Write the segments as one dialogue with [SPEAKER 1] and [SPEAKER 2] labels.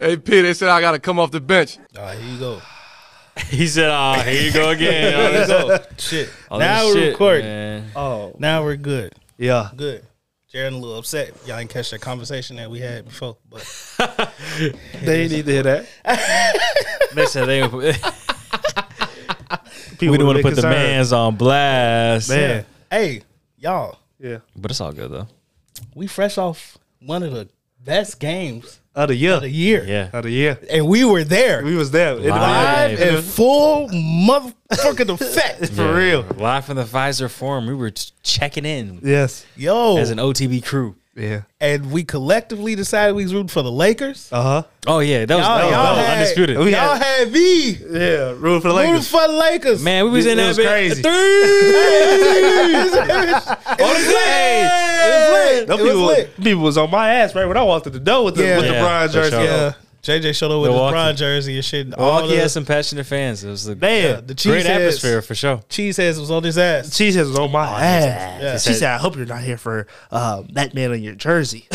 [SPEAKER 1] Hey, P, they said I got to come off the bench.
[SPEAKER 2] All right, here you go.
[SPEAKER 3] He said, "Ah, here you go again." All
[SPEAKER 2] Here you
[SPEAKER 3] this-
[SPEAKER 2] go. Oh, Shit.
[SPEAKER 3] all this
[SPEAKER 2] now we're
[SPEAKER 3] shit,
[SPEAKER 2] recording.
[SPEAKER 3] man.
[SPEAKER 4] Oh,
[SPEAKER 2] Now we're good.
[SPEAKER 4] yeah.
[SPEAKER 2] Good. Jared a little upset. Y'all didn't catch that conversation that we had before, but
[SPEAKER 4] They need to hear that.
[SPEAKER 3] They said they. we
[SPEAKER 4] People
[SPEAKER 3] didn't want to
[SPEAKER 4] been
[SPEAKER 3] put the
[SPEAKER 4] concerned.
[SPEAKER 3] man's on blast,
[SPEAKER 4] Man.
[SPEAKER 2] hey, y'all,
[SPEAKER 4] Yeah.
[SPEAKER 3] But it's all good though.
[SPEAKER 2] we fresh off one of the best games
[SPEAKER 4] Of the
[SPEAKER 2] of the year,
[SPEAKER 4] year.
[SPEAKER 3] Yeah,
[SPEAKER 4] Of the year.
[SPEAKER 2] and we were there
[SPEAKER 4] We was there. It was
[SPEAKER 3] Live.
[SPEAKER 4] like- it
[SPEAKER 2] in
[SPEAKER 4] was-
[SPEAKER 2] full motherfucking effect.
[SPEAKER 4] for real.
[SPEAKER 3] Live from the Pfizer Forum, we were t- checking in
[SPEAKER 4] Yes.
[SPEAKER 2] Yo,
[SPEAKER 3] as an OTB crew.
[SPEAKER 4] Yeah.
[SPEAKER 2] and we collectively decided we was rooting for the Lakers.
[SPEAKER 4] Uh huh.
[SPEAKER 3] Oh yeah, that was,
[SPEAKER 2] Y'all-
[SPEAKER 3] that was,
[SPEAKER 2] y'all
[SPEAKER 3] that was
[SPEAKER 2] had-
[SPEAKER 3] undisputed.
[SPEAKER 4] We
[SPEAKER 2] y'all
[SPEAKER 4] had-
[SPEAKER 2] had me
[SPEAKER 4] Yeah. Rooting for
[SPEAKER 2] rooting
[SPEAKER 4] the Lakers.
[SPEAKER 2] for the Lakers.
[SPEAKER 3] Man, we was
[SPEAKER 4] It-
[SPEAKER 3] in
[SPEAKER 4] it
[SPEAKER 3] that
[SPEAKER 4] was
[SPEAKER 3] bit-
[SPEAKER 4] crazy.
[SPEAKER 2] It was lit.
[SPEAKER 4] Them
[SPEAKER 2] It was
[SPEAKER 4] people,
[SPEAKER 2] lit.
[SPEAKER 4] people was on my ass right when I walked to the door with the,
[SPEAKER 2] Yeah.
[SPEAKER 4] with
[SPEAKER 3] Yeah,
[SPEAKER 4] the bronze
[SPEAKER 3] for
[SPEAKER 4] jersey.
[SPEAKER 3] sure.
[SPEAKER 4] Yeah.
[SPEAKER 2] Yeah. JJ showed up with
[SPEAKER 3] Milwaukee.
[SPEAKER 2] his LeBron jersey and shit. and all
[SPEAKER 3] Milwaukee
[SPEAKER 2] the,
[SPEAKER 3] had some passionate fans. It was a
[SPEAKER 4] Damn.
[SPEAKER 2] the cheeseheads,
[SPEAKER 3] great atmosphere for sure.
[SPEAKER 2] Cheeseheads was on his ass.
[SPEAKER 4] She says was on my ass.
[SPEAKER 2] Yeah.
[SPEAKER 4] Oh, She said, "I hope you're not here for um, that man on your jersey."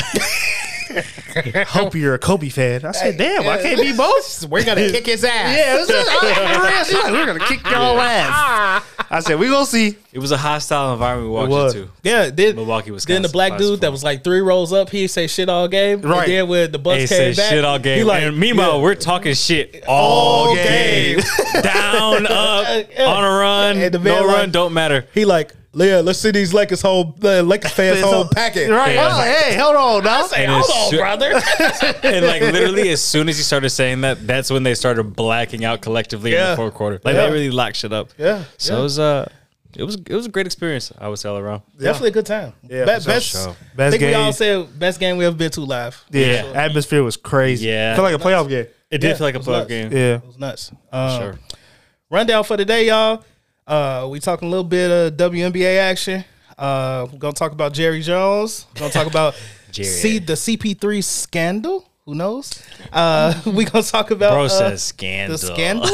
[SPEAKER 4] hope you're a Kobe fan. I said, "Damn, I can't be both."
[SPEAKER 2] We're gonna kick his ass.
[SPEAKER 4] Yeah, it's just, She's like, we're gonna kick your
[SPEAKER 2] Ah.
[SPEAKER 4] ass. I said, "We gonna see."
[SPEAKER 3] It was a hostile environment we walked
[SPEAKER 4] was.
[SPEAKER 3] into.
[SPEAKER 2] Yeah, then
[SPEAKER 3] Milwaukee, Wisconsin.
[SPEAKER 2] Then the black dude that was like three rolls up, he say shit all game.
[SPEAKER 4] Right.
[SPEAKER 2] And then when the
[SPEAKER 3] They
[SPEAKER 2] Bucks came
[SPEAKER 3] said
[SPEAKER 2] back,
[SPEAKER 3] shit all game.
[SPEAKER 2] He like,
[SPEAKER 3] and meanwhile, we're talking shit all,
[SPEAKER 2] All
[SPEAKER 3] game. Down, up,
[SPEAKER 2] Yeah.
[SPEAKER 3] on a run,
[SPEAKER 2] And the man
[SPEAKER 3] no
[SPEAKER 2] like-
[SPEAKER 3] run, don't matter.
[SPEAKER 2] he like, yeah, let's see these Lakers whole the Lakers fans whole packet.
[SPEAKER 4] Right?
[SPEAKER 3] Yeah.
[SPEAKER 4] I was like, "Hey, hold on, now."
[SPEAKER 2] Hey,
[SPEAKER 3] And
[SPEAKER 2] hold
[SPEAKER 3] it's
[SPEAKER 2] on,
[SPEAKER 3] shit-
[SPEAKER 2] brother.
[SPEAKER 3] And like literally, as soon as he started saying that, that's when they started blacking out collectively in the
[SPEAKER 2] Yeah.
[SPEAKER 3] fourth quarter. Like
[SPEAKER 2] Yeah.
[SPEAKER 3] they really locked shit up.
[SPEAKER 2] Yeah,
[SPEAKER 3] So
[SPEAKER 2] yeah.
[SPEAKER 3] it was uh, it was it was a great experience. I would say all around.
[SPEAKER 2] Definitely a good time.
[SPEAKER 4] Yeah,
[SPEAKER 2] Yeah, best,
[SPEAKER 4] for sure.
[SPEAKER 2] best,
[SPEAKER 3] Sure.
[SPEAKER 4] Best
[SPEAKER 2] I think we
[SPEAKER 4] game.
[SPEAKER 2] all said best game we ever been to live.
[SPEAKER 4] Yeah, atmosphere was crazy.
[SPEAKER 3] Yeah.
[SPEAKER 4] felt like a playoff game.
[SPEAKER 3] It did
[SPEAKER 2] Yeah,
[SPEAKER 3] feel like a
[SPEAKER 2] it was
[SPEAKER 3] playoff
[SPEAKER 2] nuts.
[SPEAKER 3] game.
[SPEAKER 4] Yeah,
[SPEAKER 2] It was nuts. Um,
[SPEAKER 3] Sure.
[SPEAKER 2] Rundown for today, y'all. Uh, we talking a little bit of WNBA action. Uh, we're gonna talk about Jerry Jones. We're gonna talk about
[SPEAKER 3] Jerry.
[SPEAKER 2] see the CP3 scandal. Who knows? Uh, we gonna talk about
[SPEAKER 3] Bro
[SPEAKER 2] uh,
[SPEAKER 3] says scandal.
[SPEAKER 2] the scandal.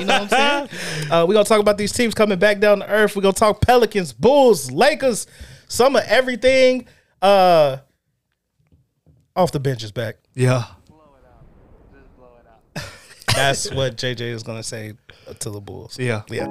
[SPEAKER 2] You know what I'm saying? Uh, we gonna talk about these teams coming back down to earth. We are gonna talk Pelicans, Bulls, Lakers, some of everything. Uh, off the bench is back.
[SPEAKER 4] yeah.
[SPEAKER 2] That's what JJ is gonna say to the Bulls.
[SPEAKER 4] Yeah.
[SPEAKER 2] yeah.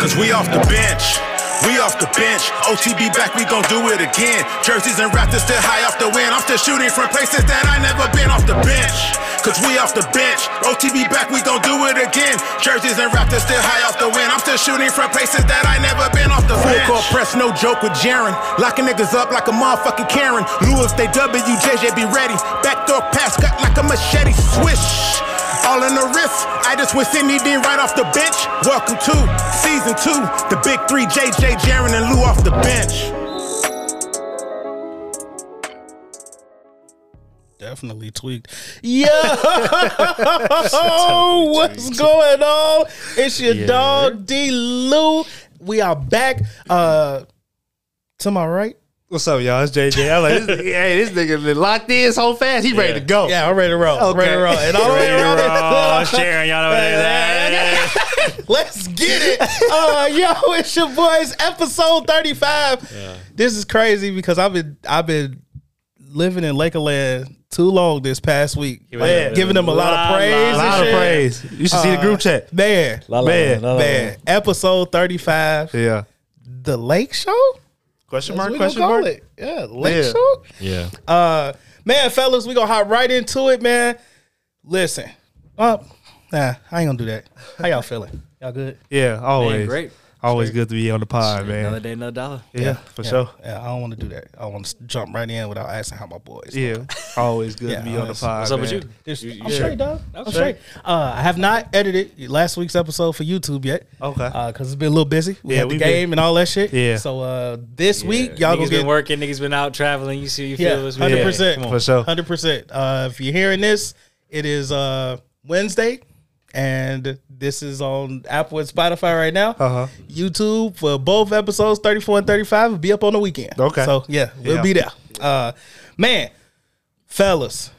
[SPEAKER 5] Cause we off the bench. We off the bench. OTB back, we gon' do it again. Jerseys and Raptors still high off the wind. I'm still shooting from places that I never been off the bench. Cause we off the bench. OTB back, we gon' do it again. Jerseys and Raptors still high off the wind. I'm still shooting from places that I never been off the bench. Full court press, no joke with Jaren. Locking niggas up like a motherfucking Karen. Lewis, they WJJ, be ready. Backdoor pass, cut like a machete. Swish. All in the wrist. I just wish Sidney did right off the bench. Welcome to season two. The big three, JJ, Jaron, and Lou off the bench.
[SPEAKER 2] Definitely tweaked. Yo, what's going on? It's your dog D Lou. We are back. Uh, to my right.
[SPEAKER 4] What's up, y'all? It's JJ. I'm like, this, hey, this nigga been locked in so fast. He ready to go.
[SPEAKER 2] Yeah, I'm ready to roll.
[SPEAKER 4] Okay.
[SPEAKER 2] Ready to roll. And all the way
[SPEAKER 4] Ready to
[SPEAKER 2] around.
[SPEAKER 3] Oh, Sharon, y'all know what it is.
[SPEAKER 2] Let's get it. Uh, yo, it's your boys, episode 35. This is crazy because I've been I've been living in Lakerland too long this past week.
[SPEAKER 3] was-
[SPEAKER 2] Like, giving them a lot
[SPEAKER 3] La,
[SPEAKER 2] of praise.
[SPEAKER 4] a
[SPEAKER 2] and
[SPEAKER 4] lot of
[SPEAKER 2] shit.
[SPEAKER 4] praise. You should see the
[SPEAKER 2] Uh,
[SPEAKER 4] group chat.
[SPEAKER 2] Man,
[SPEAKER 3] La, la,
[SPEAKER 4] Man,
[SPEAKER 3] la, la, la.
[SPEAKER 2] man. Episode 35.
[SPEAKER 4] Yeah.
[SPEAKER 2] The Lake Show?
[SPEAKER 4] Question
[SPEAKER 2] That's
[SPEAKER 4] mark?
[SPEAKER 2] what we
[SPEAKER 4] Question
[SPEAKER 2] gonna
[SPEAKER 4] mark?
[SPEAKER 2] call it. Yeah, Lake
[SPEAKER 4] Yeah.
[SPEAKER 2] Show.
[SPEAKER 3] Yeah.
[SPEAKER 2] Uh, man, fellas, we gonna hop right into it, man. Listen, uh, nah, I ain't gonna do that. How y'all feeling? Y'all good?
[SPEAKER 4] Yeah. Always
[SPEAKER 3] great.
[SPEAKER 4] Always good to be on the pod,
[SPEAKER 3] Another
[SPEAKER 4] man.
[SPEAKER 3] day, another dollar.
[SPEAKER 4] Yeah, for sure.
[SPEAKER 2] Yeah, I don't want to do that. I want to jump right in without asking how my boys.
[SPEAKER 4] Yeah, always good to be
[SPEAKER 2] Yeah,
[SPEAKER 4] on the
[SPEAKER 2] always.
[SPEAKER 4] pod.
[SPEAKER 3] What's up with
[SPEAKER 4] man.
[SPEAKER 3] you?
[SPEAKER 2] Just-
[SPEAKER 3] You- you
[SPEAKER 2] I'm
[SPEAKER 3] sure?
[SPEAKER 2] straight, dog. I'm
[SPEAKER 4] straight.
[SPEAKER 2] straight. Uh, I have not edited last week's episode for YouTube yet.
[SPEAKER 4] Okay.
[SPEAKER 2] Because it's been a little busy. We
[SPEAKER 4] Yeah,
[SPEAKER 2] had the
[SPEAKER 4] we've been-
[SPEAKER 2] game and all that shit.
[SPEAKER 4] Yeah.
[SPEAKER 2] So uh, this
[SPEAKER 3] Yeah.
[SPEAKER 2] week, y'all
[SPEAKER 3] niggas
[SPEAKER 2] gonna
[SPEAKER 3] been
[SPEAKER 2] get
[SPEAKER 3] working, niggas been out traveling. You see, you
[SPEAKER 2] Yeah,
[SPEAKER 3] feel us.
[SPEAKER 2] hundred percent.
[SPEAKER 3] Come on.
[SPEAKER 4] For sure.
[SPEAKER 2] Hundred percent. Uh, if you're hearing this, it is uh, Wednesday, and this is on Apple and Spotify right now.
[SPEAKER 4] Uh-huh.
[SPEAKER 2] YouTube for both episodes, thirty four and thirty five, will be up on the weekend.
[SPEAKER 4] Okay.
[SPEAKER 2] So yeah, we'll
[SPEAKER 4] Yeah.
[SPEAKER 2] be there. Uh, man, fellas,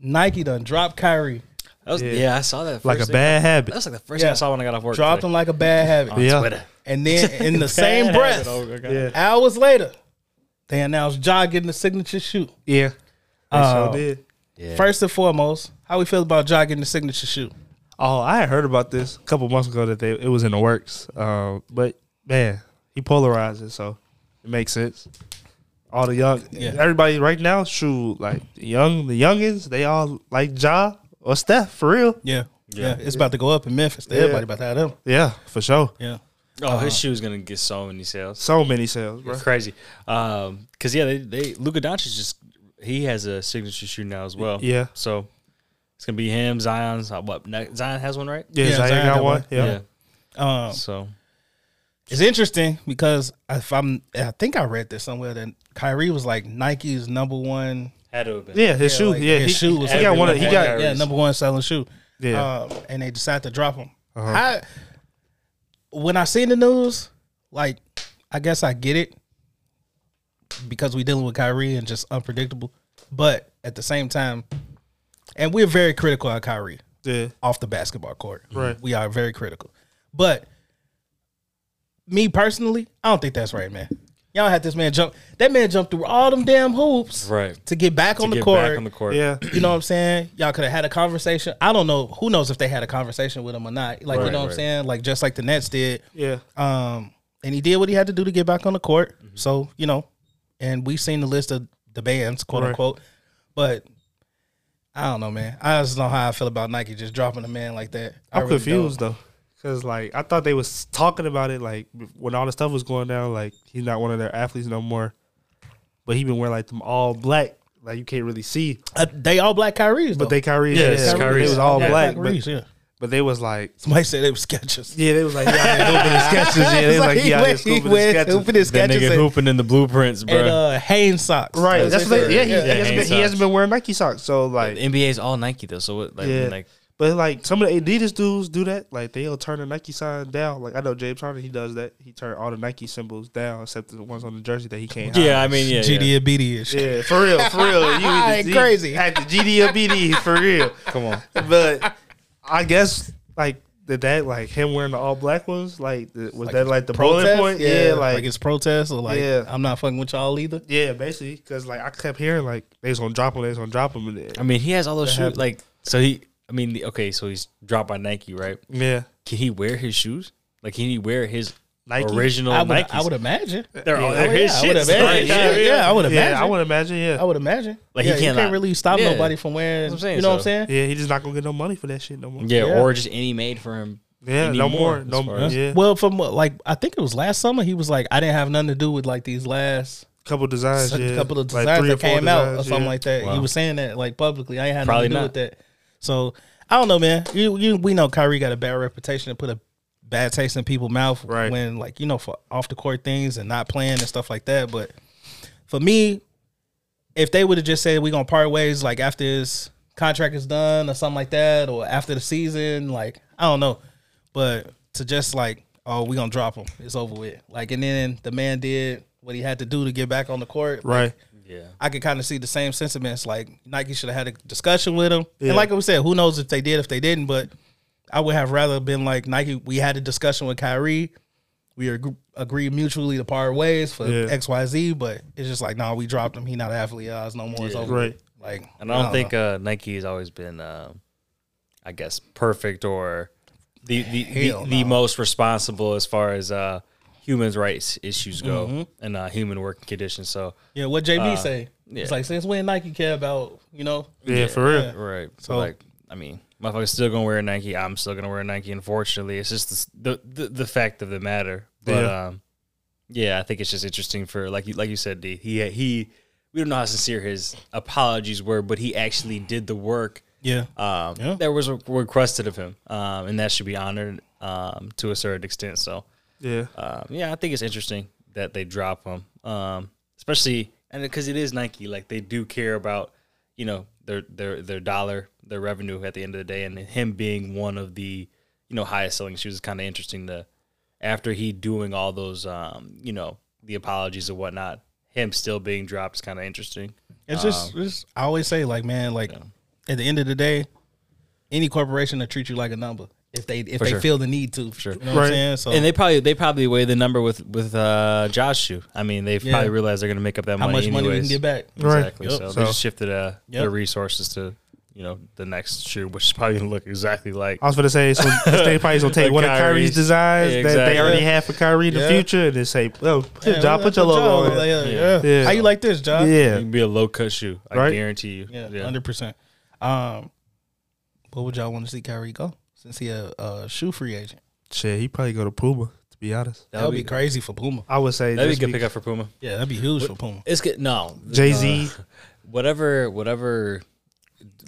[SPEAKER 2] Nike done dropped Kyrie.
[SPEAKER 3] That was, yeah. I saw that.
[SPEAKER 4] Like a
[SPEAKER 3] first thing.
[SPEAKER 4] bad habit.
[SPEAKER 3] That was like the first thing I saw when I got off work.
[SPEAKER 2] Dropped
[SPEAKER 3] today.
[SPEAKER 2] him like a bad habit.
[SPEAKER 4] yeah.
[SPEAKER 2] And then in the same
[SPEAKER 3] Bad habit.
[SPEAKER 2] breath,
[SPEAKER 3] Oh, okay.
[SPEAKER 4] Yeah.
[SPEAKER 2] hours later, they announced Ja getting the signature shoot.
[SPEAKER 4] Yeah. They
[SPEAKER 2] Uh,
[SPEAKER 4] sure did.
[SPEAKER 2] First and foremost, how we feel about Ja getting the signature shoot?
[SPEAKER 4] Oh, I had heard about this a couple months ago that they it was in the works. Um, but man, he polarizes, so it makes sense. All the young, everybody right now, shoot like the young, the youngins, they all like Ja or Steph for real.
[SPEAKER 2] Yeah. Yeah. It's about to go up in Memphis. Everybody about to have them.
[SPEAKER 4] Yeah, for sure.
[SPEAKER 2] Yeah.
[SPEAKER 3] Oh, his shoe's gonna get so many sales.
[SPEAKER 4] So many sales, bro.
[SPEAKER 3] crazy. Um, cause yeah, they they Luka Doncic just he has a signature shoe now as well.
[SPEAKER 4] Yeah.
[SPEAKER 3] so it's gonna be him, Zion's. uh, What ne- Zion has one, right?
[SPEAKER 4] Yeah,
[SPEAKER 2] Yeah,
[SPEAKER 4] Zion,
[SPEAKER 2] Zion
[SPEAKER 4] got
[SPEAKER 2] got
[SPEAKER 4] one.
[SPEAKER 2] one.
[SPEAKER 4] Yeah.
[SPEAKER 2] Um,
[SPEAKER 3] So
[SPEAKER 2] it's interesting because if I'm, I think I read this somewhere that Kyrie was like Nike's number one
[SPEAKER 3] had to have been.
[SPEAKER 4] yeah, his shoe.
[SPEAKER 2] like,
[SPEAKER 4] yeah,
[SPEAKER 2] his
[SPEAKER 4] he,
[SPEAKER 2] shoe was
[SPEAKER 4] he
[SPEAKER 2] like-
[SPEAKER 4] got one. Of, he
[SPEAKER 3] Yeah.
[SPEAKER 4] got
[SPEAKER 2] yeah, number one selling shoe.
[SPEAKER 4] Yeah.
[SPEAKER 2] Um, and they decided to drop him. I when I seen the news, like I guess I get it because we dealing with Kyrie and just unpredictable. But at the same time, and we're very critical of Kyrie
[SPEAKER 4] yeah,
[SPEAKER 2] off the basketball court.
[SPEAKER 4] Right.
[SPEAKER 2] We are very critical. But me personally, I don't think that's right, man. Y'all had this man jump. That man jumped through all them damn hoops
[SPEAKER 3] Right.
[SPEAKER 2] to get back on the
[SPEAKER 3] Get
[SPEAKER 2] court.
[SPEAKER 3] back on the court.
[SPEAKER 4] yeah.
[SPEAKER 2] You know what I'm saying? Y'all could have had a conversation. I don't know. Who knows if they had a conversation with him or not? Like you
[SPEAKER 3] Right,
[SPEAKER 2] know what
[SPEAKER 3] right.
[SPEAKER 2] I'm saying? Like just like the Nets did.
[SPEAKER 4] Yeah.
[SPEAKER 2] Um, and he did what he had to do to get back on the court.
[SPEAKER 4] Mm-hmm.
[SPEAKER 2] So you know, and we've seen the list of the bands, quote
[SPEAKER 4] Right.
[SPEAKER 2] unquote. But I don't know, man. I just don't know how I feel about Nike just dropping a man like that. I
[SPEAKER 4] I'm
[SPEAKER 2] really
[SPEAKER 4] confused
[SPEAKER 2] don't.
[SPEAKER 4] though, because like I thought they was talking about it like when all the stuff was going down. Like he's not one of their athletes no more, but he been wearing like them all black. Like you can't really see,
[SPEAKER 2] Uh, they all black Kyrie's,
[SPEAKER 4] but they Kyrie. Yeah,
[SPEAKER 3] it's
[SPEAKER 4] yeah,
[SPEAKER 3] Kyrie.
[SPEAKER 4] They was all
[SPEAKER 2] Yeah,
[SPEAKER 4] black,
[SPEAKER 2] Kyrie's,
[SPEAKER 4] but,
[SPEAKER 2] yeah.
[SPEAKER 4] but they was like,
[SPEAKER 2] Somebody said they were sketches.
[SPEAKER 4] yeah, they was like, yeah, I had hooping and sketches. Yeah, they was like, yeah, I had scooping and sketches.
[SPEAKER 2] his
[SPEAKER 3] That nigga
[SPEAKER 2] and,
[SPEAKER 3] hooping in the blueprints, bro.
[SPEAKER 2] and uh, Hanes socks.
[SPEAKER 4] Right, that's,
[SPEAKER 2] what
[SPEAKER 4] what
[SPEAKER 2] they-
[SPEAKER 4] they, yeah, he, he,
[SPEAKER 3] Yeah,
[SPEAKER 4] hasn't
[SPEAKER 3] hand
[SPEAKER 4] been, he hasn't
[SPEAKER 3] socks.
[SPEAKER 4] been wearing Nike socks, so like,
[SPEAKER 3] NBA is all Nike though, so what, like,
[SPEAKER 4] yeah.
[SPEAKER 3] like
[SPEAKER 4] but like some of the Adidas dudes do that, like they'll turn the Nike sign down. Like I know James Harden, he does that. He turned all the Nike symbols down except the ones on the jersey that he can't. hide.
[SPEAKER 3] yeah, I mean, yeah,
[SPEAKER 2] GD
[SPEAKER 3] yeah.
[SPEAKER 2] and BD and shit.
[SPEAKER 4] Yeah, for real, for real. You
[SPEAKER 2] I ain't crazy.
[SPEAKER 4] At the GD or BD, for real.
[SPEAKER 3] Come on,
[SPEAKER 4] But I guess like did that like him wearing the all black ones like the, was that like the boiling
[SPEAKER 2] protest?
[SPEAKER 4] point? Yeah, like,
[SPEAKER 2] it's protest or like
[SPEAKER 4] Yeah.
[SPEAKER 2] I'm not fucking with y'all either.
[SPEAKER 4] yeah, basically because like I kept hearing like they was gonna drop him, they was gonna drop him, and then,
[SPEAKER 3] I mean, he has all those shoes. Like, so he, I mean, the- okay, so he's dropped by Nike, right?
[SPEAKER 4] yeah,
[SPEAKER 3] Can he wear his shoes? Like, can he wear his
[SPEAKER 4] Nike?
[SPEAKER 3] original
[SPEAKER 2] I would
[SPEAKER 3] Nikes?
[SPEAKER 2] I would imagine.
[SPEAKER 3] They're all they're
[SPEAKER 2] yeah,
[SPEAKER 3] his
[SPEAKER 2] I would
[SPEAKER 3] shit.
[SPEAKER 2] imagine. Yeah, yeah, I would imagine.
[SPEAKER 4] yeah, I would imagine, yeah,
[SPEAKER 2] I would imagine.
[SPEAKER 3] Like, he
[SPEAKER 2] yeah, you
[SPEAKER 3] can't
[SPEAKER 2] can't
[SPEAKER 3] lie.
[SPEAKER 2] really stop
[SPEAKER 3] Yeah.
[SPEAKER 2] nobody from wearing.
[SPEAKER 3] That's what I'm saying,
[SPEAKER 2] you know what I'm
[SPEAKER 3] so-
[SPEAKER 2] saying?
[SPEAKER 4] yeah. He just not gonna get no money for that shit no more.
[SPEAKER 3] Yeah,
[SPEAKER 2] Yeah.
[SPEAKER 3] or just any made for him.
[SPEAKER 4] Yeah,
[SPEAKER 3] Any
[SPEAKER 4] no
[SPEAKER 3] more,
[SPEAKER 4] more,
[SPEAKER 3] as
[SPEAKER 4] no
[SPEAKER 3] far
[SPEAKER 4] more.
[SPEAKER 3] as-
[SPEAKER 4] Yeah,
[SPEAKER 2] Well, from what, like I think it was last summer, he was like, I didn't have nothing to do with like these last
[SPEAKER 4] couple designs,
[SPEAKER 2] a
[SPEAKER 4] yeah,
[SPEAKER 2] couple of
[SPEAKER 4] Like,
[SPEAKER 2] designs
[SPEAKER 4] three
[SPEAKER 2] that
[SPEAKER 4] four
[SPEAKER 2] came out or
[SPEAKER 4] designs,
[SPEAKER 2] something
[SPEAKER 4] yeah.
[SPEAKER 2] like that. He was saying that like publicly. I ain't had nothing
[SPEAKER 3] Probably
[SPEAKER 2] to do
[SPEAKER 3] not.
[SPEAKER 2] with that. So I don't know, man. You you we know Kyrie got a bad reputation to put a bad taste in people's mouth
[SPEAKER 4] Right.
[SPEAKER 2] when like you know for off the court things and not playing and stuff like that. But for me, if they would have just said we gonna part ways like after his contract is done or something like that, or after the season, like I don't know. But to just like, oh, we gonna drop him. It's over with. Like, and then the man did what he had to do to get back on the court.
[SPEAKER 4] right.
[SPEAKER 3] Yeah,
[SPEAKER 2] I could kind of see the same sentiments. Like Nike should have had a discussion with him. And like we said, who knows if they did, if they didn't. But I would have rather been like Nike. We had a discussion with Kyrie. We ag- agreed mutually to part ways for
[SPEAKER 4] Yeah.
[SPEAKER 2] X, Y, Z. But it's just like, nah, we dropped him. He not an athlete. Uh, it's no more. It's over.
[SPEAKER 4] right.
[SPEAKER 2] with. Like,
[SPEAKER 3] and I don't, think uh, Nike has always been, uh, I guess, perfect or the the the,
[SPEAKER 2] Hell
[SPEAKER 3] the most responsible as far as uh, human rights issues go
[SPEAKER 2] Mm-hmm.
[SPEAKER 3] and uh, human working conditions. So
[SPEAKER 2] yeah, what JB say?
[SPEAKER 3] yeah.
[SPEAKER 2] It's like since when Nike care about you know?
[SPEAKER 4] Yeah, for real.
[SPEAKER 3] Right. So, like, I mean, motherfucker's still gonna wear a Nike. I'm still gonna wear a Nike. Unfortunately, it's just the the, the, the fact of the matter. But
[SPEAKER 4] Yeah.
[SPEAKER 3] yeah. um, yeah, I think it's just interesting for like you like you said, D. He he. We don't know how sincere his apologies were, but he actually did the work
[SPEAKER 2] Yeah,
[SPEAKER 3] um,
[SPEAKER 2] Yeah.
[SPEAKER 3] that was requested of him, um, and that should be honored um, to a certain extent. So,
[SPEAKER 4] Yeah,
[SPEAKER 3] um, yeah, I think it's interesting that they drop him, um, especially and because it is Nike, like they do care about you know their their their dollar, their revenue at the end of the day, and him being one of the you know highest selling shoes is kind of interesting. To after he doing all those um, you know the apologies and whatnot, him still being dropped is kind of interesting.
[SPEAKER 2] Um, it's just, it's, I always say like, man, like At the end of the day, any corporation will treat you like a number if they if they
[SPEAKER 3] sure.
[SPEAKER 2] feel the need to. For
[SPEAKER 3] sure.
[SPEAKER 2] you know what I'm
[SPEAKER 4] Right.
[SPEAKER 2] saying? So
[SPEAKER 3] And they probably they probably weigh the number with with uh, Josh shoe. I mean, they
[SPEAKER 2] Yeah.
[SPEAKER 3] probably realize they're going to make up that
[SPEAKER 2] how
[SPEAKER 3] money
[SPEAKER 2] much money we can
[SPEAKER 3] anyways.
[SPEAKER 2] get back?
[SPEAKER 4] Right.
[SPEAKER 3] Exactly.
[SPEAKER 2] Yep.
[SPEAKER 3] So,
[SPEAKER 4] So-
[SPEAKER 3] they just shifted uh,
[SPEAKER 2] Yep.
[SPEAKER 3] their resources to you know the next shoe, which is probably going to look exactly like.
[SPEAKER 4] I was gonna say, so they probably gonna take
[SPEAKER 3] Like
[SPEAKER 4] one of Kyrie's
[SPEAKER 3] Kyrie's.
[SPEAKER 4] designs
[SPEAKER 3] Yeah,
[SPEAKER 4] that they
[SPEAKER 3] exactly.
[SPEAKER 4] already have for Kyrie in the
[SPEAKER 2] Yeah.
[SPEAKER 4] future, and then say, "Well, put,
[SPEAKER 2] Yeah,
[SPEAKER 4] John, put your logo on." it.
[SPEAKER 2] Yeah, yeah.
[SPEAKER 4] Yeah.
[SPEAKER 2] How you like this, John?
[SPEAKER 3] It
[SPEAKER 4] Yeah,
[SPEAKER 3] can be a low cut shoe. I
[SPEAKER 4] Right.
[SPEAKER 3] guarantee you.
[SPEAKER 2] Yeah, hundred percent. Um, what would y'all want to see Kyrie go since he a, a shoe free agent?
[SPEAKER 4] shit, he probably go to Puma. To be honest,
[SPEAKER 2] That would be, crazy for Puma.
[SPEAKER 4] I would say
[SPEAKER 3] That'd be
[SPEAKER 4] just
[SPEAKER 3] a good pickup for Puma.
[SPEAKER 2] Yeah, that'd be huge for Puma.
[SPEAKER 3] It's good. No, Uh,
[SPEAKER 4] Jay Z.
[SPEAKER 3] whatever whatever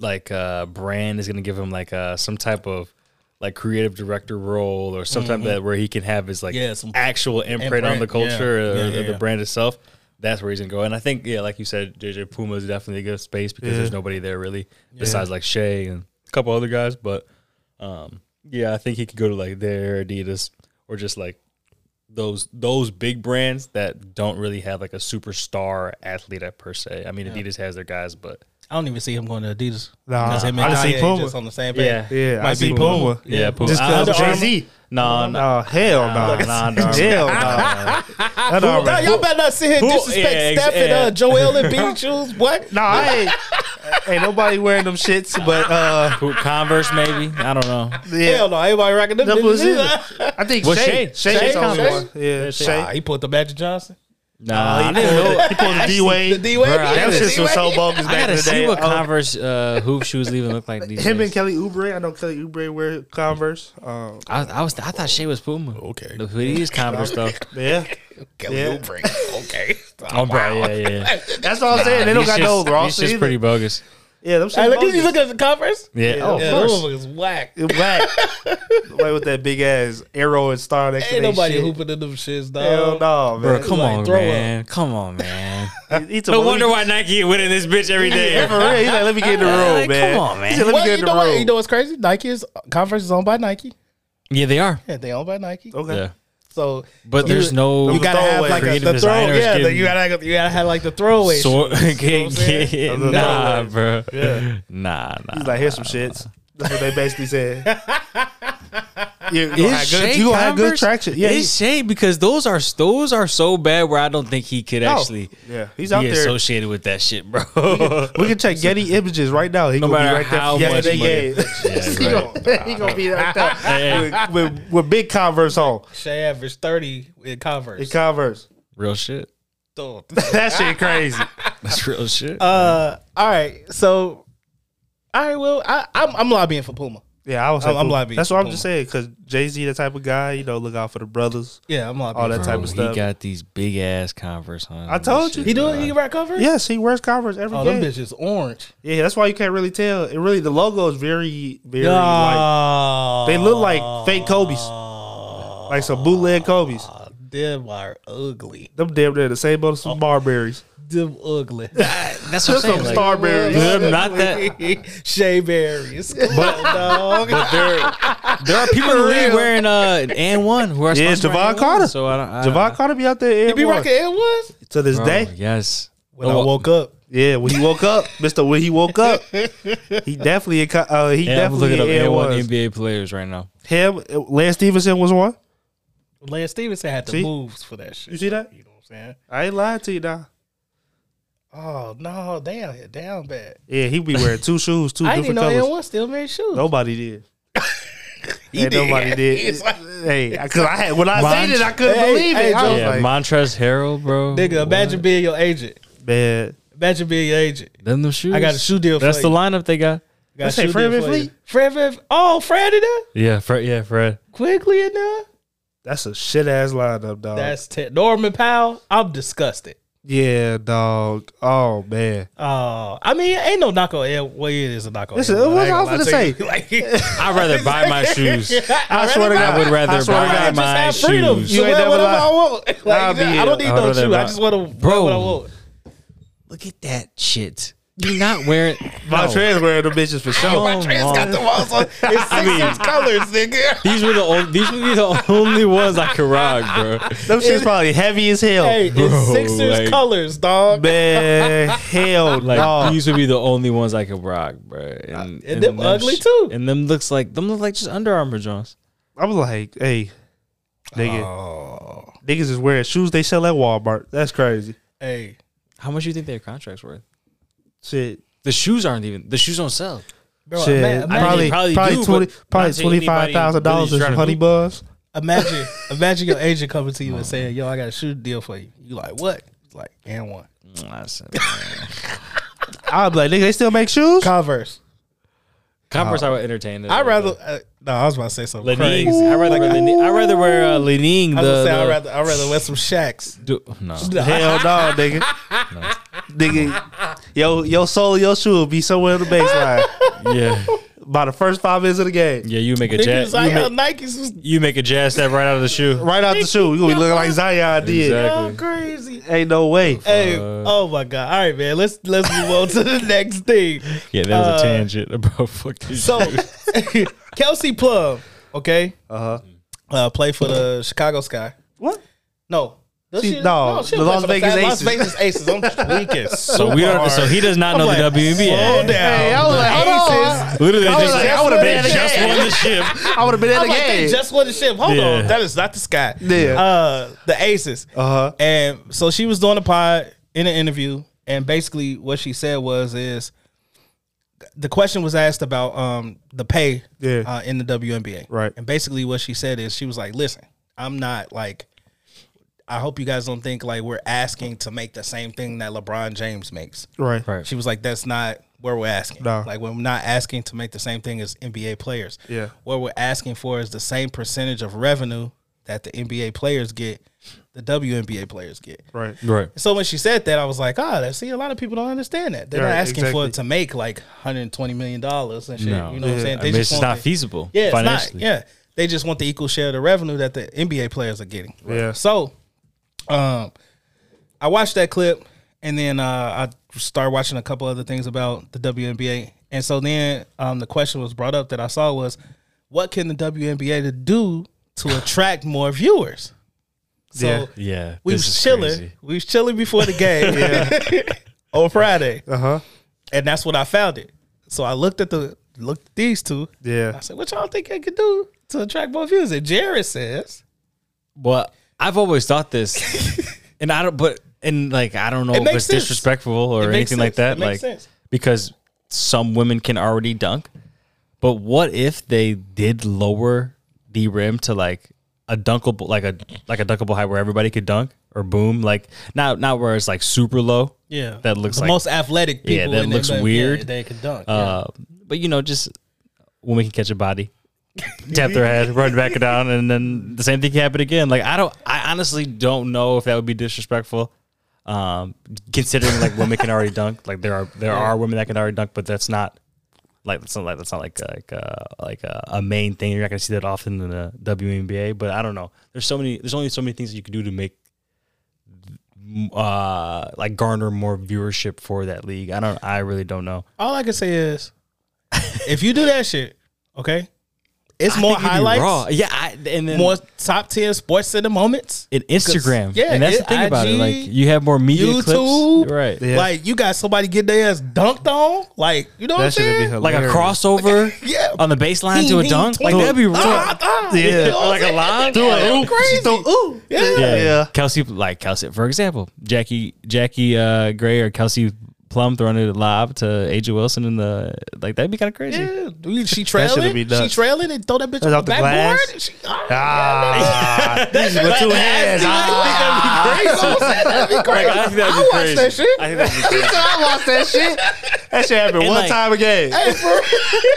[SPEAKER 3] like uh brand is gonna give him like uh some type of like creative director role or some type of that where he can have his like
[SPEAKER 2] Yeah, some
[SPEAKER 3] actual imprint, on
[SPEAKER 2] imprint,
[SPEAKER 3] the culture
[SPEAKER 2] yeah.
[SPEAKER 3] or,
[SPEAKER 2] Yeah,
[SPEAKER 3] or
[SPEAKER 2] yeah,
[SPEAKER 3] the
[SPEAKER 2] yeah.
[SPEAKER 3] brand itself that's where he's gonna go and i think yeah like you said jj puma is definitely a good space because there's nobody there really besides like shay and a couple other guys but um yeah i think he could go to like their adidas or just like those those big brands that don't really have like a superstar athlete at per se. I mean, Adidas has their guys, but
[SPEAKER 2] I don't even see him going to Adidas.
[SPEAKER 4] Nah,
[SPEAKER 2] That's him
[SPEAKER 4] Uh, I
[SPEAKER 2] and
[SPEAKER 4] just see
[SPEAKER 2] Kanye
[SPEAKER 4] Puma.
[SPEAKER 2] just on the same page.
[SPEAKER 3] Yeah.
[SPEAKER 4] yeah, I
[SPEAKER 2] Might
[SPEAKER 4] see
[SPEAKER 2] be
[SPEAKER 4] Puma.
[SPEAKER 2] Puma.
[SPEAKER 3] yeah, Puma. Ah,
[SPEAKER 4] Just
[SPEAKER 3] I-
[SPEAKER 4] because
[SPEAKER 3] I-
[SPEAKER 4] Jay Z.
[SPEAKER 3] No, no,
[SPEAKER 4] Oh hell no,
[SPEAKER 3] nah, nah.
[SPEAKER 4] hell no. That don't
[SPEAKER 2] Nah, y'all better not sit here and
[SPEAKER 3] Who-
[SPEAKER 2] disrespect
[SPEAKER 3] yeah, ex-
[SPEAKER 2] Steph and
[SPEAKER 3] yeah.
[SPEAKER 2] uh, Joel and Bean shoes. What?
[SPEAKER 4] No, I ain't. ain't nobody wearing them shits, but uh,
[SPEAKER 3] Who- Converse maybe. I don't know.
[SPEAKER 4] yeah,
[SPEAKER 2] Hell no, everybody rocking them.
[SPEAKER 4] that was it.
[SPEAKER 2] bitches.
[SPEAKER 4] I think
[SPEAKER 3] Well,
[SPEAKER 4] Shay,
[SPEAKER 3] Shay-
[SPEAKER 4] Shay,
[SPEAKER 2] Shay
[SPEAKER 4] is on
[SPEAKER 2] Shay?
[SPEAKER 4] one. Yeah,
[SPEAKER 2] Nah,
[SPEAKER 4] Shay.
[SPEAKER 2] "Ah, he pulled the Magic Johnson. Oh,
[SPEAKER 3] Nah, I
[SPEAKER 4] He
[SPEAKER 3] didn't know.
[SPEAKER 4] pulled- he pulled the D Wade.
[SPEAKER 2] The D-Wade, yeah,
[SPEAKER 4] That
[SPEAKER 2] the
[SPEAKER 4] shit was so
[SPEAKER 2] D-Wade.
[SPEAKER 4] bogus
[SPEAKER 3] I
[SPEAKER 4] back in
[SPEAKER 3] gotta
[SPEAKER 4] the
[SPEAKER 3] see
[SPEAKER 4] day.
[SPEAKER 3] what
[SPEAKER 4] Oh,
[SPEAKER 3] Converse uh, hoop shoes even look like these
[SPEAKER 4] Him
[SPEAKER 3] days.
[SPEAKER 4] and Kelly Oubre. I know Kelly Oubre wear Converse. Um,
[SPEAKER 3] I, I was I thought Shay was Puma.
[SPEAKER 2] Okay.
[SPEAKER 3] the hoodies Converse though.
[SPEAKER 4] yeah,
[SPEAKER 2] Kelly
[SPEAKER 4] Yeah.
[SPEAKER 2] Oubre. Okay.
[SPEAKER 3] Oh, bro, yeah, yeah. yeah.
[SPEAKER 4] that's what I'm saying. They don't got no
[SPEAKER 3] It's
[SPEAKER 4] Ross
[SPEAKER 3] just
[SPEAKER 4] either.
[SPEAKER 3] pretty bogus.
[SPEAKER 4] yeah, them
[SPEAKER 2] Hey,
[SPEAKER 4] shit
[SPEAKER 2] look, you
[SPEAKER 4] bogus.
[SPEAKER 2] look at the Converse.
[SPEAKER 3] Yeah. Oh,
[SPEAKER 2] Yeah, those motherfuckers whack.
[SPEAKER 4] It whack. Wait with that big ass arrow and star next
[SPEAKER 2] Ain't
[SPEAKER 4] to they
[SPEAKER 2] nobody
[SPEAKER 4] shit.
[SPEAKER 2] hooping in them shits, dog.
[SPEAKER 4] Hell no,
[SPEAKER 3] bro,
[SPEAKER 4] man.
[SPEAKER 3] come
[SPEAKER 2] like
[SPEAKER 3] on,
[SPEAKER 2] throw up.
[SPEAKER 3] man. Come on, man.
[SPEAKER 4] It's a
[SPEAKER 3] No wonder why Nike winning this bitch every day.
[SPEAKER 4] For real, he's like, let me get in the room,
[SPEAKER 3] Like,
[SPEAKER 4] man.
[SPEAKER 3] come on, man.
[SPEAKER 4] He said, let me
[SPEAKER 2] Well,
[SPEAKER 4] get
[SPEAKER 2] you
[SPEAKER 4] in the
[SPEAKER 2] know
[SPEAKER 4] room.
[SPEAKER 2] what? You know what's crazy? Nike is Converse is owned by Nike.
[SPEAKER 3] yeah, they are.
[SPEAKER 2] Yeah, they owned by Nike.
[SPEAKER 4] okay.
[SPEAKER 3] Yeah,
[SPEAKER 2] So,
[SPEAKER 3] but
[SPEAKER 2] you-
[SPEAKER 3] there's no.
[SPEAKER 2] you gotta have
[SPEAKER 4] throwaway
[SPEAKER 2] like a,
[SPEAKER 3] creative
[SPEAKER 2] the throw.
[SPEAKER 3] designers
[SPEAKER 2] Yeah, the,
[SPEAKER 3] getting-
[SPEAKER 2] you gotta have- you gotta have like the throwaway. shit.
[SPEAKER 3] Sort,
[SPEAKER 2] I'm saying?
[SPEAKER 3] nah, bro.
[SPEAKER 4] Yeah.
[SPEAKER 3] Nah, nah.
[SPEAKER 4] He's like, here's some shits. That's what they basically said. you gonna have
[SPEAKER 3] Is
[SPEAKER 4] good,
[SPEAKER 3] Shea
[SPEAKER 4] you gonna have good
[SPEAKER 3] Converse?
[SPEAKER 4] traction. Yeah,
[SPEAKER 3] it's Shea because those are those are so bad where I don't think he could
[SPEAKER 4] he-
[SPEAKER 3] actually
[SPEAKER 4] yeah, he's out
[SPEAKER 3] be
[SPEAKER 4] there.
[SPEAKER 3] associated with that shit, bro. yeah,
[SPEAKER 4] we can check Getty images right now. He
[SPEAKER 3] No
[SPEAKER 4] gonna be
[SPEAKER 3] matter
[SPEAKER 4] right there.
[SPEAKER 3] how
[SPEAKER 4] from
[SPEAKER 3] much
[SPEAKER 4] yesterday
[SPEAKER 3] money-
[SPEAKER 4] game. he,
[SPEAKER 3] right.
[SPEAKER 4] gonna, he gonna be right there with, with, with big Converse on.
[SPEAKER 2] Shea averaged thirty in Converse.
[SPEAKER 4] Big Converse.
[SPEAKER 3] Real shit.
[SPEAKER 2] Dog.
[SPEAKER 4] That shit crazy.
[SPEAKER 3] That's real shit.
[SPEAKER 2] uh, all right. So, all right. Well, I, I'm I'm lobbying for Puma.
[SPEAKER 4] Yeah, I was. Like,
[SPEAKER 2] I'm- I'm
[SPEAKER 4] Puma.
[SPEAKER 2] lobbying
[SPEAKER 4] That's
[SPEAKER 2] for
[SPEAKER 4] what I'm
[SPEAKER 2] Puma.
[SPEAKER 4] just saying. Because Jay Z, the type of guy, you know, look out for the brothers,
[SPEAKER 2] Yeah, I'm lobbying.
[SPEAKER 4] all that
[SPEAKER 2] for
[SPEAKER 4] type
[SPEAKER 3] Bro,
[SPEAKER 4] of
[SPEAKER 3] He
[SPEAKER 4] stuff.
[SPEAKER 3] got these big ass Converse on.
[SPEAKER 4] I told you.
[SPEAKER 2] He do it. He rock Converse.
[SPEAKER 4] yes, he wears Converse every
[SPEAKER 2] Oh,
[SPEAKER 4] game.
[SPEAKER 2] them bitches orange.
[SPEAKER 4] Yeah, that's why you can't really tell. It really the logo is very, very like
[SPEAKER 2] Oh,
[SPEAKER 4] they look like fake Kobe's, like some bootleg Kobe's.
[SPEAKER 2] them are ugly.
[SPEAKER 4] Them damn near the same old some Barberries.
[SPEAKER 2] Them ugly.
[SPEAKER 3] That's what I'm saying.
[SPEAKER 4] Some
[SPEAKER 3] Like,
[SPEAKER 4] Starberries.
[SPEAKER 3] they're not that.
[SPEAKER 2] Shea berries. But dog.
[SPEAKER 3] There are Uh, people in the league wearing uh and one who are
[SPEAKER 4] Yeah,
[SPEAKER 3] supposed to
[SPEAKER 4] Javon
[SPEAKER 3] wear N1,
[SPEAKER 4] Carter.
[SPEAKER 3] So I don't. I,
[SPEAKER 4] Javon Carter be out there.
[SPEAKER 2] He be rocking Air Ones.
[SPEAKER 4] to this
[SPEAKER 3] Bro,
[SPEAKER 4] day.
[SPEAKER 3] Yes.
[SPEAKER 2] When
[SPEAKER 3] No,
[SPEAKER 2] I woke up,
[SPEAKER 4] Yeah, when he woke up, Mister, when he woke up, he definitely, in co- uh, he
[SPEAKER 3] Yeah, I'm
[SPEAKER 4] definitely
[SPEAKER 3] looking up
[SPEAKER 4] in
[SPEAKER 3] and one
[SPEAKER 4] ones.
[SPEAKER 3] NBA players right now.
[SPEAKER 4] Him, Lance Stevenson was one.
[SPEAKER 2] Lance Stevenson had the
[SPEAKER 4] See?
[SPEAKER 2] moves for that shit.
[SPEAKER 4] You see that?
[SPEAKER 2] You know what I'm saying?
[SPEAKER 4] I ain't lying to you now.
[SPEAKER 2] Oh no, damn, hit down bad.
[SPEAKER 4] Yeah, he be wearing two shoes, two
[SPEAKER 2] I didn't
[SPEAKER 4] different
[SPEAKER 2] know
[SPEAKER 4] colors.
[SPEAKER 2] Air One still made shoes.
[SPEAKER 4] Nobody did. Ain't nobody did. hey, because I had when I
[SPEAKER 3] Mine-
[SPEAKER 4] seen it, I couldn't
[SPEAKER 2] Hey,
[SPEAKER 4] believe it.
[SPEAKER 2] hey,
[SPEAKER 4] I was
[SPEAKER 3] Yeah,
[SPEAKER 4] like,
[SPEAKER 3] Montrezl Harrell, bro.
[SPEAKER 2] Nigga, imagine being your agent.
[SPEAKER 4] man,
[SPEAKER 2] Imagine being your agent.
[SPEAKER 3] Them the shoes.
[SPEAKER 2] I got a shoe deal for
[SPEAKER 3] That's the
[SPEAKER 2] you.
[SPEAKER 3] lineup they got.
[SPEAKER 2] Got
[SPEAKER 4] Let's say
[SPEAKER 2] shoe
[SPEAKER 4] Fred
[SPEAKER 2] deal for
[SPEAKER 4] VanVleet.
[SPEAKER 2] you. Fred Van- Oh, Fred in there?
[SPEAKER 3] Yeah, Fred. Yeah, Fred.
[SPEAKER 2] Quickly in there?
[SPEAKER 4] that's a shit ass lineup, dog.
[SPEAKER 2] That's ten. Norman Powell. I'm disgusted.
[SPEAKER 4] yeah, dog. Oh man,
[SPEAKER 2] Oh, I mean, ain't no knock on Air. Well, it is a knock on
[SPEAKER 4] Listen,
[SPEAKER 2] Air One.
[SPEAKER 4] what
[SPEAKER 2] ain't
[SPEAKER 4] I was
[SPEAKER 2] lie you. Like,
[SPEAKER 3] I'd rather buy my shoes.
[SPEAKER 4] I, swear to God,
[SPEAKER 3] I would rather
[SPEAKER 4] I swear to
[SPEAKER 3] buy
[SPEAKER 4] God,
[SPEAKER 3] my-
[SPEAKER 2] I
[SPEAKER 3] shoes.
[SPEAKER 2] just have freedom.
[SPEAKER 4] You
[SPEAKER 2] You
[SPEAKER 4] ain't
[SPEAKER 2] wear
[SPEAKER 4] never
[SPEAKER 2] whatever
[SPEAKER 4] lied.
[SPEAKER 2] I want. Like,
[SPEAKER 4] I'll be-
[SPEAKER 2] I don't need
[SPEAKER 3] I'll
[SPEAKER 2] no
[SPEAKER 3] never
[SPEAKER 2] shoe. I
[SPEAKER 3] lie.
[SPEAKER 2] just want to wear
[SPEAKER 3] Bro.
[SPEAKER 2] what I want.
[SPEAKER 3] Look at that shit. You're not wearing. no.
[SPEAKER 4] Montrez wearing them bitches for sure.
[SPEAKER 3] Come
[SPEAKER 2] Trans got
[SPEAKER 3] on.
[SPEAKER 2] the walls on. It's six six colors, nigga.
[SPEAKER 3] These were the only, these would be the only ones I could rock, bro.
[SPEAKER 4] Them shit's probably heavy as hell.
[SPEAKER 2] Hey, it's
[SPEAKER 3] Bro,
[SPEAKER 2] Sixers
[SPEAKER 3] like-
[SPEAKER 2] colors, dog.
[SPEAKER 4] Man, hell
[SPEAKER 3] Like
[SPEAKER 4] no.
[SPEAKER 3] these would be the only ones I could rock, bro. And, and,
[SPEAKER 2] them ugly,
[SPEAKER 3] sh-
[SPEAKER 2] too.
[SPEAKER 3] And them looks like them look like just Under Armour Johns.
[SPEAKER 4] I was like, hey, nigga.
[SPEAKER 2] Oh.
[SPEAKER 4] Niggas is wearing shoes they sell at Walmart. That's crazy.
[SPEAKER 2] Hey,
[SPEAKER 3] How much do you think their contracts worth?
[SPEAKER 4] Shit.
[SPEAKER 3] The shows aren't even the shoes don't sell.
[SPEAKER 2] bro,
[SPEAKER 4] Shit.
[SPEAKER 2] ima- ima-
[SPEAKER 4] probably
[SPEAKER 3] probably
[SPEAKER 4] probably,
[SPEAKER 3] do,
[SPEAKER 4] twenty
[SPEAKER 3] but
[SPEAKER 4] probably
[SPEAKER 3] not to anybody
[SPEAKER 4] twenty five thousand dollars
[SPEAKER 3] really
[SPEAKER 4] in some
[SPEAKER 3] tryna
[SPEAKER 4] honey
[SPEAKER 3] hoop.
[SPEAKER 4] buns.
[SPEAKER 2] imagine, imagine your agent coming to you and saying, "Yo, I got a shoe deal for you." You like what? It's Like and one
[SPEAKER 3] I said,
[SPEAKER 4] I'd be like, nigga, they still make shoes?
[SPEAKER 2] Converse.
[SPEAKER 3] Converse, I would entertain. it.
[SPEAKER 2] I rather uh, no. I was about to say something
[SPEAKER 3] Lenine.
[SPEAKER 2] crazy.
[SPEAKER 3] I rather wear Lenine. I rather wear uh, Lenine.
[SPEAKER 2] I was
[SPEAKER 3] the-
[SPEAKER 2] gonna say I
[SPEAKER 3] the-
[SPEAKER 2] rather I rather wear some shacks.
[SPEAKER 3] do- no.
[SPEAKER 4] Hell no, nigga. nigga, yo, yo, sole, your shoe will be somewhere in the baseline
[SPEAKER 3] Yeah,
[SPEAKER 4] by the first five minutes of the game.
[SPEAKER 3] yeah. You make a
[SPEAKER 2] Niggas
[SPEAKER 3] jazz.
[SPEAKER 2] like
[SPEAKER 3] You
[SPEAKER 2] how
[SPEAKER 3] make,
[SPEAKER 2] Nikes was
[SPEAKER 3] you make a jazz step right out of the shoe.
[SPEAKER 4] Right out the shoe, you gonna be looking like Zion did.
[SPEAKER 2] oh,
[SPEAKER 3] Exactly.
[SPEAKER 2] crazy.
[SPEAKER 4] Ain't no way.
[SPEAKER 2] Hey, oh my god! All right, man. Let's let's move on to the next thing.
[SPEAKER 3] Yeah, that was
[SPEAKER 2] Uh,
[SPEAKER 3] a tangent about fucking.
[SPEAKER 2] So, Kelsey Plum, okay,
[SPEAKER 4] Uh huh.
[SPEAKER 2] uh, play for the Chicago Sky.
[SPEAKER 4] What?
[SPEAKER 2] No, Does
[SPEAKER 4] She- no,
[SPEAKER 2] she
[SPEAKER 4] the
[SPEAKER 2] play
[SPEAKER 4] Las
[SPEAKER 2] for
[SPEAKER 4] Vegas
[SPEAKER 2] Sky-
[SPEAKER 4] Aces.
[SPEAKER 2] Las Vegas Aces. I'm weak as
[SPEAKER 3] So we don't.
[SPEAKER 2] hard.
[SPEAKER 3] So he does not know
[SPEAKER 2] I'm like,
[SPEAKER 3] the
[SPEAKER 2] Slow down.
[SPEAKER 3] WNBA.
[SPEAKER 4] Hey, I was like,
[SPEAKER 2] The
[SPEAKER 4] hold on.
[SPEAKER 2] Aces-
[SPEAKER 3] Literally,
[SPEAKER 4] I was
[SPEAKER 3] just,
[SPEAKER 4] like,
[SPEAKER 3] I
[SPEAKER 4] I
[SPEAKER 3] would
[SPEAKER 4] would've
[SPEAKER 3] have
[SPEAKER 4] been
[SPEAKER 3] been
[SPEAKER 4] in the
[SPEAKER 3] just
[SPEAKER 4] game.
[SPEAKER 3] won the ship.
[SPEAKER 4] I would have been in
[SPEAKER 2] I'm
[SPEAKER 4] the
[SPEAKER 2] like, they
[SPEAKER 4] game.
[SPEAKER 2] just won the ship. Hold
[SPEAKER 3] Yeah.
[SPEAKER 2] on, that is not the Sky.
[SPEAKER 4] Yeah.
[SPEAKER 2] Uh, the Aces.
[SPEAKER 4] Uh-huh.
[SPEAKER 2] And so she was doing a pod in an interview, and basically what she said was is the question was asked about um the pay
[SPEAKER 4] Yeah.
[SPEAKER 2] uh, in the WNBA.
[SPEAKER 4] Right.
[SPEAKER 2] And basically what she said is she was like, Listen, I'm not like I hope you guys don't think like we're asking to make the same thing that LeBron James makes.
[SPEAKER 4] right.
[SPEAKER 3] Right.
[SPEAKER 2] She was like, "That's not where we're asking.
[SPEAKER 4] No.
[SPEAKER 2] Like, we're not asking to make the same thing as NBA players.
[SPEAKER 4] Yeah.
[SPEAKER 2] what we're asking for is the same percentage of revenue that the NBA players get, the WNBA players get.
[SPEAKER 4] Right.
[SPEAKER 3] Right.
[SPEAKER 2] So when she said that, I was like, "Ah, that- see, a lot of people don't understand that. They're not
[SPEAKER 4] Right,
[SPEAKER 2] asking for
[SPEAKER 4] exactly.
[SPEAKER 2] it to make like 120 million dollars and shit.
[SPEAKER 3] No.
[SPEAKER 2] You know what I'm
[SPEAKER 4] Yeah.
[SPEAKER 2] saying?
[SPEAKER 3] I mean, it's just
[SPEAKER 2] want
[SPEAKER 3] not
[SPEAKER 2] the-
[SPEAKER 3] feasible.
[SPEAKER 2] Yeah, it's not.
[SPEAKER 3] financially.
[SPEAKER 2] Yeah, they just want the equal share of the revenue that the NBA players are getting.
[SPEAKER 4] Yeah.
[SPEAKER 2] So, um, I watched that clip, and then uh, I started watching a couple other things about the WNBA. And so then um, the question was brought up that I saw was, what can the WNBA to do to attract more viewers? So
[SPEAKER 4] Yeah.
[SPEAKER 3] Yeah,
[SPEAKER 2] we
[SPEAKER 3] this
[SPEAKER 2] was
[SPEAKER 3] is
[SPEAKER 2] chilling.
[SPEAKER 3] crazy.
[SPEAKER 2] We was chilling before the game on Friday,
[SPEAKER 4] Uh
[SPEAKER 3] Uh-huh.
[SPEAKER 4] huh.
[SPEAKER 2] and that's what I found it. So I looked at the looked at these two. I
[SPEAKER 4] Yeah.
[SPEAKER 2] said, "What y'all think I could do to attract more viewers?" And Jared says,
[SPEAKER 3] Well, I've always thought this, and I don't. But and like I don't know if
[SPEAKER 2] makes
[SPEAKER 3] it's
[SPEAKER 2] sense.
[SPEAKER 3] disrespectful or
[SPEAKER 2] makes
[SPEAKER 3] anything like that.
[SPEAKER 2] sense. It makes
[SPEAKER 3] like
[SPEAKER 2] sense.
[SPEAKER 3] because some women can already dunk, but what if they did lower the rim to like a dunkable, like a like a dunkable height where everybody could dunk or boom, like not not where it's like super low.
[SPEAKER 2] "Yeah,
[SPEAKER 3] that looks
[SPEAKER 2] the
[SPEAKER 3] like
[SPEAKER 2] most athletic people.
[SPEAKER 3] Yeah, that
[SPEAKER 2] in
[SPEAKER 3] looks
[SPEAKER 2] the NBA,
[SPEAKER 3] weird.
[SPEAKER 2] They can dunk.
[SPEAKER 3] Uh, but you know, just women can catch a body, tap their head, run back it down, and then the same thing can happen again. Like I don't, I honestly don't know if that would be disrespectful. Um, considering like women can already dunk, like there are there are women that can already dunk, but that's not like that's not like that's not like like uh, like uh, a main thing. You're not gonna see that often in the WNBA. But I don't know. There's so many. There's only so many things that you can do to make uh like garner more viewership for that league. I don't. I really don't know.
[SPEAKER 2] All I can say is, if you do that shit, okay, it's more
[SPEAKER 3] think it'd be raw.
[SPEAKER 2] highlights,
[SPEAKER 3] Yeah, I, and then
[SPEAKER 2] more top ten sports center moments.
[SPEAKER 3] in Instagram.
[SPEAKER 2] yeah,
[SPEAKER 3] Yeah, and that's
[SPEAKER 2] it-
[SPEAKER 3] the thing about it.
[SPEAKER 2] IG,
[SPEAKER 3] Like you have more media
[SPEAKER 2] YouTube.
[SPEAKER 3] clips, right?
[SPEAKER 4] Yeah.
[SPEAKER 2] Like you got somebody get their ass dunked on, like you know what I'm
[SPEAKER 4] That should be
[SPEAKER 2] saying?
[SPEAKER 4] hilarious.
[SPEAKER 3] Like a crossover,
[SPEAKER 2] Yeah.
[SPEAKER 3] on the baseline
[SPEAKER 2] Ding,
[SPEAKER 3] to a
[SPEAKER 2] ding,
[SPEAKER 3] dunk. Like
[SPEAKER 2] twing.
[SPEAKER 3] that'd be real.
[SPEAKER 2] Ah, ah, you
[SPEAKER 4] Yeah.
[SPEAKER 2] know what I'm
[SPEAKER 3] Like a
[SPEAKER 2] saying?
[SPEAKER 3] line?
[SPEAKER 2] Yeah,
[SPEAKER 3] Do an
[SPEAKER 2] that's
[SPEAKER 3] oop.
[SPEAKER 2] crazy.
[SPEAKER 4] ooh.
[SPEAKER 2] Yeah.
[SPEAKER 3] yeah.
[SPEAKER 4] Yeah.
[SPEAKER 3] Kelsey, like Kelsey, for example, Jackie, Jackie uh, Gray or Kelsey Plum throwing it live to AJ Wilson in the like that'd be kind of crazy.
[SPEAKER 2] Yeah, dude, she
[SPEAKER 4] should've
[SPEAKER 2] trailing.
[SPEAKER 4] been
[SPEAKER 2] She
[SPEAKER 4] nuts.
[SPEAKER 2] trailing and throw that bitch on
[SPEAKER 4] That's
[SPEAKER 2] the
[SPEAKER 4] off the
[SPEAKER 2] backboard.
[SPEAKER 4] glass.
[SPEAKER 2] She, ah,
[SPEAKER 4] Ah,
[SPEAKER 2] that shit-
[SPEAKER 4] with
[SPEAKER 2] that-
[SPEAKER 4] two hands.
[SPEAKER 2] I think that'd be crazy.
[SPEAKER 3] I
[SPEAKER 2] That'd be crazy.
[SPEAKER 3] think that'd be
[SPEAKER 2] I watched
[SPEAKER 3] crazy.
[SPEAKER 2] that shit.
[SPEAKER 3] I think that'd be
[SPEAKER 4] He said I watched that shit. That shit happened
[SPEAKER 3] And
[SPEAKER 4] one
[SPEAKER 3] like-
[SPEAKER 4] time a game.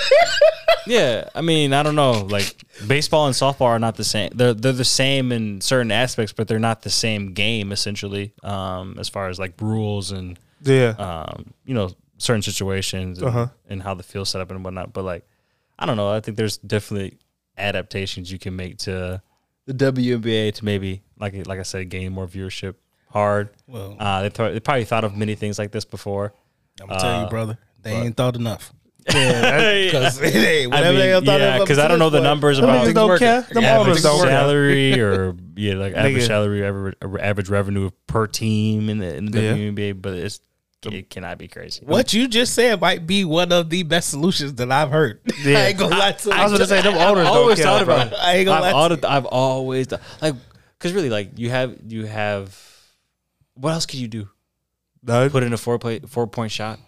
[SPEAKER 3] Yeah, I mean, I don't know. Like baseball and softball are not the same. They're they're the same in certain aspects, but they're not the same game essentially. Um, as far as like rules and
[SPEAKER 4] Yeah.
[SPEAKER 3] um, you know, certain situations and, and how the field's set up and whatnot. But like, I don't know. I think there's definitely adaptations you can make to the WNBA to maybe like like I said, gain more viewership. Hard.
[SPEAKER 2] Well-
[SPEAKER 3] uh, they, th- they probably thought of many things like this before.
[SPEAKER 2] I'm gonna tell you, brother, they ain't thought enough.
[SPEAKER 3] Yeah,
[SPEAKER 2] Because it ain't
[SPEAKER 3] I
[SPEAKER 2] whatever they
[SPEAKER 3] mean,
[SPEAKER 2] thought
[SPEAKER 3] yeah,
[SPEAKER 2] enough
[SPEAKER 3] because I
[SPEAKER 2] to
[SPEAKER 3] don't know
[SPEAKER 2] this
[SPEAKER 3] the
[SPEAKER 2] point.
[SPEAKER 3] numbers
[SPEAKER 4] Them
[SPEAKER 3] about
[SPEAKER 4] niggas don't
[SPEAKER 2] work
[SPEAKER 4] care. Them owners
[SPEAKER 3] average
[SPEAKER 4] don't care.
[SPEAKER 3] salary or yeah, like average
[SPEAKER 4] Nigga.
[SPEAKER 3] salary, average, average revenue per team in the, in the
[SPEAKER 4] Yeah.
[SPEAKER 3] WNBA, but it's it cannot be crazy.
[SPEAKER 2] What you just said might be one of the best solutions that I've heard.
[SPEAKER 4] Yeah.
[SPEAKER 2] I ain't gonna lie to you.
[SPEAKER 4] I was gonna say them owners don't
[SPEAKER 3] always
[SPEAKER 4] care.
[SPEAKER 3] thought
[SPEAKER 4] bro.
[SPEAKER 3] about it.
[SPEAKER 2] I ain't gonna
[SPEAKER 3] I've,
[SPEAKER 2] lie.
[SPEAKER 3] all the- I've always thought, like because really like you have you have what else could you do?
[SPEAKER 4] No,
[SPEAKER 3] Put in a four play four point shot.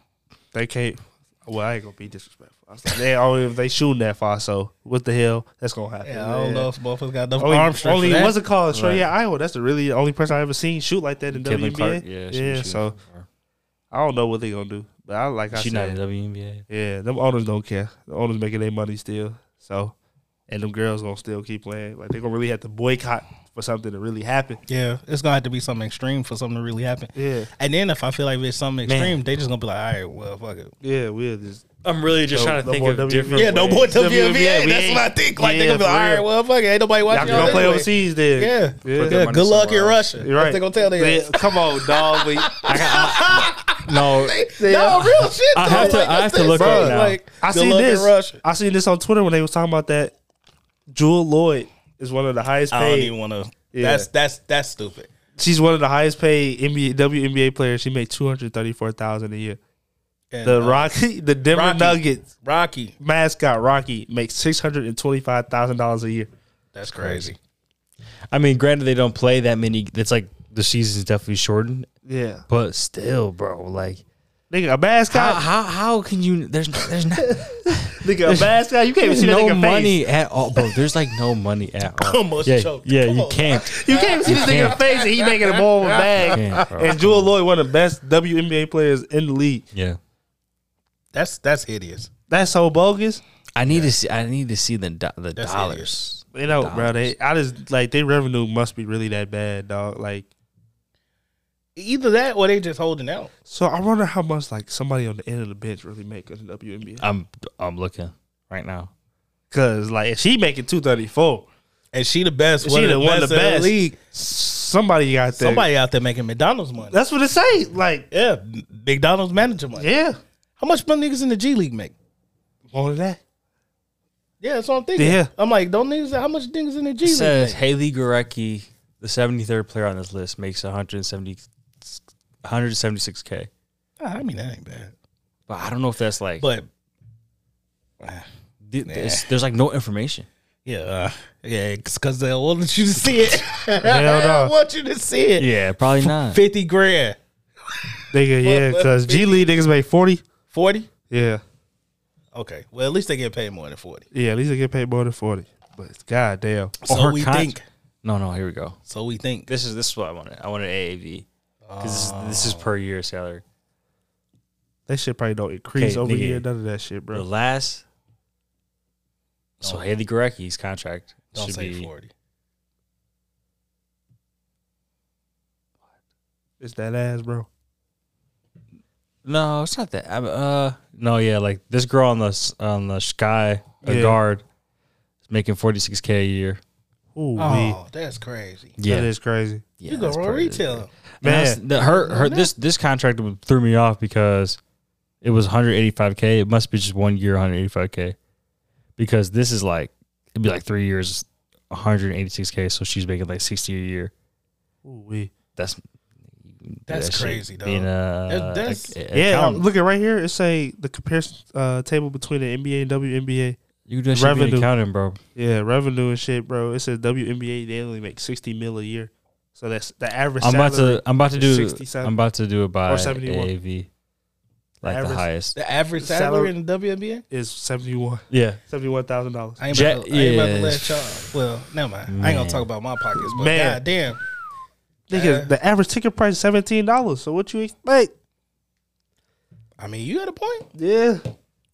[SPEAKER 4] they can't. Well, I ain't gonna be disrespectful. I was like, they always they shooting that far, so what the hell? That's gonna happen.
[SPEAKER 2] Yeah, I don't know if motherfuckers got enough
[SPEAKER 4] Only,
[SPEAKER 2] arm strength.
[SPEAKER 4] only
[SPEAKER 2] for that.
[SPEAKER 4] what's it called? Right.
[SPEAKER 3] Right.
[SPEAKER 4] Yeah, Iowa. That's the really only person I ever seen shoot like that in
[SPEAKER 3] Caitlin
[SPEAKER 4] WNBA.
[SPEAKER 3] Clark, yeah, she was shooting
[SPEAKER 4] so
[SPEAKER 3] from far.
[SPEAKER 4] I don't know what they gonna do, but I like I
[SPEAKER 3] she's not
[SPEAKER 4] said,
[SPEAKER 3] in the WNBA.
[SPEAKER 4] yeah, them owners don't care. The owners making their money still, so and them girls gonna still keep playing. Like they gonna really have to boycott for something to really happen.
[SPEAKER 2] Yeah, it's gonna have to be something extreme for something to really happen.
[SPEAKER 4] Yeah.
[SPEAKER 2] And then if I feel like it's something extreme, they just gonna be like, all right, well, fuck it.
[SPEAKER 4] Yeah, we're just
[SPEAKER 3] I'm really just
[SPEAKER 4] No-
[SPEAKER 3] trying to
[SPEAKER 4] no
[SPEAKER 3] think
[SPEAKER 4] more
[SPEAKER 3] of
[SPEAKER 4] WNBA.
[SPEAKER 3] different.
[SPEAKER 2] Yeah, no
[SPEAKER 3] ways.
[SPEAKER 2] more
[SPEAKER 4] WNBA,
[SPEAKER 2] WNBA. That's
[SPEAKER 4] we ain't-
[SPEAKER 2] what I think. Like they gonna
[SPEAKER 4] Yeah,
[SPEAKER 2] be like,
[SPEAKER 4] for
[SPEAKER 2] all right,
[SPEAKER 4] real.
[SPEAKER 2] well, fuck it. Ain't nobody
[SPEAKER 4] y'all
[SPEAKER 2] watching.
[SPEAKER 4] gonna
[SPEAKER 2] y'all
[SPEAKER 4] play
[SPEAKER 2] anyway.
[SPEAKER 4] overseas then.
[SPEAKER 2] Yeah.
[SPEAKER 4] yeah.
[SPEAKER 2] Yeah, good luck in Russia.
[SPEAKER 4] You're right.
[SPEAKER 2] They gonna tell they.
[SPEAKER 4] Yeah, come on, dog. We,
[SPEAKER 3] No,
[SPEAKER 2] No, real shit.
[SPEAKER 3] I
[SPEAKER 2] though.
[SPEAKER 3] have to-
[SPEAKER 2] Like,
[SPEAKER 3] I have
[SPEAKER 2] that's
[SPEAKER 3] to
[SPEAKER 2] it,
[SPEAKER 3] look
[SPEAKER 2] bro.
[SPEAKER 3] up now.
[SPEAKER 2] Like,
[SPEAKER 4] I
[SPEAKER 2] good
[SPEAKER 4] seen
[SPEAKER 2] luck in
[SPEAKER 4] this.
[SPEAKER 2] Russia.
[SPEAKER 4] I seen this on Twitter when they was talking about that. Jewel Lloyd is one of the highest
[SPEAKER 2] I don't
[SPEAKER 4] paid.
[SPEAKER 2] even want to.
[SPEAKER 4] Yeah.
[SPEAKER 2] That's that's that's stupid.
[SPEAKER 4] She's one of the highest paid NBA WNBA players. She made two hundred thirty four thousand a year.
[SPEAKER 2] And,
[SPEAKER 4] The
[SPEAKER 2] uh,
[SPEAKER 4] Rocky, the Denver
[SPEAKER 2] Rocky.
[SPEAKER 4] Nuggets
[SPEAKER 2] Rocky,
[SPEAKER 4] mascot Rocky makes six hundred and twenty five thousand dollars a year.
[SPEAKER 2] that's crazy.
[SPEAKER 3] I mean, granted they don't play that many. It's like the season's definitely shortened,
[SPEAKER 4] Yeah,
[SPEAKER 3] but still, bro, like
[SPEAKER 4] nigga, a mascot,
[SPEAKER 3] how how, how can you? There's there's not
[SPEAKER 4] nigga, a mascot. You can't even
[SPEAKER 3] there's
[SPEAKER 4] see that
[SPEAKER 3] no
[SPEAKER 4] nigga
[SPEAKER 3] money
[SPEAKER 4] face.
[SPEAKER 3] at all, bro. There's like no money at all.
[SPEAKER 2] Almost
[SPEAKER 3] yeah,
[SPEAKER 2] choked.
[SPEAKER 3] yeah,
[SPEAKER 2] Come
[SPEAKER 3] you
[SPEAKER 2] on.
[SPEAKER 3] can't.
[SPEAKER 4] You can't even see this nigga
[SPEAKER 3] can't.
[SPEAKER 4] face, and he making a ball with a
[SPEAKER 3] Yeah,
[SPEAKER 4] bag.
[SPEAKER 3] bro.
[SPEAKER 4] And Jewel Lloyd, one of the best WNBA players in the league.
[SPEAKER 3] Yeah,
[SPEAKER 2] That's that's hideous.
[SPEAKER 4] That's so bogus.
[SPEAKER 3] I need to see. I need to see the do- the
[SPEAKER 2] That's
[SPEAKER 3] dollars.
[SPEAKER 4] You know, bro.
[SPEAKER 3] dollars.
[SPEAKER 4] They, I just like their revenue must be really that bad, dog. Like,
[SPEAKER 2] Either that or they just holding out.
[SPEAKER 4] so I wonder how much like somebody on the end of the bench really make in the WNBA.
[SPEAKER 3] I'm I'm looking right now.
[SPEAKER 4] Cause like if she making two thirty four,
[SPEAKER 2] And she the best.
[SPEAKER 4] she
[SPEAKER 2] one of
[SPEAKER 4] the one of the
[SPEAKER 2] in
[SPEAKER 4] best.
[SPEAKER 2] league.
[SPEAKER 4] Somebody out there.
[SPEAKER 2] Somebody out there making McDonald's money.
[SPEAKER 4] That's what it say. Like,
[SPEAKER 2] Yeah, McDonald's manager money.
[SPEAKER 4] yeah,
[SPEAKER 2] How much money niggas in the G League make?
[SPEAKER 4] more than that.
[SPEAKER 2] Yeah, that's what I'm thinking.
[SPEAKER 4] Yeah.
[SPEAKER 2] I'm like, don't niggas. How much niggas in the G
[SPEAKER 3] It
[SPEAKER 2] League?
[SPEAKER 3] says
[SPEAKER 2] make?
[SPEAKER 3] Haley Gorecki, the 73rd player on this list, makes 170 176k.
[SPEAKER 2] Ah, I mean, that ain't bad.
[SPEAKER 3] But I don't know if that's like
[SPEAKER 2] But
[SPEAKER 3] th- it's- there's like no information.
[SPEAKER 2] yeah, uh, yeah, because they wanted you to see it.
[SPEAKER 4] no.
[SPEAKER 2] I want you to see it.
[SPEAKER 3] Yeah, probably not.
[SPEAKER 2] Fifty grand,
[SPEAKER 4] Nigga, yeah, cause G League niggas make forty.
[SPEAKER 2] forty.
[SPEAKER 4] Yeah,
[SPEAKER 2] Okay, well, at least they get paid more than forty.
[SPEAKER 4] yeah. At least they get paid more than forty. But goddamn,
[SPEAKER 2] So
[SPEAKER 3] her
[SPEAKER 2] we
[SPEAKER 3] con-
[SPEAKER 2] think.
[SPEAKER 3] No, no. Here we go.
[SPEAKER 2] So we think.
[SPEAKER 3] This is this is what I wanted. I wanted AAV because this, is per year salary.
[SPEAKER 4] that shit probably don't increase
[SPEAKER 3] Okay,
[SPEAKER 4] over
[SPEAKER 3] nigga.
[SPEAKER 4] here. None of that shit,
[SPEAKER 3] The
[SPEAKER 4] bro.
[SPEAKER 3] last. So Haley Gorecki's contract
[SPEAKER 2] Oh. Don't
[SPEAKER 3] should
[SPEAKER 2] say
[SPEAKER 3] be
[SPEAKER 2] forty.
[SPEAKER 4] It's that ass, bro.
[SPEAKER 3] no, it's not that. I, uh, no, yeah, like this girl on the s- on the sky a
[SPEAKER 4] Yeah.
[SPEAKER 3] guard is making forty six k a year.
[SPEAKER 4] Ooh,
[SPEAKER 2] Oh, that's crazy.
[SPEAKER 3] Yeah,
[SPEAKER 4] that is crazy.
[SPEAKER 3] yeah
[SPEAKER 2] you go
[SPEAKER 3] that's
[SPEAKER 2] wrong
[SPEAKER 3] pretty-
[SPEAKER 2] retailer.
[SPEAKER 3] And that's-
[SPEAKER 4] Man.
[SPEAKER 3] the, her her this this contract threw me off because it was 185k. It must be just one year 185k because this is like it'd be like three years 186k. So she's making like 60 a year.
[SPEAKER 4] Ooh, we.
[SPEAKER 3] That's
[SPEAKER 2] That's
[SPEAKER 3] that shit
[SPEAKER 2] crazy, dog.
[SPEAKER 3] Being uh, a,
[SPEAKER 2] That- that's-
[SPEAKER 3] a- a-
[SPEAKER 4] Yeah, I'm
[SPEAKER 3] accountant.
[SPEAKER 4] looking right here. It say the comparison uh, table between the NBA and WNBA.
[SPEAKER 3] you just should be an
[SPEAKER 4] revenue.
[SPEAKER 3] accountant, bro.
[SPEAKER 4] Yeah, revenue and shit, bro. It says WNBA they only make sixty mil a year, so that's the average.
[SPEAKER 3] I'm about
[SPEAKER 4] salary-
[SPEAKER 3] to I'm about to do
[SPEAKER 4] 67.
[SPEAKER 3] I'm about to do it by
[SPEAKER 4] Or 71.
[SPEAKER 3] AAV, like the
[SPEAKER 4] Average.
[SPEAKER 3] highest.
[SPEAKER 2] The average salary,
[SPEAKER 4] Salary-
[SPEAKER 2] in the WNBA?
[SPEAKER 4] is seventy one.
[SPEAKER 3] Yeah,
[SPEAKER 4] Seventy one thousand dollars.
[SPEAKER 2] I ain't
[SPEAKER 3] Jet-
[SPEAKER 2] about to, I ain't about to
[SPEAKER 3] yeah.
[SPEAKER 2] let y'all. Well, never mind. I ain't
[SPEAKER 3] Man.
[SPEAKER 2] gonna talk about my pockets, but
[SPEAKER 4] Man.
[SPEAKER 2] goddamn,
[SPEAKER 4] Nigga, the average ticket price is seventeen dollars. So what you expect?
[SPEAKER 2] I mean, you got a point.
[SPEAKER 4] Yeah,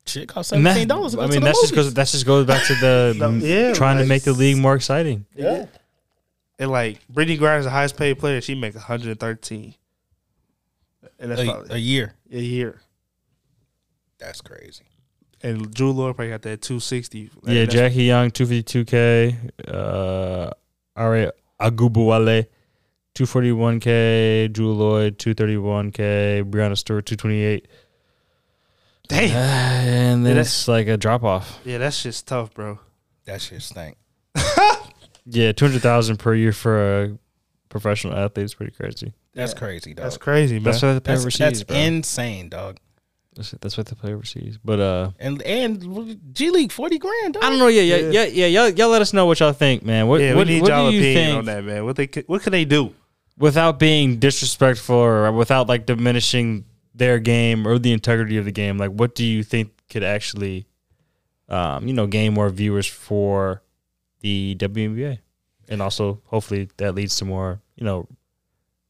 [SPEAKER 2] Shit cost
[SPEAKER 3] And that-
[SPEAKER 2] seventeen dollars.
[SPEAKER 3] I mean, that's just goes that just goes back to the
[SPEAKER 4] yeah,
[SPEAKER 3] Mm. trying to
[SPEAKER 4] like-
[SPEAKER 3] make the league more exciting.
[SPEAKER 4] and like Brittany Griner is the highest paid player. She makes one hundred and thirteen, and that's
[SPEAKER 2] a, a
[SPEAKER 4] probably
[SPEAKER 2] year.
[SPEAKER 4] a, year.
[SPEAKER 2] That's crazy.
[SPEAKER 4] And Drew Lord probably got that two sixty.
[SPEAKER 3] Yeah, Jackie Young, 252K. Uh, Ari Agubuale, 241K. Drew Lloyd, 231K. Brianna Stewart, 228.
[SPEAKER 4] Damn.
[SPEAKER 3] And then
[SPEAKER 4] Yeah,
[SPEAKER 3] it's like a drop off.
[SPEAKER 4] Yeah, that's just tough, bro.
[SPEAKER 2] That shit stank.
[SPEAKER 3] Yeah, two hundred thousand per year for a professional athlete is pretty crazy.
[SPEAKER 2] That's crazy, dog.
[SPEAKER 4] That's crazy, man.
[SPEAKER 3] That's what they pay
[SPEAKER 2] That's,
[SPEAKER 3] overseas,
[SPEAKER 2] that's
[SPEAKER 3] bro.
[SPEAKER 2] insane, dog.
[SPEAKER 3] that's, that's what they play overseas. But uh,
[SPEAKER 2] And and G League forty grand, dog.
[SPEAKER 3] I don't know. Yeah, yeah, yeah, yeah. Uh, Y'all, y'all let us know what y'all think, man. What,
[SPEAKER 4] yeah,
[SPEAKER 3] what,
[SPEAKER 4] we need
[SPEAKER 3] what
[SPEAKER 4] y'all
[SPEAKER 3] do you
[SPEAKER 4] opinion
[SPEAKER 3] think
[SPEAKER 4] on that, man. What they could- what can they do?
[SPEAKER 3] without being disrespectful or without like diminishing their game or the integrity of the game? Like, what do you think could actually, um, you know, gain more viewers for the WNBA, and also hopefully that leads to more, you know,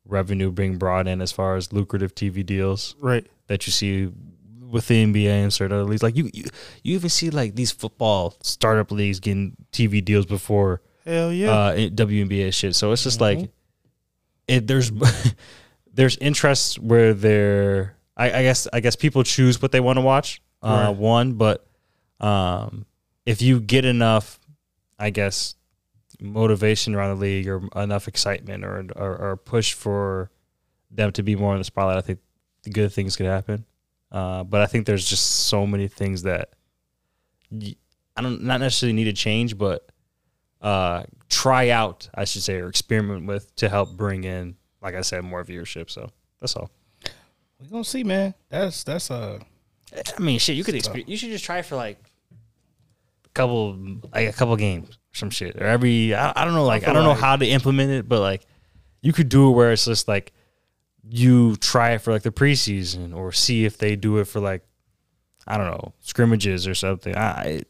[SPEAKER 3] revenue being brought in as far as lucrative TV deals.
[SPEAKER 4] Right.
[SPEAKER 3] that you see with the NBA and certain other leagues. Like you, you, you even see like these football startup leagues getting TV deals before
[SPEAKER 4] Hell yeah.
[SPEAKER 3] uh, it- WNBA shit. So it's just like it, there's there's interests where they're I, I guess I guess people choose what they want to watch. Uh,
[SPEAKER 4] Right.
[SPEAKER 3] One, but um, if you get enough, I guess motivation around the league or enough excitement or or, or push for them to be more in the spotlight, I think the good things could happen. Uh, but I think there's just so many things that y- I don't not necessarily need to change, but uh, try out, I should say, or experiment with to help bring in, like I said, more viewership. So that's all.
[SPEAKER 2] We gonna see, man. That's that's uh
[SPEAKER 3] I mean, shit, you could exper- you should just try for like a couple, like a couple games, some shit, or every. I, I don't know, like I don't know how to implement it, but like you could do it where it's just like you try it for like the preseason, or see if they do it for like I don't know scrimmages or something. I. I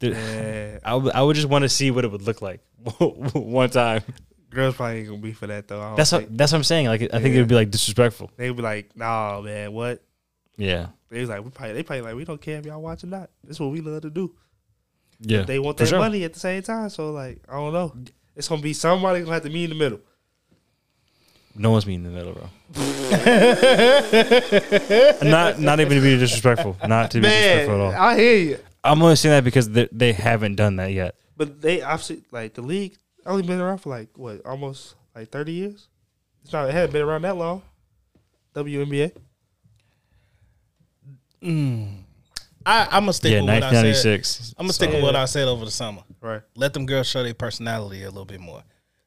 [SPEAKER 3] the- I would I would just want to see what it would look like one time.
[SPEAKER 4] Girls probably ain't gonna be for that though. I don't
[SPEAKER 3] That's
[SPEAKER 4] think.
[SPEAKER 3] what that's what I'm saying. Like I think it would be like disrespectful.
[SPEAKER 4] They be like, nah, man, what?
[SPEAKER 3] Yeah.
[SPEAKER 4] They was like, we probably, they probably like, we don't care if y'all watch or not. This is what we love to do.
[SPEAKER 3] Yeah.
[SPEAKER 4] They want
[SPEAKER 3] For
[SPEAKER 4] their
[SPEAKER 3] sure.
[SPEAKER 4] money at the same time, so like, I don't know. It's gonna be somebody gonna have to meet in the middle.
[SPEAKER 3] No one's meeting in the middle, bro. not not even to be disrespectful. Not to be disrespectful at all.
[SPEAKER 4] I hear you,
[SPEAKER 3] I'm only saying that because they, they haven't done that yet.
[SPEAKER 4] but they obviously like the league only been around for like what, almost like thirty years. It's not it hadn't been around that long. WNBA.
[SPEAKER 2] I, I'm gonna stick
[SPEAKER 3] yeah,
[SPEAKER 2] with what I said.
[SPEAKER 3] 1996.
[SPEAKER 2] I'm gonna stick with what I said over the summer.
[SPEAKER 4] Right.
[SPEAKER 2] Let them girls show their personality a little bit more.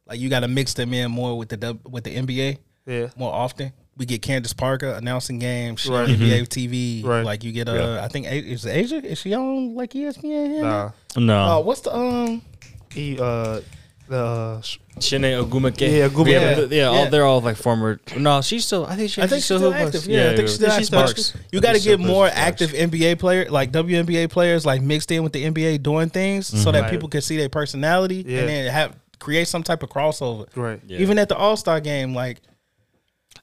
[SPEAKER 2] Like you got to mix them in more with the dub- with the NBA
[SPEAKER 4] Yeah.
[SPEAKER 2] more often. We get Candace Parker announcing games, she on
[SPEAKER 4] Right.
[SPEAKER 2] NBA TV.
[SPEAKER 4] Right.
[SPEAKER 2] Like you get uh, I think A- is it Asia? Is she on like E ESPN? Here?
[SPEAKER 4] Nah.
[SPEAKER 2] Uh,
[SPEAKER 3] No.
[SPEAKER 2] what's the um?
[SPEAKER 4] He uh the uh, sh-
[SPEAKER 3] Shine Ogumake.
[SPEAKER 4] Yeah, Ogumake.
[SPEAKER 3] Yeah, but th- yeah, all-
[SPEAKER 2] Yeah.
[SPEAKER 3] they're all like former. No, she's still. I think she.
[SPEAKER 2] I think she's still
[SPEAKER 3] plays.
[SPEAKER 2] active. Yeah, I think she's still active.
[SPEAKER 3] Sparks.
[SPEAKER 2] You
[SPEAKER 3] I
[SPEAKER 2] got to
[SPEAKER 3] think she
[SPEAKER 2] get
[SPEAKER 3] still plays
[SPEAKER 2] more
[SPEAKER 3] with Sparks.
[SPEAKER 2] active NBA player, like WNBA players, like mixed in with the NBA doing things, so that people can see their personality
[SPEAKER 4] Yeah.
[SPEAKER 2] and then have create some type of crossover.
[SPEAKER 4] Right.
[SPEAKER 3] Yeah.
[SPEAKER 2] Even at the All Star game, like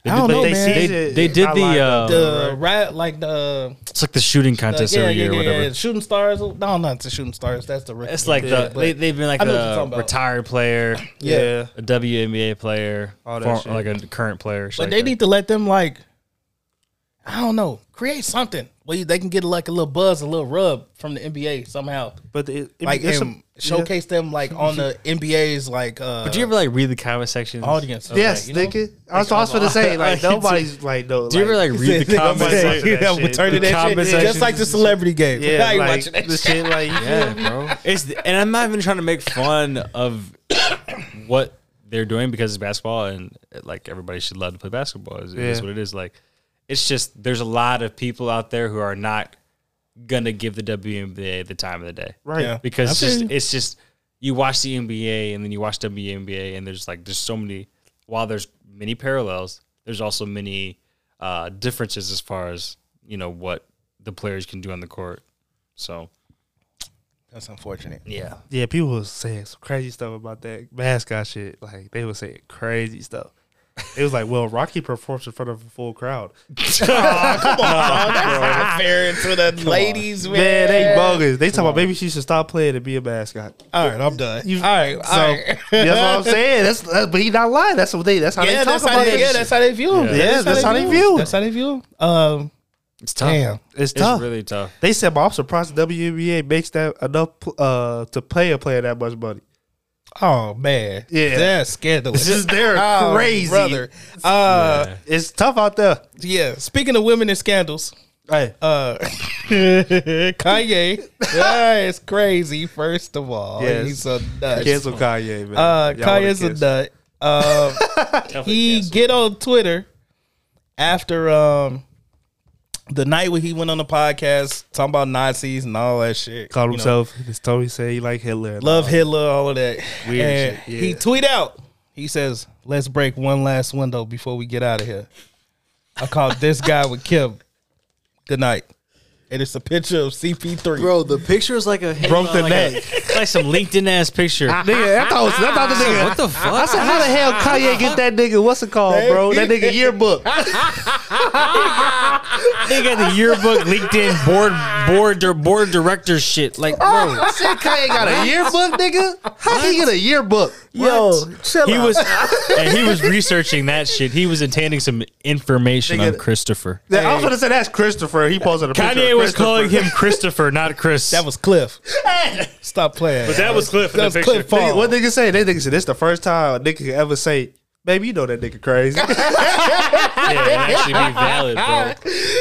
[SPEAKER 3] They
[SPEAKER 2] I
[SPEAKER 3] did-
[SPEAKER 2] don't
[SPEAKER 3] but
[SPEAKER 2] know,
[SPEAKER 3] they,
[SPEAKER 2] man.
[SPEAKER 3] They,
[SPEAKER 4] Season-
[SPEAKER 3] they did
[SPEAKER 4] I
[SPEAKER 3] the.
[SPEAKER 4] lied.
[SPEAKER 3] Uh,
[SPEAKER 2] the rat, like the
[SPEAKER 3] it's like the shooting contest
[SPEAKER 2] yeah,
[SPEAKER 3] every
[SPEAKER 2] yeah,
[SPEAKER 3] year, or
[SPEAKER 2] yeah,
[SPEAKER 3] whatever.
[SPEAKER 2] yeah, shooting stars. No, not the shooting stars. That's the rookie.
[SPEAKER 3] It's like
[SPEAKER 4] Yeah,
[SPEAKER 3] the they,
[SPEAKER 2] but-
[SPEAKER 3] they've been like
[SPEAKER 2] I know what you're
[SPEAKER 3] a
[SPEAKER 2] talking about.
[SPEAKER 3] retired player,
[SPEAKER 2] Yeah.
[SPEAKER 4] yeah.
[SPEAKER 3] a WNBA player,
[SPEAKER 4] All that
[SPEAKER 3] for-
[SPEAKER 4] shit.
[SPEAKER 3] like a current player. shit
[SPEAKER 2] but
[SPEAKER 3] like
[SPEAKER 2] they
[SPEAKER 3] that.
[SPEAKER 2] need to let them like. I don't know. Create something where you- they can get like a little buzz, a little rub from the NBA somehow.
[SPEAKER 4] But it, it,
[SPEAKER 2] Like
[SPEAKER 4] it's a-
[SPEAKER 2] and showcase them like on the NBA's like. Uh,
[SPEAKER 3] Do you ever like read the comment sections?
[SPEAKER 2] audience. Like,
[SPEAKER 4] Yes,
[SPEAKER 2] you know?
[SPEAKER 4] nigga. I was, I was gonna say like nobody's like no.
[SPEAKER 3] Do you ever like read the
[SPEAKER 4] Nobody
[SPEAKER 3] comment
[SPEAKER 4] said
[SPEAKER 3] section?
[SPEAKER 4] that
[SPEAKER 2] Yeah,
[SPEAKER 4] shit.
[SPEAKER 2] return to
[SPEAKER 3] The
[SPEAKER 2] that shit.
[SPEAKER 3] comment
[SPEAKER 2] Just
[SPEAKER 3] section.
[SPEAKER 2] like the celebrity game.
[SPEAKER 4] Yeah,
[SPEAKER 2] Now you
[SPEAKER 4] like
[SPEAKER 2] watching that
[SPEAKER 4] the
[SPEAKER 2] shit.
[SPEAKER 4] shit like
[SPEAKER 3] Yeah, bro. It's and I'm not even trying to make fun of what they're doing because it's basketball and like everybody should love to play basketball. Is, is
[SPEAKER 4] Yeah.
[SPEAKER 3] what it is. Like it's just there's a lot of people out there who are not gonna give the WNBA the time of the day.
[SPEAKER 4] right.
[SPEAKER 2] Yeah.
[SPEAKER 3] because it's
[SPEAKER 2] I feel
[SPEAKER 3] just, it's just you watch the NBA and then you watch WNBA and there's like there's so many while there's many parallels, there's also many uh, differences as far as you know what the players can do on the court. So
[SPEAKER 2] That's unfortunate.
[SPEAKER 3] yeah,
[SPEAKER 4] Yeah, people was saying some crazy stuff about that mascot shit. Like they were saying crazy stuff. It was like, well, Rocky performs in front of a full crowd.
[SPEAKER 2] Fair into the ladies,
[SPEAKER 4] Man, they bogus. They talking about maybe she should stop playing and be a mascot.
[SPEAKER 2] All right, I'm done.
[SPEAKER 4] You-
[SPEAKER 2] all right, all
[SPEAKER 4] So
[SPEAKER 2] right.
[SPEAKER 4] that's what I'm saying. That's, that's but he not lying. That's what they. That's how
[SPEAKER 2] Yeah,
[SPEAKER 4] they talk
[SPEAKER 2] that's
[SPEAKER 4] about
[SPEAKER 2] how they,
[SPEAKER 4] that
[SPEAKER 2] yeah,
[SPEAKER 4] shit.
[SPEAKER 2] that's how they view. 'em.
[SPEAKER 3] Yeah.
[SPEAKER 4] Yeah, that's how they view 'em.
[SPEAKER 2] That's how they view. 'em. Um,
[SPEAKER 3] it's tough.
[SPEAKER 2] Damn.
[SPEAKER 4] It's
[SPEAKER 3] It's
[SPEAKER 4] tough.
[SPEAKER 3] really tough.
[SPEAKER 4] They said, but I'm surprised the WNBA makes that enough pl- uh, to pay a player that much money.
[SPEAKER 2] oh man,
[SPEAKER 4] Yeah.
[SPEAKER 2] that's scandalous.
[SPEAKER 4] This is- they're
[SPEAKER 2] Oh,
[SPEAKER 4] crazy.
[SPEAKER 2] brother. Uh,
[SPEAKER 4] It's tough out there.
[SPEAKER 2] yeah. Speaking of women and scandals,
[SPEAKER 4] Hey,
[SPEAKER 2] Uh, Kanye, yeah, it's crazy. First of all,
[SPEAKER 4] Yes.
[SPEAKER 2] he's a nut.
[SPEAKER 4] cancel Kanye, man.
[SPEAKER 2] Uh,
[SPEAKER 4] Y'all wanna
[SPEAKER 2] Kanye's a
[SPEAKER 4] cancel.
[SPEAKER 2] nut. Um, he get on Twitter after um the night when he went on the podcast talking about Nazis and all that shit.
[SPEAKER 4] Called
[SPEAKER 2] you know,
[SPEAKER 4] himself. His Tony say he like Hitler.
[SPEAKER 2] love Hitler, all of that.
[SPEAKER 4] Uh, Weird
[SPEAKER 2] And
[SPEAKER 4] shit, yeah.
[SPEAKER 2] He tweet out. He says, "Let's break one last window before we get out of here." I called this guy with Kim. Good night. And it's a picture of CP3.
[SPEAKER 6] Bro, the picture is like a
[SPEAKER 4] Broke the
[SPEAKER 3] like
[SPEAKER 4] neck.
[SPEAKER 3] a- like some LinkedIn ass picture.
[SPEAKER 4] Nigga, I thought, was, I thought the nigga.
[SPEAKER 6] What the
[SPEAKER 4] I
[SPEAKER 6] fuck?
[SPEAKER 4] said, how the hell Kanye get that nigga? What's it called, bro? That nigga yearbook.
[SPEAKER 3] they got the yearbook, LinkedIn board, board, or board director shit. Like, bro,
[SPEAKER 6] I said Kanye got a yearbook, nigga. How he get a yearbook?
[SPEAKER 2] Yo, chill
[SPEAKER 3] he
[SPEAKER 2] out.
[SPEAKER 3] was and he was researching that shit. He was intending some information on Christopher.
[SPEAKER 4] That- I was gonna say that's Christopher. He posted a picture.
[SPEAKER 3] Kanye
[SPEAKER 4] of
[SPEAKER 3] was
[SPEAKER 4] Christopher.
[SPEAKER 3] calling him Christopher, not Chris.
[SPEAKER 2] that was Cliff. Stop playing.
[SPEAKER 3] But that was Cliff in
[SPEAKER 2] That
[SPEAKER 3] the
[SPEAKER 2] was
[SPEAKER 3] picture.
[SPEAKER 2] Cliff
[SPEAKER 4] Nigga,
[SPEAKER 2] Paul.
[SPEAKER 4] what nigga say? They nigga said this the first time a nigga could ever say, "Baby, you know that nigga crazy."
[SPEAKER 3] Yeah, it'd actually be valid, bro.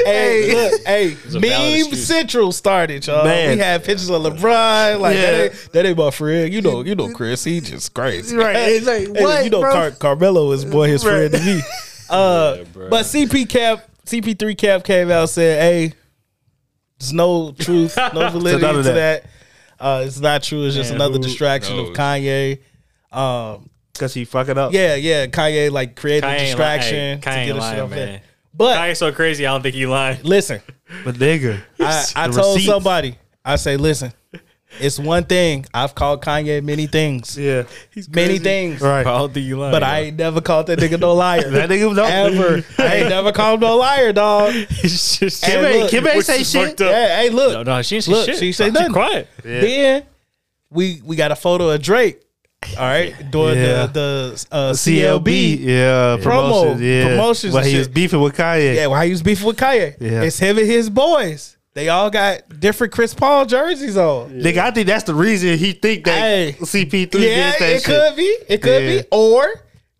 [SPEAKER 2] Hey, look, hey,
[SPEAKER 3] a valid
[SPEAKER 2] meme
[SPEAKER 3] excuse.
[SPEAKER 2] central started, y'all.
[SPEAKER 4] Man.
[SPEAKER 2] We had pictures of LeBron. Like
[SPEAKER 4] Yeah.
[SPEAKER 2] that, ain't, that ain't my friend. You know, you know, Chris. He just crazy,
[SPEAKER 4] Right. It's like,
[SPEAKER 2] Hey,
[SPEAKER 4] what,
[SPEAKER 2] you know,
[SPEAKER 4] bro?
[SPEAKER 2] Car- Carmelo is boy his
[SPEAKER 4] Right.
[SPEAKER 2] friend to me. Uh, but CP Cap, CP3 Cap came out and said, "Hey, there's no truth, no validity
[SPEAKER 4] none
[SPEAKER 2] to
[SPEAKER 4] of
[SPEAKER 2] that. Uh, it's not true. It's just
[SPEAKER 3] Man,
[SPEAKER 2] another
[SPEAKER 3] who
[SPEAKER 2] distraction of
[SPEAKER 1] knows?
[SPEAKER 2] Kanye." Um,
[SPEAKER 4] Cause he fucking up.
[SPEAKER 2] yeah, yeah. Kanye like created
[SPEAKER 3] Kanye
[SPEAKER 2] a
[SPEAKER 3] ain't li- hey,
[SPEAKER 2] distraction
[SPEAKER 3] Kanye ain't
[SPEAKER 2] to get his
[SPEAKER 3] lying,
[SPEAKER 2] shit off
[SPEAKER 3] man.
[SPEAKER 2] there. But
[SPEAKER 3] Kanye's so crazy. I don't think he lied.
[SPEAKER 2] listen.
[SPEAKER 4] but nigga,
[SPEAKER 2] I, I
[SPEAKER 4] The
[SPEAKER 2] told
[SPEAKER 4] receipts.
[SPEAKER 2] somebody, I say, listen, it's one thing. I've called Kanye many things.
[SPEAKER 4] yeah,
[SPEAKER 2] many things.
[SPEAKER 4] right.
[SPEAKER 3] I don't think you lied.
[SPEAKER 2] But I ain't never called that nigga no liar.
[SPEAKER 4] That nigga was no-
[SPEAKER 2] ever. I ain't never called him no liar, dog. Hey,
[SPEAKER 3] It's just
[SPEAKER 2] Kim ain't- Kim ain't
[SPEAKER 4] say shit.
[SPEAKER 2] hey, look.
[SPEAKER 3] No, no, she ain't say
[SPEAKER 2] look,
[SPEAKER 3] shit.
[SPEAKER 2] she say
[SPEAKER 3] She
[SPEAKER 2] nothing.
[SPEAKER 3] quiet.
[SPEAKER 2] Then we we got a photo of Drake. All right, doing
[SPEAKER 4] Yeah.
[SPEAKER 2] the the uh,
[SPEAKER 4] CLB,
[SPEAKER 2] CLB.
[SPEAKER 4] yeah, promotions, yeah,
[SPEAKER 2] Promotions
[SPEAKER 4] But
[SPEAKER 2] and
[SPEAKER 4] he was
[SPEAKER 2] shit.
[SPEAKER 4] beefing with Kanye.
[SPEAKER 2] Yeah, why he was beefing with Kanye?
[SPEAKER 4] Yeah.
[SPEAKER 2] It's him and his boys. They all got different Chris Paul jerseys on.
[SPEAKER 4] Nigga, I think that's the reason he think that
[SPEAKER 2] Hey.
[SPEAKER 4] CP3
[SPEAKER 2] Yeah,
[SPEAKER 4] did that
[SPEAKER 2] it
[SPEAKER 4] shit.
[SPEAKER 2] could be. It could
[SPEAKER 4] Yeah.
[SPEAKER 2] be. Or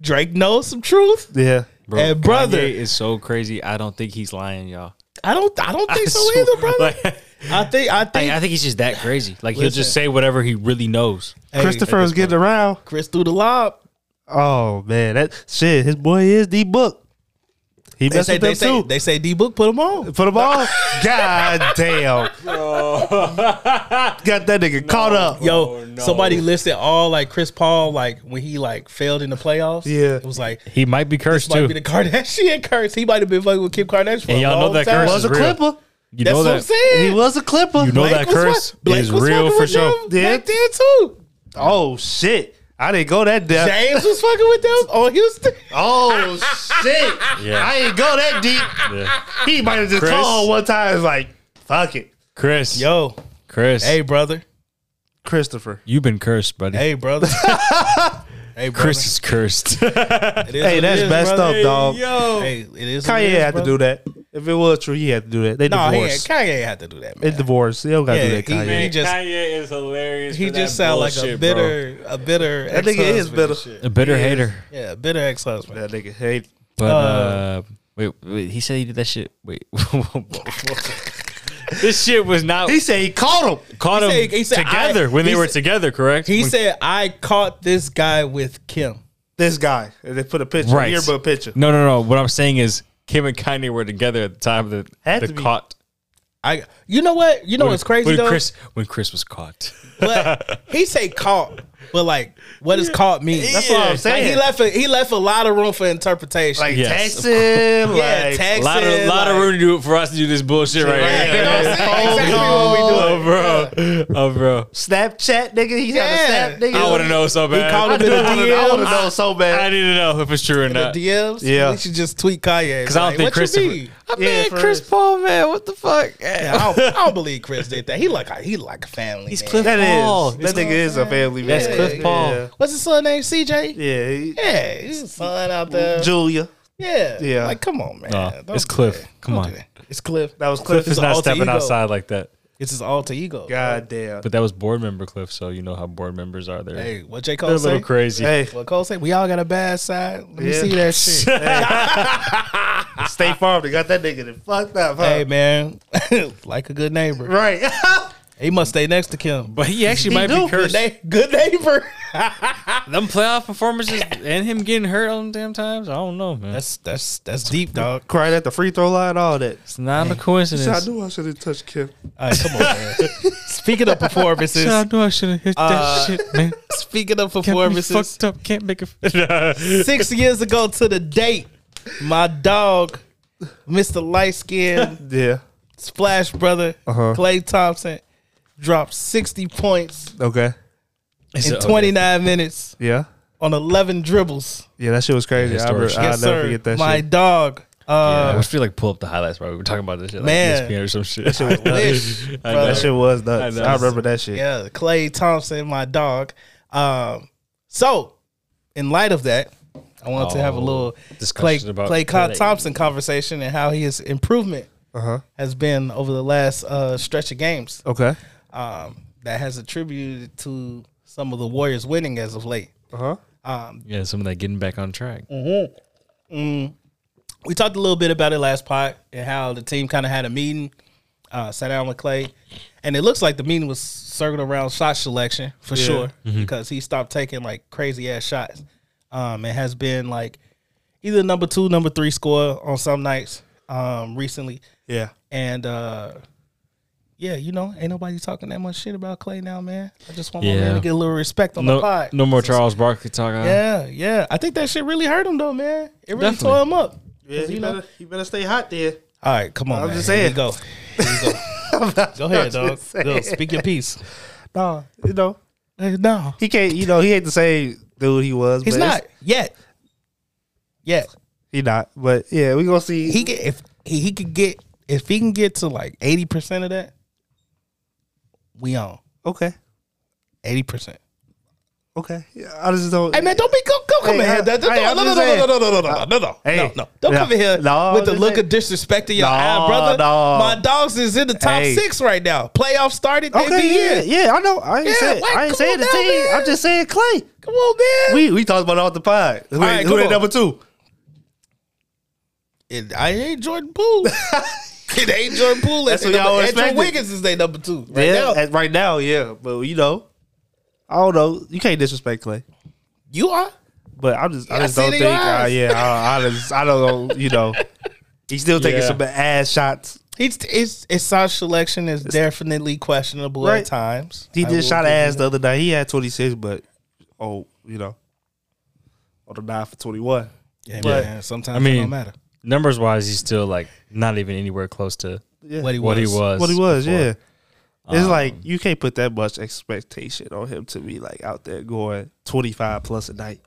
[SPEAKER 2] Drake knows some truth.
[SPEAKER 4] Yeah,
[SPEAKER 2] and brother,
[SPEAKER 3] Kanye is so crazy. I don't think he's lying, y'all.
[SPEAKER 2] I don't. I don't think so either, brother. I think. I think
[SPEAKER 3] I, I think he's just that crazy. Like he'll
[SPEAKER 2] Listen.
[SPEAKER 3] just say whatever he really knows.
[SPEAKER 2] Hey,
[SPEAKER 4] Christopher was getting around.
[SPEAKER 2] Chris threw the lob.
[SPEAKER 4] Oh man, that shit. His boy is the book. He
[SPEAKER 2] They
[SPEAKER 4] messed
[SPEAKER 2] say.
[SPEAKER 4] with
[SPEAKER 2] They
[SPEAKER 4] them
[SPEAKER 2] say.
[SPEAKER 4] too.
[SPEAKER 2] They say. D book put him on.
[SPEAKER 4] For the ball, god damn, got that nigga caught up.
[SPEAKER 2] Yo, somebody listed all like Chris Paul, like when he like failed in the playoffs.
[SPEAKER 4] Yeah.
[SPEAKER 2] it was like
[SPEAKER 3] He might be cursed
[SPEAKER 2] might
[SPEAKER 3] too.
[SPEAKER 2] be the Kardashian curse. He might have been fucking with Kim Kardashian. For
[SPEAKER 3] And
[SPEAKER 2] a
[SPEAKER 3] y'all know
[SPEAKER 2] long
[SPEAKER 3] that
[SPEAKER 2] time.
[SPEAKER 3] curse
[SPEAKER 4] was a
[SPEAKER 3] is real.
[SPEAKER 4] clipper.
[SPEAKER 3] you
[SPEAKER 2] That's
[SPEAKER 3] know
[SPEAKER 2] what
[SPEAKER 3] that.
[SPEAKER 2] I'm saying.
[SPEAKER 4] He was a clipper.
[SPEAKER 3] You know that
[SPEAKER 2] was
[SPEAKER 3] curse
[SPEAKER 2] fuck- Blake
[SPEAKER 3] is
[SPEAKER 2] was
[SPEAKER 3] real
[SPEAKER 2] fucking
[SPEAKER 3] for
[SPEAKER 2] with
[SPEAKER 3] sure.
[SPEAKER 2] them Back
[SPEAKER 4] Yeah.
[SPEAKER 2] then too.
[SPEAKER 4] Oh shit, I didn't go that deep.
[SPEAKER 2] James was fucking with them on Houston.
[SPEAKER 4] Oh shit,
[SPEAKER 3] Yeah.
[SPEAKER 4] I didn't go that deep. He might have just
[SPEAKER 3] Chris.
[SPEAKER 4] called one time. It's like fuck it,
[SPEAKER 3] Chris,
[SPEAKER 2] Yo,
[SPEAKER 3] Chris,
[SPEAKER 2] hey brother,
[SPEAKER 4] Christopher.
[SPEAKER 3] you've been cursed, buddy.
[SPEAKER 2] hey brother, hey brother.
[SPEAKER 3] Chris is cursed.
[SPEAKER 2] It is what
[SPEAKER 4] Hey,
[SPEAKER 2] it
[SPEAKER 4] that's
[SPEAKER 2] is,
[SPEAKER 4] messed
[SPEAKER 2] brother.
[SPEAKER 4] up, dog.
[SPEAKER 3] Yo,
[SPEAKER 2] Hey, it is. what it
[SPEAKER 4] Kanye
[SPEAKER 2] is,
[SPEAKER 4] had to
[SPEAKER 2] brother.
[SPEAKER 4] do that. If it was true, he had to do that. They
[SPEAKER 2] No, he ain't,
[SPEAKER 4] divorced.
[SPEAKER 2] Kanye had to do that,
[SPEAKER 4] They
[SPEAKER 2] man.
[SPEAKER 4] divorced. They don't gotta do
[SPEAKER 2] Yeah,
[SPEAKER 4] that,
[SPEAKER 2] he-
[SPEAKER 4] Kanye.
[SPEAKER 2] he just
[SPEAKER 3] Kanye is hilarious.
[SPEAKER 2] he just sound like a bitter, a bitter.
[SPEAKER 4] That nigga is
[SPEAKER 2] ex-husband
[SPEAKER 4] bitter.
[SPEAKER 2] and shit.
[SPEAKER 3] a bitter hater.
[SPEAKER 2] Yeah, bitter ex-husband.
[SPEAKER 4] that nigga hate.
[SPEAKER 3] But
[SPEAKER 2] Uh,
[SPEAKER 3] uh, wait, wait, he said he did that shit. Wait, this shit was not
[SPEAKER 4] He said he caught him.
[SPEAKER 3] caught
[SPEAKER 2] he
[SPEAKER 3] him
[SPEAKER 2] said- he said,
[SPEAKER 3] together
[SPEAKER 2] I-
[SPEAKER 3] when
[SPEAKER 2] he
[SPEAKER 3] they were
[SPEAKER 2] said-
[SPEAKER 3] together. Correct?
[SPEAKER 2] He
[SPEAKER 3] When-
[SPEAKER 2] said, "I caught this guy with Kim."
[SPEAKER 4] This guy. And they put a picture,
[SPEAKER 3] Right.
[SPEAKER 4] right. yearbook picture.
[SPEAKER 3] "No, no, no." What I'm saying is, Kim and Kanye were together at the time that
[SPEAKER 4] Had
[SPEAKER 3] the
[SPEAKER 4] to be.
[SPEAKER 3] caught.
[SPEAKER 2] I, you know what? You know
[SPEAKER 3] when-
[SPEAKER 2] what's crazy
[SPEAKER 3] when
[SPEAKER 2] though.
[SPEAKER 3] Chris when Chris was caught.
[SPEAKER 2] but he say caught, but like, what does caught mean?
[SPEAKER 4] That's what I'm
[SPEAKER 2] Like,
[SPEAKER 4] saying.
[SPEAKER 2] he left. A, he left a lot of room for interpretation.
[SPEAKER 4] Like
[SPEAKER 3] Yes,
[SPEAKER 4] text him.
[SPEAKER 2] yeah,
[SPEAKER 4] like,
[SPEAKER 2] Texas,
[SPEAKER 3] A lot of lot of
[SPEAKER 2] like-
[SPEAKER 3] room to do it for us to do this bullshit right
[SPEAKER 4] Yeah,
[SPEAKER 3] here.
[SPEAKER 2] You know what I'm saying?
[SPEAKER 4] Phone
[SPEAKER 2] Exactly
[SPEAKER 4] call.
[SPEAKER 2] what we doing.
[SPEAKER 3] Oh bro, oh bro.
[SPEAKER 4] Snapchat, nigga. He
[SPEAKER 2] Yeah.
[SPEAKER 4] had a snap, nigga.
[SPEAKER 3] I want to know so bad.
[SPEAKER 2] called
[SPEAKER 4] I
[SPEAKER 2] him in the
[SPEAKER 4] wanna- I want to
[SPEAKER 2] DMs.
[SPEAKER 4] know so
[SPEAKER 3] I
[SPEAKER 4] bad.
[SPEAKER 3] need to know if it's true or not.
[SPEAKER 2] The DMs.
[SPEAKER 4] Yeah.
[SPEAKER 2] we should just tweet Kanye
[SPEAKER 3] Because I don't think Chris. I
[SPEAKER 4] Yeah,
[SPEAKER 3] mean,
[SPEAKER 4] for
[SPEAKER 3] Chris
[SPEAKER 4] real.
[SPEAKER 3] Paul, man, what the fuck? Yeah,
[SPEAKER 2] I don't, I don't believe Chris did that. He like a, he like a family. man.
[SPEAKER 3] Cliff
[SPEAKER 4] That
[SPEAKER 3] Paul.
[SPEAKER 4] is. That nigga is a family man.
[SPEAKER 3] That's Cliff Paul.
[SPEAKER 4] Yeah.
[SPEAKER 2] What's his son name? CJ.
[SPEAKER 4] Yeah, he-
[SPEAKER 2] Yeah, he's a son out there.
[SPEAKER 4] Julia.
[SPEAKER 2] Yeah,
[SPEAKER 4] Yeah.
[SPEAKER 2] Like, come on, man.
[SPEAKER 3] No,
[SPEAKER 2] Don't
[SPEAKER 3] it's
[SPEAKER 2] do
[SPEAKER 3] Cliff.
[SPEAKER 2] that.
[SPEAKER 3] Come
[SPEAKER 2] Don't
[SPEAKER 3] on.
[SPEAKER 2] do that. It's Cliff.
[SPEAKER 4] That was Cliff.
[SPEAKER 2] Cliff.
[SPEAKER 3] He's
[SPEAKER 2] It's
[SPEAKER 3] not
[SPEAKER 2] alter
[SPEAKER 3] stepping
[SPEAKER 2] ego.
[SPEAKER 3] outside like that.
[SPEAKER 2] It's his alter ego.
[SPEAKER 4] God damn.
[SPEAKER 3] But that was board member Cliff, so you know how board members are. They're,
[SPEAKER 2] Hey, what J
[SPEAKER 3] they're
[SPEAKER 2] Cole
[SPEAKER 3] a little
[SPEAKER 2] say?
[SPEAKER 3] crazy.
[SPEAKER 4] Hey,
[SPEAKER 2] What Cole say? We all got a bad side. Let me
[SPEAKER 4] Yeah.
[SPEAKER 2] see that shit.
[SPEAKER 4] State Farm, they got that nigga that fucked up. Huh?
[SPEAKER 2] Hey man, like a good neighbor.
[SPEAKER 4] Right.
[SPEAKER 2] He must stay next to Kim.
[SPEAKER 3] But he actually might be
[SPEAKER 2] Good,
[SPEAKER 3] cursed.
[SPEAKER 2] na- good neighbor.
[SPEAKER 3] Them playoff performances and him getting hurt on damn times. I don't know, man.
[SPEAKER 2] That's that's that's deep, dog.
[SPEAKER 4] Crying at the free throw line, all that.
[SPEAKER 3] it's not a coincidence.
[SPEAKER 4] I knew I should have touched Kim.
[SPEAKER 2] All right, come on, man. Speaking of
[SPEAKER 3] I
[SPEAKER 2] performances,
[SPEAKER 3] knew I should have hit
[SPEAKER 2] Uh,
[SPEAKER 3] that shit, man.
[SPEAKER 2] speaking of
[SPEAKER 3] Can't be
[SPEAKER 2] performances,
[SPEAKER 3] fucked up. Can't make it.
[SPEAKER 2] six years ago to the date, my dog, Mr. Light Skin
[SPEAKER 4] Yeah.
[SPEAKER 2] Splash Brother
[SPEAKER 4] Uh-huh.
[SPEAKER 2] Clay Thompson, dropped sixty points
[SPEAKER 4] Okay.
[SPEAKER 2] in twenty nine minutes
[SPEAKER 4] Yeah.
[SPEAKER 2] on eleven dribbles.
[SPEAKER 4] Yeah, that shit was crazy.
[SPEAKER 3] Yeah,
[SPEAKER 4] I re-
[SPEAKER 3] historic
[SPEAKER 4] I'll
[SPEAKER 2] yes,
[SPEAKER 4] never
[SPEAKER 2] sir.
[SPEAKER 4] forget that
[SPEAKER 2] my
[SPEAKER 4] shit.
[SPEAKER 2] dog.
[SPEAKER 3] I
[SPEAKER 2] Uh,
[SPEAKER 3] just feel like pull up the highlights while we were talking about this shit, like E
[SPEAKER 2] Man.
[SPEAKER 3] ESPN or some shit. I
[SPEAKER 2] wish,
[SPEAKER 3] know.
[SPEAKER 2] brother.
[SPEAKER 4] That shit was nuts.
[SPEAKER 3] I
[SPEAKER 4] I,
[SPEAKER 3] know.
[SPEAKER 4] remember that shit.
[SPEAKER 2] yeah. Clay Thompson, my dog. Um, so, in light of that, I wanted to have a
[SPEAKER 3] Oh,
[SPEAKER 2] little Clay,
[SPEAKER 3] discussion about
[SPEAKER 2] Clay Con-
[SPEAKER 3] Clay.
[SPEAKER 2] Thompson conversation and how his improvement
[SPEAKER 4] Uh-huh.
[SPEAKER 2] has been over the last uh, stretch of games.
[SPEAKER 4] Okay.
[SPEAKER 2] Um, that has attributed to some of the Warriors winning as of late.
[SPEAKER 4] Uh-huh.
[SPEAKER 3] Yeah, some of that getting back on track.
[SPEAKER 2] Mm. we talked a little bit about it last pod and how the team kind of had a meeting, uh, sat down with Clay, and it looks like the meeting was circled around shot selection for sure
[SPEAKER 3] Mm-hmm.
[SPEAKER 2] because he stopped taking like crazy ass shots. Um, it has been like either number two, number three score on some nights um, recently,
[SPEAKER 4] Yeah.
[SPEAKER 2] and uh, yeah, you know, ain't nobody talking that much shit about Clay now, man. I just want my
[SPEAKER 3] Yeah.
[SPEAKER 2] man to get a little respect on the
[SPEAKER 3] No,
[SPEAKER 2] pod.
[SPEAKER 3] no more Charles Barkley talk. huh?
[SPEAKER 2] Yeah, yeah. I think that shit really hurt him though, man. It really tore
[SPEAKER 3] Definitely.
[SPEAKER 2] him up.
[SPEAKER 4] Yeah,
[SPEAKER 2] you
[SPEAKER 4] you
[SPEAKER 2] know-
[SPEAKER 4] better, you better stay hot there.
[SPEAKER 2] All right, come on.
[SPEAKER 4] I'm
[SPEAKER 2] man.
[SPEAKER 4] just
[SPEAKER 2] Here we
[SPEAKER 4] saying.
[SPEAKER 2] go. Go ahead,
[SPEAKER 4] I'm
[SPEAKER 2] dog.
[SPEAKER 4] just
[SPEAKER 2] Go
[SPEAKER 4] saying.
[SPEAKER 2] speak your piece.
[SPEAKER 4] Nah, you know,
[SPEAKER 2] No,
[SPEAKER 4] he can't, you know, he ain't the same dude he was.
[SPEAKER 2] he's
[SPEAKER 4] but it's-
[SPEAKER 2] not yet. Yet
[SPEAKER 4] He not. But yeah, we gonna see.
[SPEAKER 2] he get if he, he could get if he can get to like eighty percent of that, we on
[SPEAKER 4] okay.
[SPEAKER 2] eighty percent.
[SPEAKER 4] Okay. Yeah, I just don't.
[SPEAKER 2] Hey man, don't be come come, come
[SPEAKER 4] Hey,
[SPEAKER 2] in here.
[SPEAKER 4] I-
[SPEAKER 2] Don't- don't-
[SPEAKER 4] hey,
[SPEAKER 2] No
[SPEAKER 4] I'm
[SPEAKER 2] no no
[SPEAKER 4] just
[SPEAKER 2] no
[SPEAKER 4] saying. Uh,
[SPEAKER 2] no no no no no no
[SPEAKER 4] Hey.
[SPEAKER 2] no no. Don't
[SPEAKER 4] No.
[SPEAKER 2] come in here
[SPEAKER 4] No,
[SPEAKER 2] with the
[SPEAKER 4] this
[SPEAKER 2] look
[SPEAKER 4] ain't-
[SPEAKER 2] of disrespect in your
[SPEAKER 4] No,
[SPEAKER 2] eye, brother.
[SPEAKER 4] no.
[SPEAKER 2] My dogs is in the top
[SPEAKER 4] Hey.
[SPEAKER 2] six right now. Playoff started. They be
[SPEAKER 4] Okay,
[SPEAKER 2] in.
[SPEAKER 4] yeah, yeah, I know. I ain't
[SPEAKER 2] Yeah,
[SPEAKER 4] saying,
[SPEAKER 2] why-
[SPEAKER 4] I
[SPEAKER 2] come
[SPEAKER 4] ain't saying
[SPEAKER 2] on
[SPEAKER 4] the
[SPEAKER 2] down,
[SPEAKER 4] team.
[SPEAKER 2] man.
[SPEAKER 4] I'm just saying Clay.
[SPEAKER 2] Come on, man.
[SPEAKER 4] We we talked about it off the pod. Who,
[SPEAKER 2] right,
[SPEAKER 4] who
[SPEAKER 2] come
[SPEAKER 4] at
[SPEAKER 2] on.
[SPEAKER 4] number two?
[SPEAKER 2] It, I ain't Jordan Poole. it ain't Jordan Poole. That's
[SPEAKER 4] That's
[SPEAKER 2] what
[SPEAKER 4] what y'all
[SPEAKER 2] y'all Andrew
[SPEAKER 4] expected.
[SPEAKER 2] Wiggins is they number two right
[SPEAKER 4] yeah,
[SPEAKER 2] now.
[SPEAKER 4] at- right now, yeah. But you know, I don't know. You can't disrespect Clay.
[SPEAKER 2] You are.
[SPEAKER 4] But I'm just, I
[SPEAKER 2] Yeah, I
[SPEAKER 4] just
[SPEAKER 2] see it
[SPEAKER 4] don't
[SPEAKER 2] in your
[SPEAKER 4] think. Uh,
[SPEAKER 2] eyes.
[SPEAKER 4] yeah, I, I just, I don't know. You know, he's still taking
[SPEAKER 3] Yeah.
[SPEAKER 4] some ass shots.
[SPEAKER 2] It's it's it's shot selection is definitely questionable at
[SPEAKER 4] Right.
[SPEAKER 2] times.
[SPEAKER 4] He
[SPEAKER 2] I
[SPEAKER 4] did
[SPEAKER 2] will
[SPEAKER 4] shot
[SPEAKER 2] give
[SPEAKER 4] ass
[SPEAKER 2] you
[SPEAKER 4] the other night. He had 26, but oh, you know, on the nine for 21.
[SPEAKER 2] that. Yeah,
[SPEAKER 4] but-
[SPEAKER 2] man, sometimes
[SPEAKER 3] I mean,
[SPEAKER 2] it don't matter.
[SPEAKER 3] Numbers wise, he's still like not even anywhere close to
[SPEAKER 4] Yeah.
[SPEAKER 2] What he
[SPEAKER 3] what he
[SPEAKER 2] was.
[SPEAKER 3] was.
[SPEAKER 4] what he was,
[SPEAKER 3] before. Um,
[SPEAKER 4] yeah. It's like you can't put that much expectation on him to be like out there going twenty five plus a night,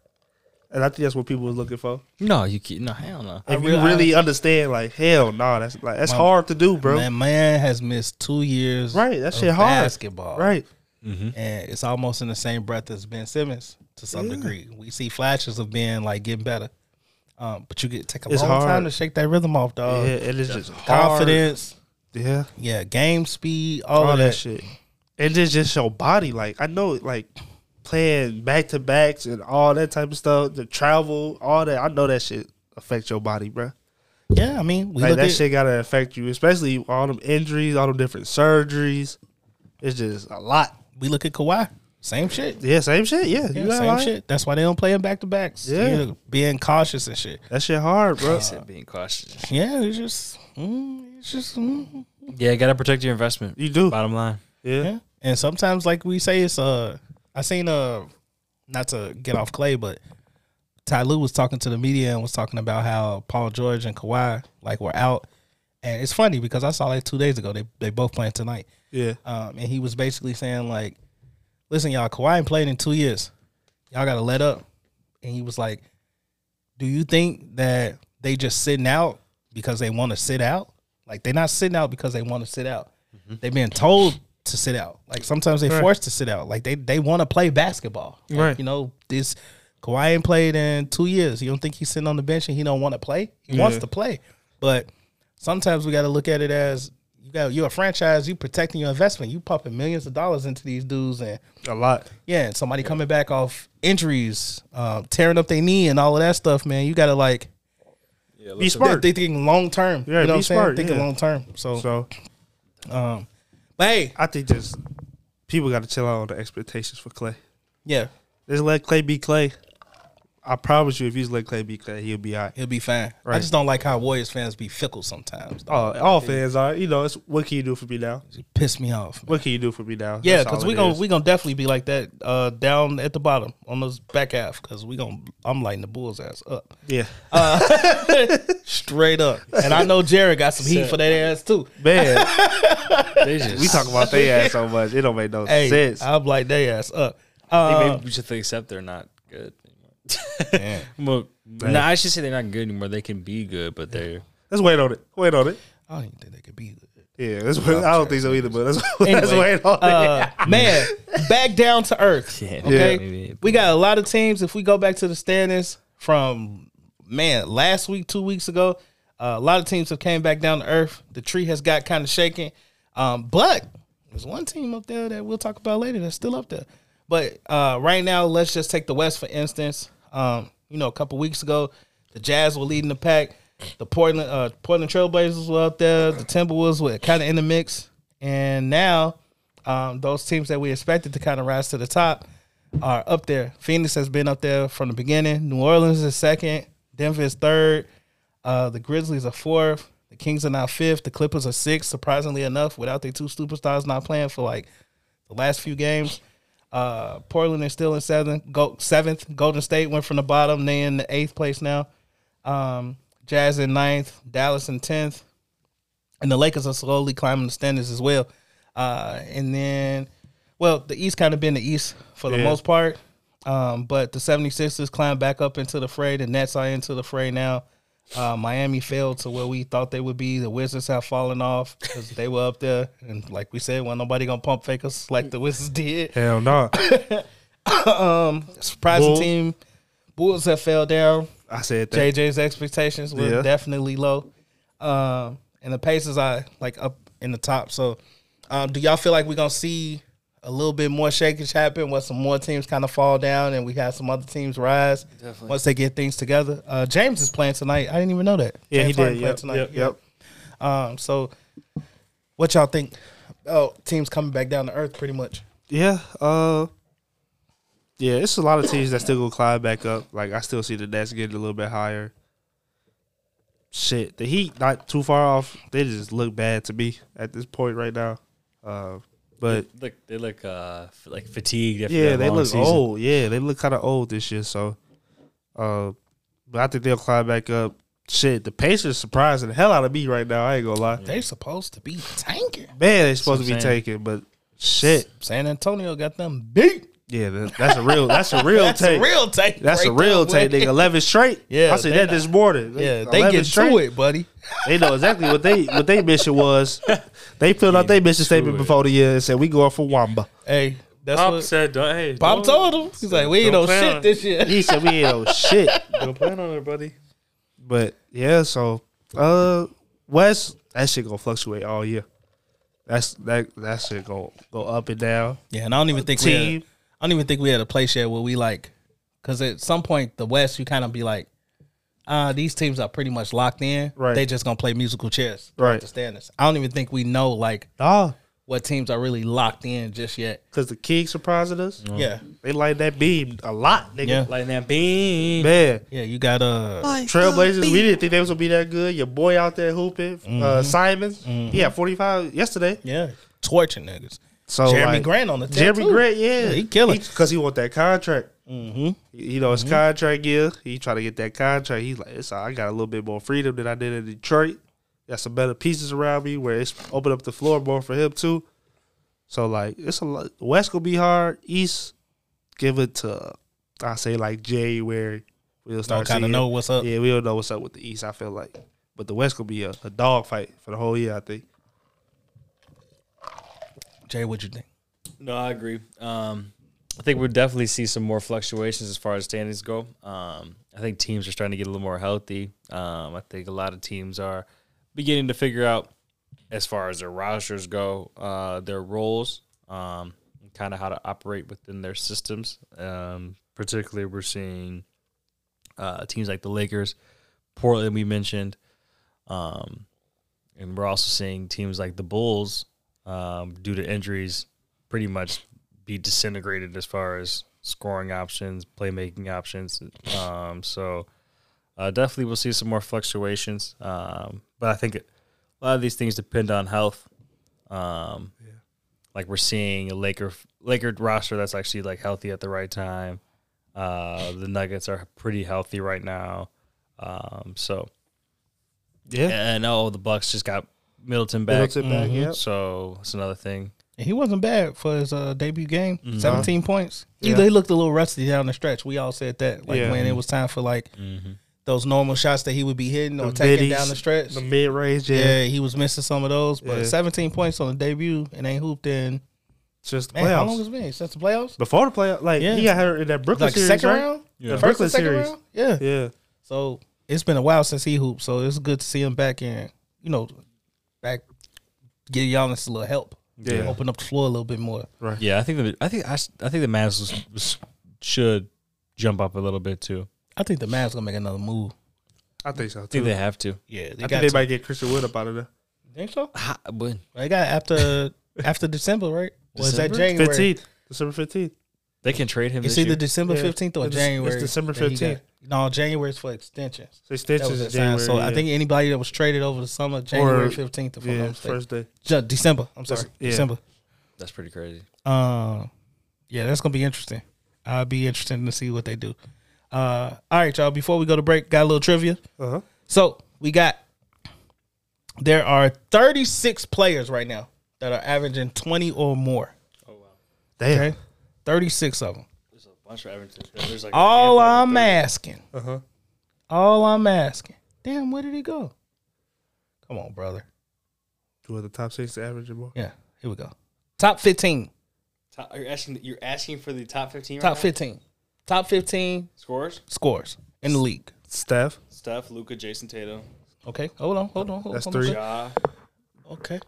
[SPEAKER 4] and I think that's what people was looking for.
[SPEAKER 3] No, you can't. No, hell no.
[SPEAKER 4] If you
[SPEAKER 2] realize-
[SPEAKER 4] really understand, like hell no, that's like that's hard to do, bro.
[SPEAKER 2] That man has missed two years.
[SPEAKER 4] Right, that
[SPEAKER 2] of
[SPEAKER 4] shit hard.
[SPEAKER 2] Basketball.
[SPEAKER 4] Right,
[SPEAKER 2] and it's almost in the same breath as Ben Simmons to some degree. We see flashes of being like getting better, um, but you get take a
[SPEAKER 4] It's
[SPEAKER 2] long
[SPEAKER 4] hard.
[SPEAKER 2] time to shake that rhythm off,
[SPEAKER 4] yeah,
[SPEAKER 2] dog.
[SPEAKER 4] and it's just hard.
[SPEAKER 2] Confidence,
[SPEAKER 4] yeah,
[SPEAKER 2] yeah, game speed, all,
[SPEAKER 4] all,
[SPEAKER 2] of
[SPEAKER 4] that,
[SPEAKER 2] that.
[SPEAKER 4] shit, and then just your body. Like I know, like playing back to backs and all that type of stuff, the travel, all that. I know that shit affects your body, bro.
[SPEAKER 2] Yeah, I mean, we
[SPEAKER 4] Like
[SPEAKER 2] look
[SPEAKER 4] that
[SPEAKER 2] at,
[SPEAKER 4] shit gotta affect you, especially all them injuries, all them different surgeries. It's just a lot.
[SPEAKER 2] we look at Kawhi, same shit.
[SPEAKER 4] Yeah, same shit. Yeah,
[SPEAKER 2] Yeah,
[SPEAKER 4] you got
[SPEAKER 2] same
[SPEAKER 4] like-
[SPEAKER 2] shit. That's why they don't play him back to backs.
[SPEAKER 4] Yeah.
[SPEAKER 2] being cautious and shit.
[SPEAKER 4] That shit hard, bro.
[SPEAKER 3] being cautious.
[SPEAKER 2] Yeah, it's just, mm, it's just, mm,
[SPEAKER 3] Yeah, gotta protect your investment.
[SPEAKER 4] You do.
[SPEAKER 3] Bottom line.
[SPEAKER 4] Yeah,
[SPEAKER 2] yeah. And sometimes, like we say, it's uh, I seen uh, not to get off Clay, but Ty Lue was talking to the media and was talking about how Paul George and Kawhi like were out, and it's funny because I saw like two days ago they they both playing tonight,
[SPEAKER 4] yeah,
[SPEAKER 2] um, and he was basically saying like, "Listen, y'all, Kawhi ain't played in two years. Y'all gotta let up." And he was like, "Do you think that they just sitting out because they want to sit out? Like they're not sitting out because they want to sit out. They've been told to sit out. Like sometimes they forced to sit out. Like they they want to play basketball. Like,
[SPEAKER 4] Right.
[SPEAKER 2] You know this." Kawhi ain't played in two years. You don't think he's sitting on the bench and he don't want to play? He wants to play, but sometimes we got to look at it as you got you're a franchise, you protecting your investment, you pumping millions of dollars into these dudes, and
[SPEAKER 4] a lot.
[SPEAKER 2] yeah, and somebody coming back um, off injuries, uh, tearing up their knee and all of that stuff, man. You got to like
[SPEAKER 4] be
[SPEAKER 2] They,
[SPEAKER 4] smart.
[SPEAKER 2] they thinking long term.
[SPEAKER 4] Yeah,
[SPEAKER 2] you know
[SPEAKER 4] be
[SPEAKER 2] what I'm saying?
[SPEAKER 4] smart,
[SPEAKER 2] Thinking
[SPEAKER 4] yeah.
[SPEAKER 2] long term. So,
[SPEAKER 4] so
[SPEAKER 2] um, but hey,
[SPEAKER 4] I think just people got to chill out on the expectations for Clay.
[SPEAKER 2] yeah,
[SPEAKER 4] Just let Clay be Clay. I promise you, if you just let Clay be Clay, he'll be all right.
[SPEAKER 2] he'll be fine. I
[SPEAKER 4] Right.
[SPEAKER 2] just don't like how Warriors fans be fickle sometimes. Dog.
[SPEAKER 4] Oh, all fans are. You know, it's what can you do for me now?
[SPEAKER 2] It piss me off. Man.
[SPEAKER 4] What can you do for me now?
[SPEAKER 2] Yeah,
[SPEAKER 4] That's
[SPEAKER 2] because
[SPEAKER 4] all
[SPEAKER 2] we
[SPEAKER 4] it
[SPEAKER 2] gonna
[SPEAKER 4] is.
[SPEAKER 2] we gonna definitely be like that uh, down at the bottom on those back half because we gonna I'm lighting the Bulls ass up
[SPEAKER 4] yeah,
[SPEAKER 2] straight up, and I know Jared got some heat for that ass too.
[SPEAKER 4] man.
[SPEAKER 3] They just,
[SPEAKER 4] we talk about their ass so much, it don't make no
[SPEAKER 2] Hey,
[SPEAKER 4] sense.
[SPEAKER 2] I'm like they ass up.
[SPEAKER 3] Maybe
[SPEAKER 2] Uh,
[SPEAKER 3] we should accept they're not good. Well, no,
[SPEAKER 4] Right.
[SPEAKER 3] I should say they're not good anymore. They can be good, but they're
[SPEAKER 4] Let's wait on it. Wait on it.
[SPEAKER 2] I don't even think they could be good.
[SPEAKER 4] Yeah, that's what, I don't think so either. But that's that's
[SPEAKER 2] Anyway,
[SPEAKER 4] wait on
[SPEAKER 2] uh, man, back down to earth. okay,
[SPEAKER 3] Yeah.
[SPEAKER 2] we got a lot of teams. If we go back to the standings from man last week, two weeks ago, uh, a lot of teams have came back down to earth. The tree has got kind of shaken, um, but there's one team up there that we'll talk about later that's still up there. But uh, right now, let's just take the West for instance. Um, you know, a couple weeks ago, the Jazz were leading the pack. The Portland uh, Portland Trailblazers were up there. The Timberwolves were kind of in the mix, and now um, those teams that we expected to kind of rise to the top are up there. Phoenix has been up there from the beginning. New Orleans is second. Denver is third. Uh, the Grizzlies are fourth. The Kings are now fifth. The Clippers are sixth. Surprisingly enough, without their two superstars not playing for like the last few games, uh, Portland is still in seventh. Go, seventh. Golden State went from the bottom. They in the eighth place now. Um, Jazz in ninth. Dallas in tenth. And the Lakers are slowly climbing the standings as well. Uh, and then, well, the East kind of been the East for the
[SPEAKER 4] Yeah.
[SPEAKER 2] most part. Um, but the 76ers climbed back up into the fray. The Nets are into the fray now. Uh, Miami fell to where we thought they would be. The Wizards have fallen off because they were up there. And like we said, when nobody going to pump fake us like the Wizards did.
[SPEAKER 4] Hell no.
[SPEAKER 2] Surprising
[SPEAKER 4] Bulls.
[SPEAKER 2] team. Bulls have fell down.
[SPEAKER 4] I said that.
[SPEAKER 2] JJ's expectations were
[SPEAKER 4] Yeah.
[SPEAKER 2] definitely low. Um, and the Pacers are like up in the top. So, um, do y'all feel like we're gonna see a little bit more shakage happen where some more teams kind of fall down and we have some other teams rise once they get things together? Uh, James is playing tonight. I didn't even know that.
[SPEAKER 4] yeah, he
[SPEAKER 2] James Harden
[SPEAKER 4] did.
[SPEAKER 2] playing
[SPEAKER 4] Yep,
[SPEAKER 2] tonight.
[SPEAKER 4] yep,
[SPEAKER 2] Yeah.
[SPEAKER 4] yep.
[SPEAKER 2] Um, so, what y'all think? Oh, teams coming back down to earth, pretty much.
[SPEAKER 4] Yeah. Uh, yeah, it's a lot of teams that still gonna climb back up. Like I still see the Nets getting a little bit higher. Shit, the Heat not too far off. They just look bad to me at this point right now. Uh, but
[SPEAKER 3] look they look uh f- like fatigued. After
[SPEAKER 4] yeah,
[SPEAKER 3] that
[SPEAKER 4] they
[SPEAKER 3] long
[SPEAKER 4] look
[SPEAKER 3] season.
[SPEAKER 4] old. Yeah, they look kind of old this year. So, uh, but I think they'll climb back up. Shit, the Pacers surprising the hell out of me right now. I ain't gonna lie.
[SPEAKER 2] They're supposed to be tanking.
[SPEAKER 4] Man, they supposed
[SPEAKER 3] what
[SPEAKER 4] to be
[SPEAKER 3] I'm saying.
[SPEAKER 4] taken, but shit.
[SPEAKER 2] San Antonio got them beat.
[SPEAKER 4] Yeah, that, that's a real. That's a real
[SPEAKER 2] That's
[SPEAKER 4] take.
[SPEAKER 2] a real take.
[SPEAKER 4] That's
[SPEAKER 2] right
[SPEAKER 4] a real
[SPEAKER 2] there,
[SPEAKER 4] take,
[SPEAKER 2] boy.
[SPEAKER 4] nigga. Eleven straight.
[SPEAKER 2] Yeah,
[SPEAKER 4] I said
[SPEAKER 2] they
[SPEAKER 4] that this morning.
[SPEAKER 2] Yeah, they
[SPEAKER 4] 11
[SPEAKER 2] get
[SPEAKER 4] straight.
[SPEAKER 2] to it, buddy.
[SPEAKER 4] They know exactly what they what they mission was. They filled out their mission statement before the year and said we going for Wamba.
[SPEAKER 2] Hey, that's
[SPEAKER 7] Pop
[SPEAKER 2] what
[SPEAKER 7] said, don't- hey,
[SPEAKER 2] Bob
[SPEAKER 7] don't-
[SPEAKER 2] told him. He's like, we ain't
[SPEAKER 7] Don't
[SPEAKER 2] no
[SPEAKER 7] plan on
[SPEAKER 2] shit
[SPEAKER 7] it.
[SPEAKER 2] this year.
[SPEAKER 4] He said we ain't no shit.
[SPEAKER 7] Don't plan on it, buddy.
[SPEAKER 4] But yeah, so uh, West that shit gonna fluctuate all year. That's that that shit gonna go up and down.
[SPEAKER 2] Yeah, and I don't even think we. Had,
[SPEAKER 4] Team.
[SPEAKER 2] I don't even think we had a place yet where we like, because at some point the West, you kind of be like, uh, these teams are pretty much locked in.
[SPEAKER 4] Right.
[SPEAKER 2] They just gonna play musical chairs.
[SPEAKER 4] Right.
[SPEAKER 2] The standards. I don't even think we know like
[SPEAKER 4] Nah,
[SPEAKER 2] what teams are really locked in just yet.
[SPEAKER 4] cause the Kings surprising us.
[SPEAKER 2] Yeah.
[SPEAKER 4] They like that beam a lot, nigga.
[SPEAKER 2] Yeah.
[SPEAKER 3] like that beam.
[SPEAKER 4] Man,
[SPEAKER 2] Yeah. You got uh.
[SPEAKER 4] Trailblazers, we didn't think they was gonna be that good. Your boy out there hooping, uh, Simons, he had forty five yesterday.
[SPEAKER 2] Yeah. Torching niggas.
[SPEAKER 4] So
[SPEAKER 2] Jeremy
[SPEAKER 4] like,
[SPEAKER 2] Grant on the tail,
[SPEAKER 4] Jeremy
[SPEAKER 2] too.
[SPEAKER 4] Grant, yeah,
[SPEAKER 2] he Mm-hmm. killing.
[SPEAKER 4] because he, want that contract. You know, his contract year, he try to get that contract. He's like, it's, all- I got a little bit more freedom than I did in Detroit. Got some better pieces around me where it's open up the floor more for him too. So like, it's a lot. West gonna be hard. East, give it to I say like January. We'll start
[SPEAKER 2] kinda
[SPEAKER 4] seeing-
[SPEAKER 2] know what's up.
[SPEAKER 4] Yeah, we don't know what's up with the East. I feel like, but the West gonna be a, a dog fight for the whole year. I think.
[SPEAKER 2] Jay, what you think?
[SPEAKER 3] No, I agree. Um, I think we'll definitely see some more fluctuations as far as standings go. Um, I think teams are starting to get a little more healthy. Um, I think a lot of teams are beginning to figure out, as far as their rosters go, uh, their roles, um, kind of how to operate within their systems. Um, particularly, we're seeing uh, teams like the Lakers Portland we mentioned, um, and we're also seeing teams like the Bulls, um, due to injuries, pretty much be disintegrated as far as scoring options, playmaking options. Um, so uh, definitely we'll see some more fluctuations, um, but I think a lot of these things depend on health. Um, Like we're seeing a Laker Laker roster that's actually like healthy at the right time. Uh, the Nuggets are pretty healthy right now. Um, so
[SPEAKER 4] Yeah.
[SPEAKER 3] and oh, the Bucks just got Middleton back.
[SPEAKER 4] Middleton back,
[SPEAKER 2] Mm-hmm.
[SPEAKER 4] yep.
[SPEAKER 3] So that's another thing.
[SPEAKER 2] And he wasn't bad for his uh, debut game. 17 points. He,
[SPEAKER 4] Yeah.
[SPEAKER 2] they looked a little rusty down the stretch. We all said that. Like
[SPEAKER 4] Yeah.
[SPEAKER 2] when it was time for like those normal shots that he would be hitting or
[SPEAKER 4] The
[SPEAKER 2] taking
[SPEAKER 4] middies,
[SPEAKER 2] down the stretch.
[SPEAKER 4] The mid range, yeah.
[SPEAKER 2] yeah, he was missing some of those. But
[SPEAKER 4] Yeah.
[SPEAKER 2] 17 points on the debut and ain't hooped in.
[SPEAKER 4] It's just the
[SPEAKER 2] Man, how long
[SPEAKER 4] playoffs.
[SPEAKER 2] has it been? Since the playoffs?
[SPEAKER 4] Before the playoffs, like
[SPEAKER 2] Yeah.
[SPEAKER 4] he got hurt in that Brooklyn
[SPEAKER 2] Like
[SPEAKER 4] series,
[SPEAKER 2] second
[SPEAKER 4] right?
[SPEAKER 2] round?
[SPEAKER 4] The
[SPEAKER 2] First
[SPEAKER 4] Brooklyn
[SPEAKER 2] and second
[SPEAKER 4] series.
[SPEAKER 2] round? Yeah.
[SPEAKER 4] Yeah,
[SPEAKER 2] So it's been a while since he hooped. So it's good to see him back in, you know, back, give Giannis a little help.
[SPEAKER 4] Yeah.
[SPEAKER 2] Open up the floor a little bit more.
[SPEAKER 3] Yeah, I think the I think I, s- I think the Mavs was- was- should jump up a little bit too.
[SPEAKER 2] I think the Mavs going to make another move.
[SPEAKER 4] I think so
[SPEAKER 3] I think
[SPEAKER 4] too.
[SPEAKER 3] they have to.
[SPEAKER 2] Yeah, they
[SPEAKER 4] I
[SPEAKER 2] got
[SPEAKER 4] think they
[SPEAKER 2] to.
[SPEAKER 4] might get Christian Wood up out of there.
[SPEAKER 2] Think so?
[SPEAKER 3] Ha- but-
[SPEAKER 2] They got after after December, right? Was that
[SPEAKER 3] December?
[SPEAKER 2] January?
[SPEAKER 4] Fifteenth, December fifteenth.
[SPEAKER 3] They can trade him.
[SPEAKER 2] It's
[SPEAKER 3] This
[SPEAKER 2] either
[SPEAKER 3] year.
[SPEAKER 2] December
[SPEAKER 4] Yeah.
[SPEAKER 2] fifteenth or
[SPEAKER 4] It's- it's
[SPEAKER 2] January.
[SPEAKER 4] December
[SPEAKER 2] that he got-
[SPEAKER 4] 15th.
[SPEAKER 2] No, January is for extensions.
[SPEAKER 4] So
[SPEAKER 2] That
[SPEAKER 4] extensions
[SPEAKER 2] was
[SPEAKER 4] in
[SPEAKER 2] that sign.
[SPEAKER 4] January.
[SPEAKER 2] So I
[SPEAKER 4] yeah.
[SPEAKER 2] think anybody that was traded over the summer, January fifteenth, if I'm not
[SPEAKER 4] yeah,
[SPEAKER 2] mistaken.
[SPEAKER 4] first day.
[SPEAKER 2] Ju- December. I'm sorry,
[SPEAKER 4] yeah.
[SPEAKER 2] December.
[SPEAKER 3] That's pretty crazy.
[SPEAKER 2] Um, yeah, that's gonna be interesting. I'll be interested to see what they do. Uh, all right, y'all. Before we go to break, got a little trivia.
[SPEAKER 4] Uh huh.
[SPEAKER 2] So we got there are 36 players right now that are averaging 20 or more.
[SPEAKER 4] Damn.
[SPEAKER 2] Okay, 36 of them.
[SPEAKER 3] There's a bunch of Everton. There's like
[SPEAKER 2] All I'm asking.
[SPEAKER 4] Uh-huh.
[SPEAKER 2] All I'm asking. Damn, where did he go? Come on, brother.
[SPEAKER 4] Two of the top six to average more.
[SPEAKER 2] Yeah, here we go. Top 15.
[SPEAKER 3] Top, you're asking. You're asking for the top fifteen.
[SPEAKER 2] Top 15. Top 15
[SPEAKER 3] scores.
[SPEAKER 2] scores in the league.
[SPEAKER 4] Steph.
[SPEAKER 3] Steph, Luca, Jason Tatum,
[SPEAKER 2] Okay, hold on, hold on, hold
[SPEAKER 4] That's
[SPEAKER 2] on.
[SPEAKER 4] three.
[SPEAKER 3] Ja.
[SPEAKER 2] Okay,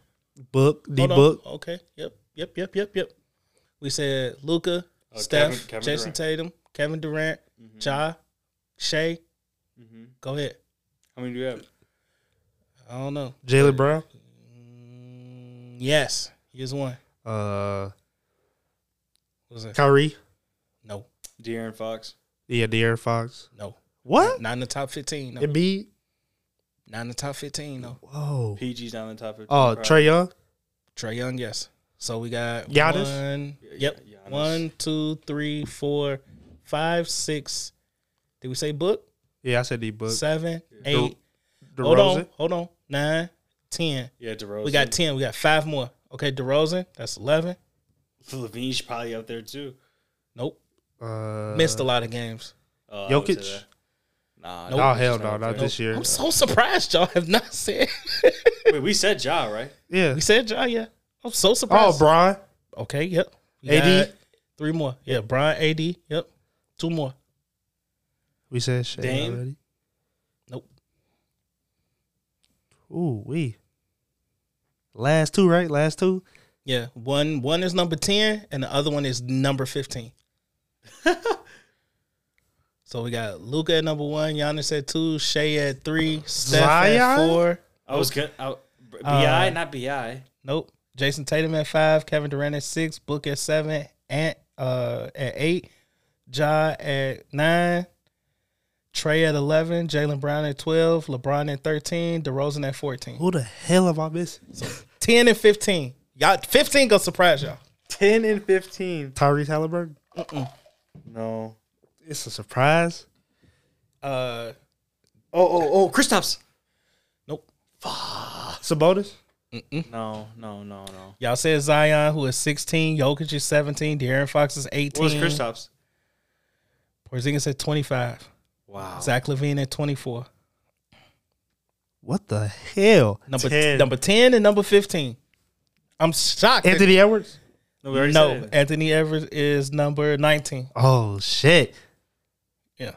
[SPEAKER 4] Book. D
[SPEAKER 2] hold on.
[SPEAKER 4] book.
[SPEAKER 2] Okay, yep, yep, yep, yep, yep. We said Luca, Steph,
[SPEAKER 3] Oh, Kevin-
[SPEAKER 2] Jason
[SPEAKER 3] Kevin Durant. Mm-hmm.
[SPEAKER 2] Tatum, Kevin Durant, Ja, Shea. Go ahead.
[SPEAKER 3] How many do you have?
[SPEAKER 2] I don't know.
[SPEAKER 4] Jalen Brown.
[SPEAKER 2] Yes, here's one.
[SPEAKER 4] Uh,
[SPEAKER 2] What was it?
[SPEAKER 4] Kyrie.
[SPEAKER 2] No,
[SPEAKER 3] De'Aaron Fox.
[SPEAKER 4] Yeah, De'Aaron Fox.
[SPEAKER 2] no.
[SPEAKER 4] What?
[SPEAKER 2] Not in the top 15. No.
[SPEAKER 4] Embiid.
[SPEAKER 2] Not in the top 15, no.
[SPEAKER 4] Whoa.
[SPEAKER 3] PG's down in the top fifteen.
[SPEAKER 4] Oh,
[SPEAKER 3] probably.
[SPEAKER 4] Trey Young.
[SPEAKER 2] Trey Young, yes. So we got
[SPEAKER 4] Giannis?
[SPEAKER 2] one. Yep.
[SPEAKER 3] Giannis.
[SPEAKER 2] One, two, three, four, five, six. Did we say book?
[SPEAKER 4] Yeah, I said D book.
[SPEAKER 2] Seven, eight. Hold on.
[SPEAKER 4] DeRozan.
[SPEAKER 2] Hold on. Nine, ten.
[SPEAKER 3] Yeah, DeRozan.
[SPEAKER 2] We got ten. We got five more. Okay, DeRozan, that's eleven.
[SPEAKER 3] Levine's probably up there too.
[SPEAKER 2] Nope.
[SPEAKER 4] Uh,
[SPEAKER 2] Missed a lot of games.
[SPEAKER 3] Uh, I would say
[SPEAKER 4] Jokic?
[SPEAKER 3] that. Nah,
[SPEAKER 2] Nope.
[SPEAKER 4] Oh
[SPEAKER 3] Jokic's
[SPEAKER 4] hell
[SPEAKER 3] not
[SPEAKER 4] no,
[SPEAKER 3] up
[SPEAKER 4] not
[SPEAKER 3] there.
[SPEAKER 4] this year.
[SPEAKER 2] I'm so surprised y'all have not said.
[SPEAKER 3] Wait, we said Ja, right?
[SPEAKER 4] Yeah.
[SPEAKER 2] we said y'all, yeah. I'm so
[SPEAKER 4] Oh,
[SPEAKER 2] surprised.
[SPEAKER 4] Brian.
[SPEAKER 2] Okay, yep. We
[SPEAKER 4] AD?
[SPEAKER 2] got Three more. Yeah, Brian AD. Yep. Two more.
[SPEAKER 4] We said Shane
[SPEAKER 3] Dame?
[SPEAKER 4] already.
[SPEAKER 2] Nope.
[SPEAKER 4] Ooh, we. Last two, right? Last two.
[SPEAKER 2] Yeah, one one is number ten, and the other one is number fifteen. so we got Luca at number one, Giannis at two, Shea at three, Steph at
[SPEAKER 4] Zion?
[SPEAKER 2] four. Uh,
[SPEAKER 3] I was good. I, Bi, not Bi.
[SPEAKER 2] Nope. Jason Tatum at five, Kevin Durant at six, Book at seven, Ant uh, at eight, Ja at nine, Trey at eleven, Jalen Brown at twelve, LeBron at thirteen, DeRozan at fourteen.
[SPEAKER 4] Who the hell am I missing?
[SPEAKER 2] Ten and fifteen. Y'all fifteen gonna surprise y'all.
[SPEAKER 3] Ten and fifteen.
[SPEAKER 4] Tyrese Halliburton.
[SPEAKER 3] No.
[SPEAKER 4] It's a surprise.
[SPEAKER 2] Uh
[SPEAKER 3] Oh, oh, oh, Kristaps.
[SPEAKER 2] nope.
[SPEAKER 4] Sabonis.
[SPEAKER 3] No, no, no, no.
[SPEAKER 2] Y'all said Zion, who is 16, Jokic is 17, De'Aaron Fox is
[SPEAKER 3] What was
[SPEAKER 2] 18,
[SPEAKER 3] Kristaps?
[SPEAKER 2] Porzingis at 25,
[SPEAKER 3] Wow.
[SPEAKER 2] Zach Levine at 24.
[SPEAKER 4] What the hell?
[SPEAKER 2] Number
[SPEAKER 4] 10.
[SPEAKER 2] number 10 and number 15. I'm shocked. that-
[SPEAKER 4] Anthony Edwards.
[SPEAKER 3] No, we already said
[SPEAKER 2] no,
[SPEAKER 3] it.
[SPEAKER 2] Anthony Evers is number 19.
[SPEAKER 4] Oh shit.
[SPEAKER 2] Yeah.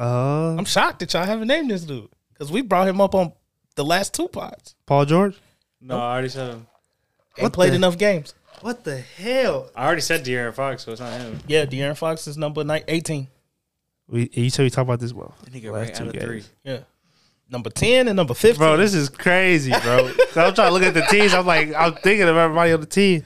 [SPEAKER 4] Uh,
[SPEAKER 2] I'm shocked that y'all haven't named this dude because we brought him up on the last two pods.
[SPEAKER 4] Paul George.
[SPEAKER 3] No, I already said him.
[SPEAKER 2] Ain't played
[SPEAKER 4] the-
[SPEAKER 2] enough games.
[SPEAKER 4] What the hell?
[SPEAKER 3] I already said De'Aaron Fox, so it's not him.
[SPEAKER 2] Yeah, De'Aaron Fox is number ni- 18.
[SPEAKER 4] We each time we talk about this. Well,
[SPEAKER 3] That nigga
[SPEAKER 4] last
[SPEAKER 3] right
[SPEAKER 4] two
[SPEAKER 3] out of
[SPEAKER 4] games.
[SPEAKER 3] three.
[SPEAKER 2] Yeah. Number 10 and number 15.
[SPEAKER 4] Bro, this is crazy, bro. so I'm trying to look at the teams. I'm like, I'm thinking of everybody on the team.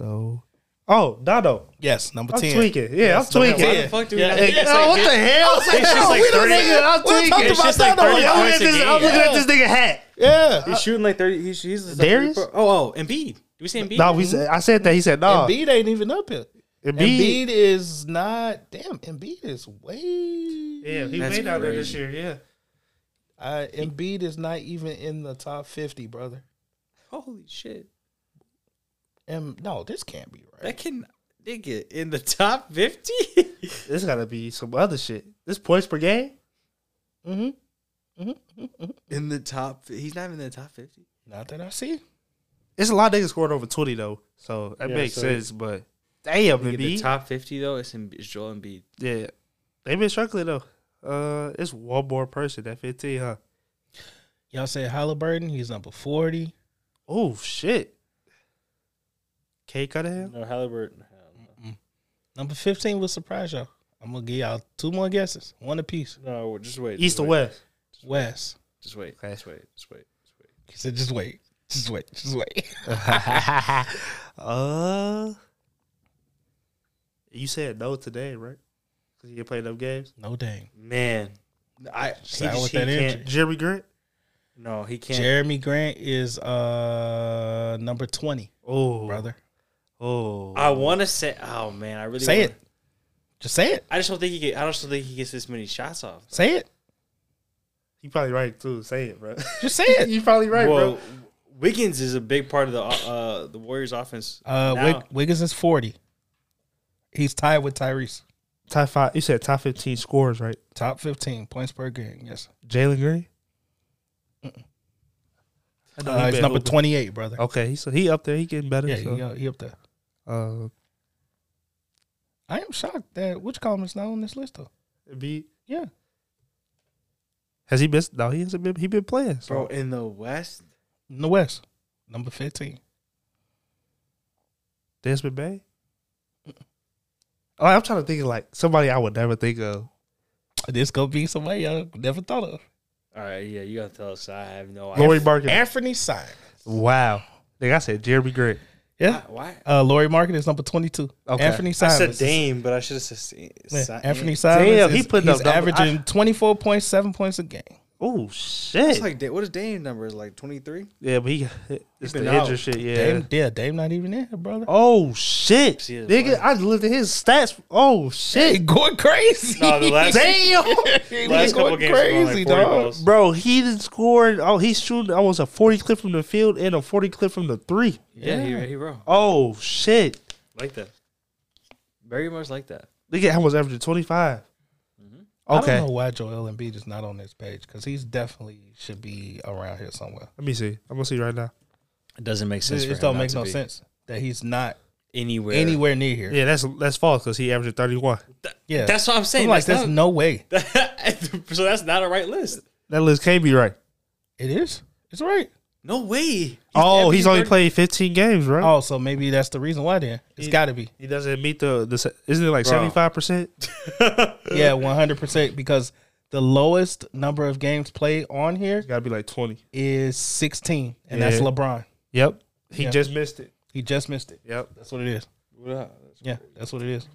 [SPEAKER 4] No. Oh, Dado.
[SPEAKER 2] yes, number
[SPEAKER 4] I'm
[SPEAKER 2] 10.
[SPEAKER 4] tweaking. Yeah, I'm
[SPEAKER 2] number
[SPEAKER 4] tweaking.
[SPEAKER 3] Why
[SPEAKER 2] Yeah.
[SPEAKER 3] the fuck do we
[SPEAKER 2] Yeah,
[SPEAKER 3] not
[SPEAKER 2] yeah,
[SPEAKER 3] get
[SPEAKER 4] Hey, oh, what the hell?
[SPEAKER 2] no,
[SPEAKER 4] I'm
[SPEAKER 2] we don't
[SPEAKER 4] tweaking.
[SPEAKER 2] nigga,
[SPEAKER 4] I'm
[SPEAKER 2] we're
[SPEAKER 4] tweaking.
[SPEAKER 2] talking
[SPEAKER 4] It's
[SPEAKER 2] about
[SPEAKER 4] just
[SPEAKER 2] that
[SPEAKER 4] like
[SPEAKER 2] already.
[SPEAKER 4] 30 I'm looking at this- I'm looking at this nigga hat.
[SPEAKER 2] Yeah.
[SPEAKER 3] shooting like thirty. He's, he's like
[SPEAKER 4] Darius?
[SPEAKER 3] 30 Oh, oh, Embiid. Do we say Embiid?
[SPEAKER 4] No, we said, I said that. He said no.
[SPEAKER 2] Embiid ain't even up here.
[SPEAKER 4] Embiid.
[SPEAKER 2] Embiid is not. Damn, Embiid is way.
[SPEAKER 4] Yeah, he
[SPEAKER 3] That's
[SPEAKER 4] made out there
[SPEAKER 3] crazy.
[SPEAKER 4] this year. Yeah.
[SPEAKER 2] Uh, Embiid is not even in the top 50, brother.
[SPEAKER 3] Holy shit!
[SPEAKER 2] And no, this can't be right.
[SPEAKER 3] That can nigga in the top fifty.
[SPEAKER 4] This gotta be some other shit. This points per game.
[SPEAKER 3] in the top, he's not even in the top fifty.
[SPEAKER 2] Not that I see.
[SPEAKER 4] It's a lot of niggas scored over twenty though, so that
[SPEAKER 3] Yeah,
[SPEAKER 4] makes
[SPEAKER 3] so-
[SPEAKER 4] sense. But damn,
[SPEAKER 3] In the
[SPEAKER 4] Embiid.
[SPEAKER 3] top fifty though, it's, Embi- it's Joel Embiid.
[SPEAKER 4] Yeah, they've been struggling though. Uh, it's one more person at fifteen, huh?
[SPEAKER 2] Y'all said Halliburton. He's number 40.
[SPEAKER 4] Oh shit. K Cunningham.
[SPEAKER 3] No, Halliburton.
[SPEAKER 2] Number 15 will surprise y'all. I'm going to give y'all two more guesses, one apiece.
[SPEAKER 3] No, just wait.
[SPEAKER 4] East or West?
[SPEAKER 2] West.
[SPEAKER 3] Just wait.
[SPEAKER 4] Okay.
[SPEAKER 3] Just wait. Just wait. Just wait.
[SPEAKER 2] He said, just wait. Just wait. Just wait.
[SPEAKER 4] Uh, you said no today, right? Because you didn't play enough games.
[SPEAKER 2] no dang.
[SPEAKER 3] Man, I
[SPEAKER 2] Sound with that injury.
[SPEAKER 4] Jerry Grant.
[SPEAKER 3] no, he can't.
[SPEAKER 2] Jeremy Grant is uh number 20,
[SPEAKER 4] Oh,
[SPEAKER 2] brother.
[SPEAKER 4] Oh,
[SPEAKER 3] I want to say. Oh man, I really
[SPEAKER 2] Say
[SPEAKER 3] wanna-
[SPEAKER 2] it. Just say it.
[SPEAKER 3] I just don't think he get. I just don't think he gets this many shots off.
[SPEAKER 2] Say it.
[SPEAKER 4] you probably right too. Say it, bro.
[SPEAKER 2] Just say it.
[SPEAKER 4] you probably right,
[SPEAKER 3] Well,
[SPEAKER 4] bro.
[SPEAKER 3] Wiggins is a big part of the uh, the Warriors' offense.
[SPEAKER 2] Uh,
[SPEAKER 3] now.
[SPEAKER 2] Wig- Wiggins is 40. He's tied with Tyrese.
[SPEAKER 4] Top five. You said top fifteen scores, right?
[SPEAKER 2] Top 15 points per game. Yes.
[SPEAKER 4] Jalen Green. I know he
[SPEAKER 2] Uh, he's
[SPEAKER 4] been
[SPEAKER 2] number
[SPEAKER 4] hooping.
[SPEAKER 2] 28, brother.
[SPEAKER 4] Okay, so he up there. He getting better.
[SPEAKER 2] Yeah,
[SPEAKER 4] Oh, so,
[SPEAKER 2] he, uh, he up there.
[SPEAKER 4] uh,
[SPEAKER 2] I am shocked that which columnist not on this list, though.
[SPEAKER 4] Embiid-
[SPEAKER 2] Yeah.
[SPEAKER 4] Has he missed? No, he hasn't been. He been playing. So.
[SPEAKER 3] Bro, in the West,
[SPEAKER 2] In the West, number 15.
[SPEAKER 4] Desmond Bay. Oh, I'm trying to think of like somebody I would never think of.
[SPEAKER 2] This going to be somebody y'all never thought of.
[SPEAKER 3] all right, yeah, you gotta tell us. Oh, I have no idea.
[SPEAKER 4] Lori Market.
[SPEAKER 2] Anthony Simon.
[SPEAKER 4] wow. Like I said, Jeremy Grant.
[SPEAKER 2] Yeah.
[SPEAKER 3] Why?
[SPEAKER 2] Uh, Laurie Market is number 22.
[SPEAKER 4] Okay.
[SPEAKER 2] Anthony
[SPEAKER 3] I
[SPEAKER 2] Simon.
[SPEAKER 3] said Dame, but I should have said Si- Si-
[SPEAKER 2] Anthony Simon.
[SPEAKER 4] Damn,
[SPEAKER 2] he
[SPEAKER 4] he
[SPEAKER 2] put
[SPEAKER 4] putting
[SPEAKER 2] he's
[SPEAKER 4] up numbers.
[SPEAKER 2] averaging 24.7 points a game.
[SPEAKER 4] Oh shit.
[SPEAKER 3] It's like Da- what is Dame's number? Is it like twenty three.
[SPEAKER 4] yeah, but he it's
[SPEAKER 3] been
[SPEAKER 4] the
[SPEAKER 3] out.
[SPEAKER 4] injury shit. Yeah.
[SPEAKER 2] Dame, yeah, Dame not even in here, brother.
[SPEAKER 4] Oh shit,
[SPEAKER 3] See his
[SPEAKER 4] nigga!
[SPEAKER 3] butt.
[SPEAKER 4] I looked at his stats. Oh
[SPEAKER 2] Hey,
[SPEAKER 4] shit,
[SPEAKER 2] going crazy.
[SPEAKER 3] No, the last-
[SPEAKER 2] Damn. He
[SPEAKER 3] Last couple
[SPEAKER 2] going
[SPEAKER 3] games, he's going, like, 40 balls.
[SPEAKER 4] bro, he didn't score. Oh, he's shooting almost a forty clip from the field and a forty clip from the three.
[SPEAKER 3] Yeah, he, he wrote
[SPEAKER 4] Oh shit,
[SPEAKER 3] like that. Very much like that.
[SPEAKER 4] nigga! I was averaging twenty five. Mm-hmm.
[SPEAKER 2] I don't
[SPEAKER 4] Okay,
[SPEAKER 2] know why Joel Embiid is not on this page because he's definitely should be around here somewhere.
[SPEAKER 4] let me see. I'm gonna see right now.
[SPEAKER 3] It doesn't make
[SPEAKER 2] It
[SPEAKER 3] sense.
[SPEAKER 2] just don't make no sense that he's not
[SPEAKER 3] anywhere.
[SPEAKER 2] anywhere near here.
[SPEAKER 4] Yeah, that's that's false because he averaged thirty one.
[SPEAKER 2] Yeah,
[SPEAKER 3] That's what I'm saying.
[SPEAKER 2] I'm like,
[SPEAKER 3] that's
[SPEAKER 2] there's no way.
[SPEAKER 3] not, so that's not a right list.
[SPEAKER 4] That list can't be right.
[SPEAKER 2] It is. It's right.
[SPEAKER 3] No way. He's
[SPEAKER 4] oh, he's
[SPEAKER 3] averaging
[SPEAKER 4] only
[SPEAKER 3] 30
[SPEAKER 4] played fifteen games, right?
[SPEAKER 2] Oh, so maybe that's the reason why. Then it's got to be.
[SPEAKER 4] He doesn't meet the the. se- Isn't it like seventy five percent?
[SPEAKER 2] Yeah, 100 percent because the lowest number of games played on here
[SPEAKER 4] Got to be like twenty.
[SPEAKER 2] is 16, and that's
[SPEAKER 4] Yeah.
[SPEAKER 2] LeBron.
[SPEAKER 4] Yep, he
[SPEAKER 2] Yeah.
[SPEAKER 4] just missed it.
[SPEAKER 2] He just missed it.
[SPEAKER 4] Yep,
[SPEAKER 2] That's what it is. Yeah, that's what it is.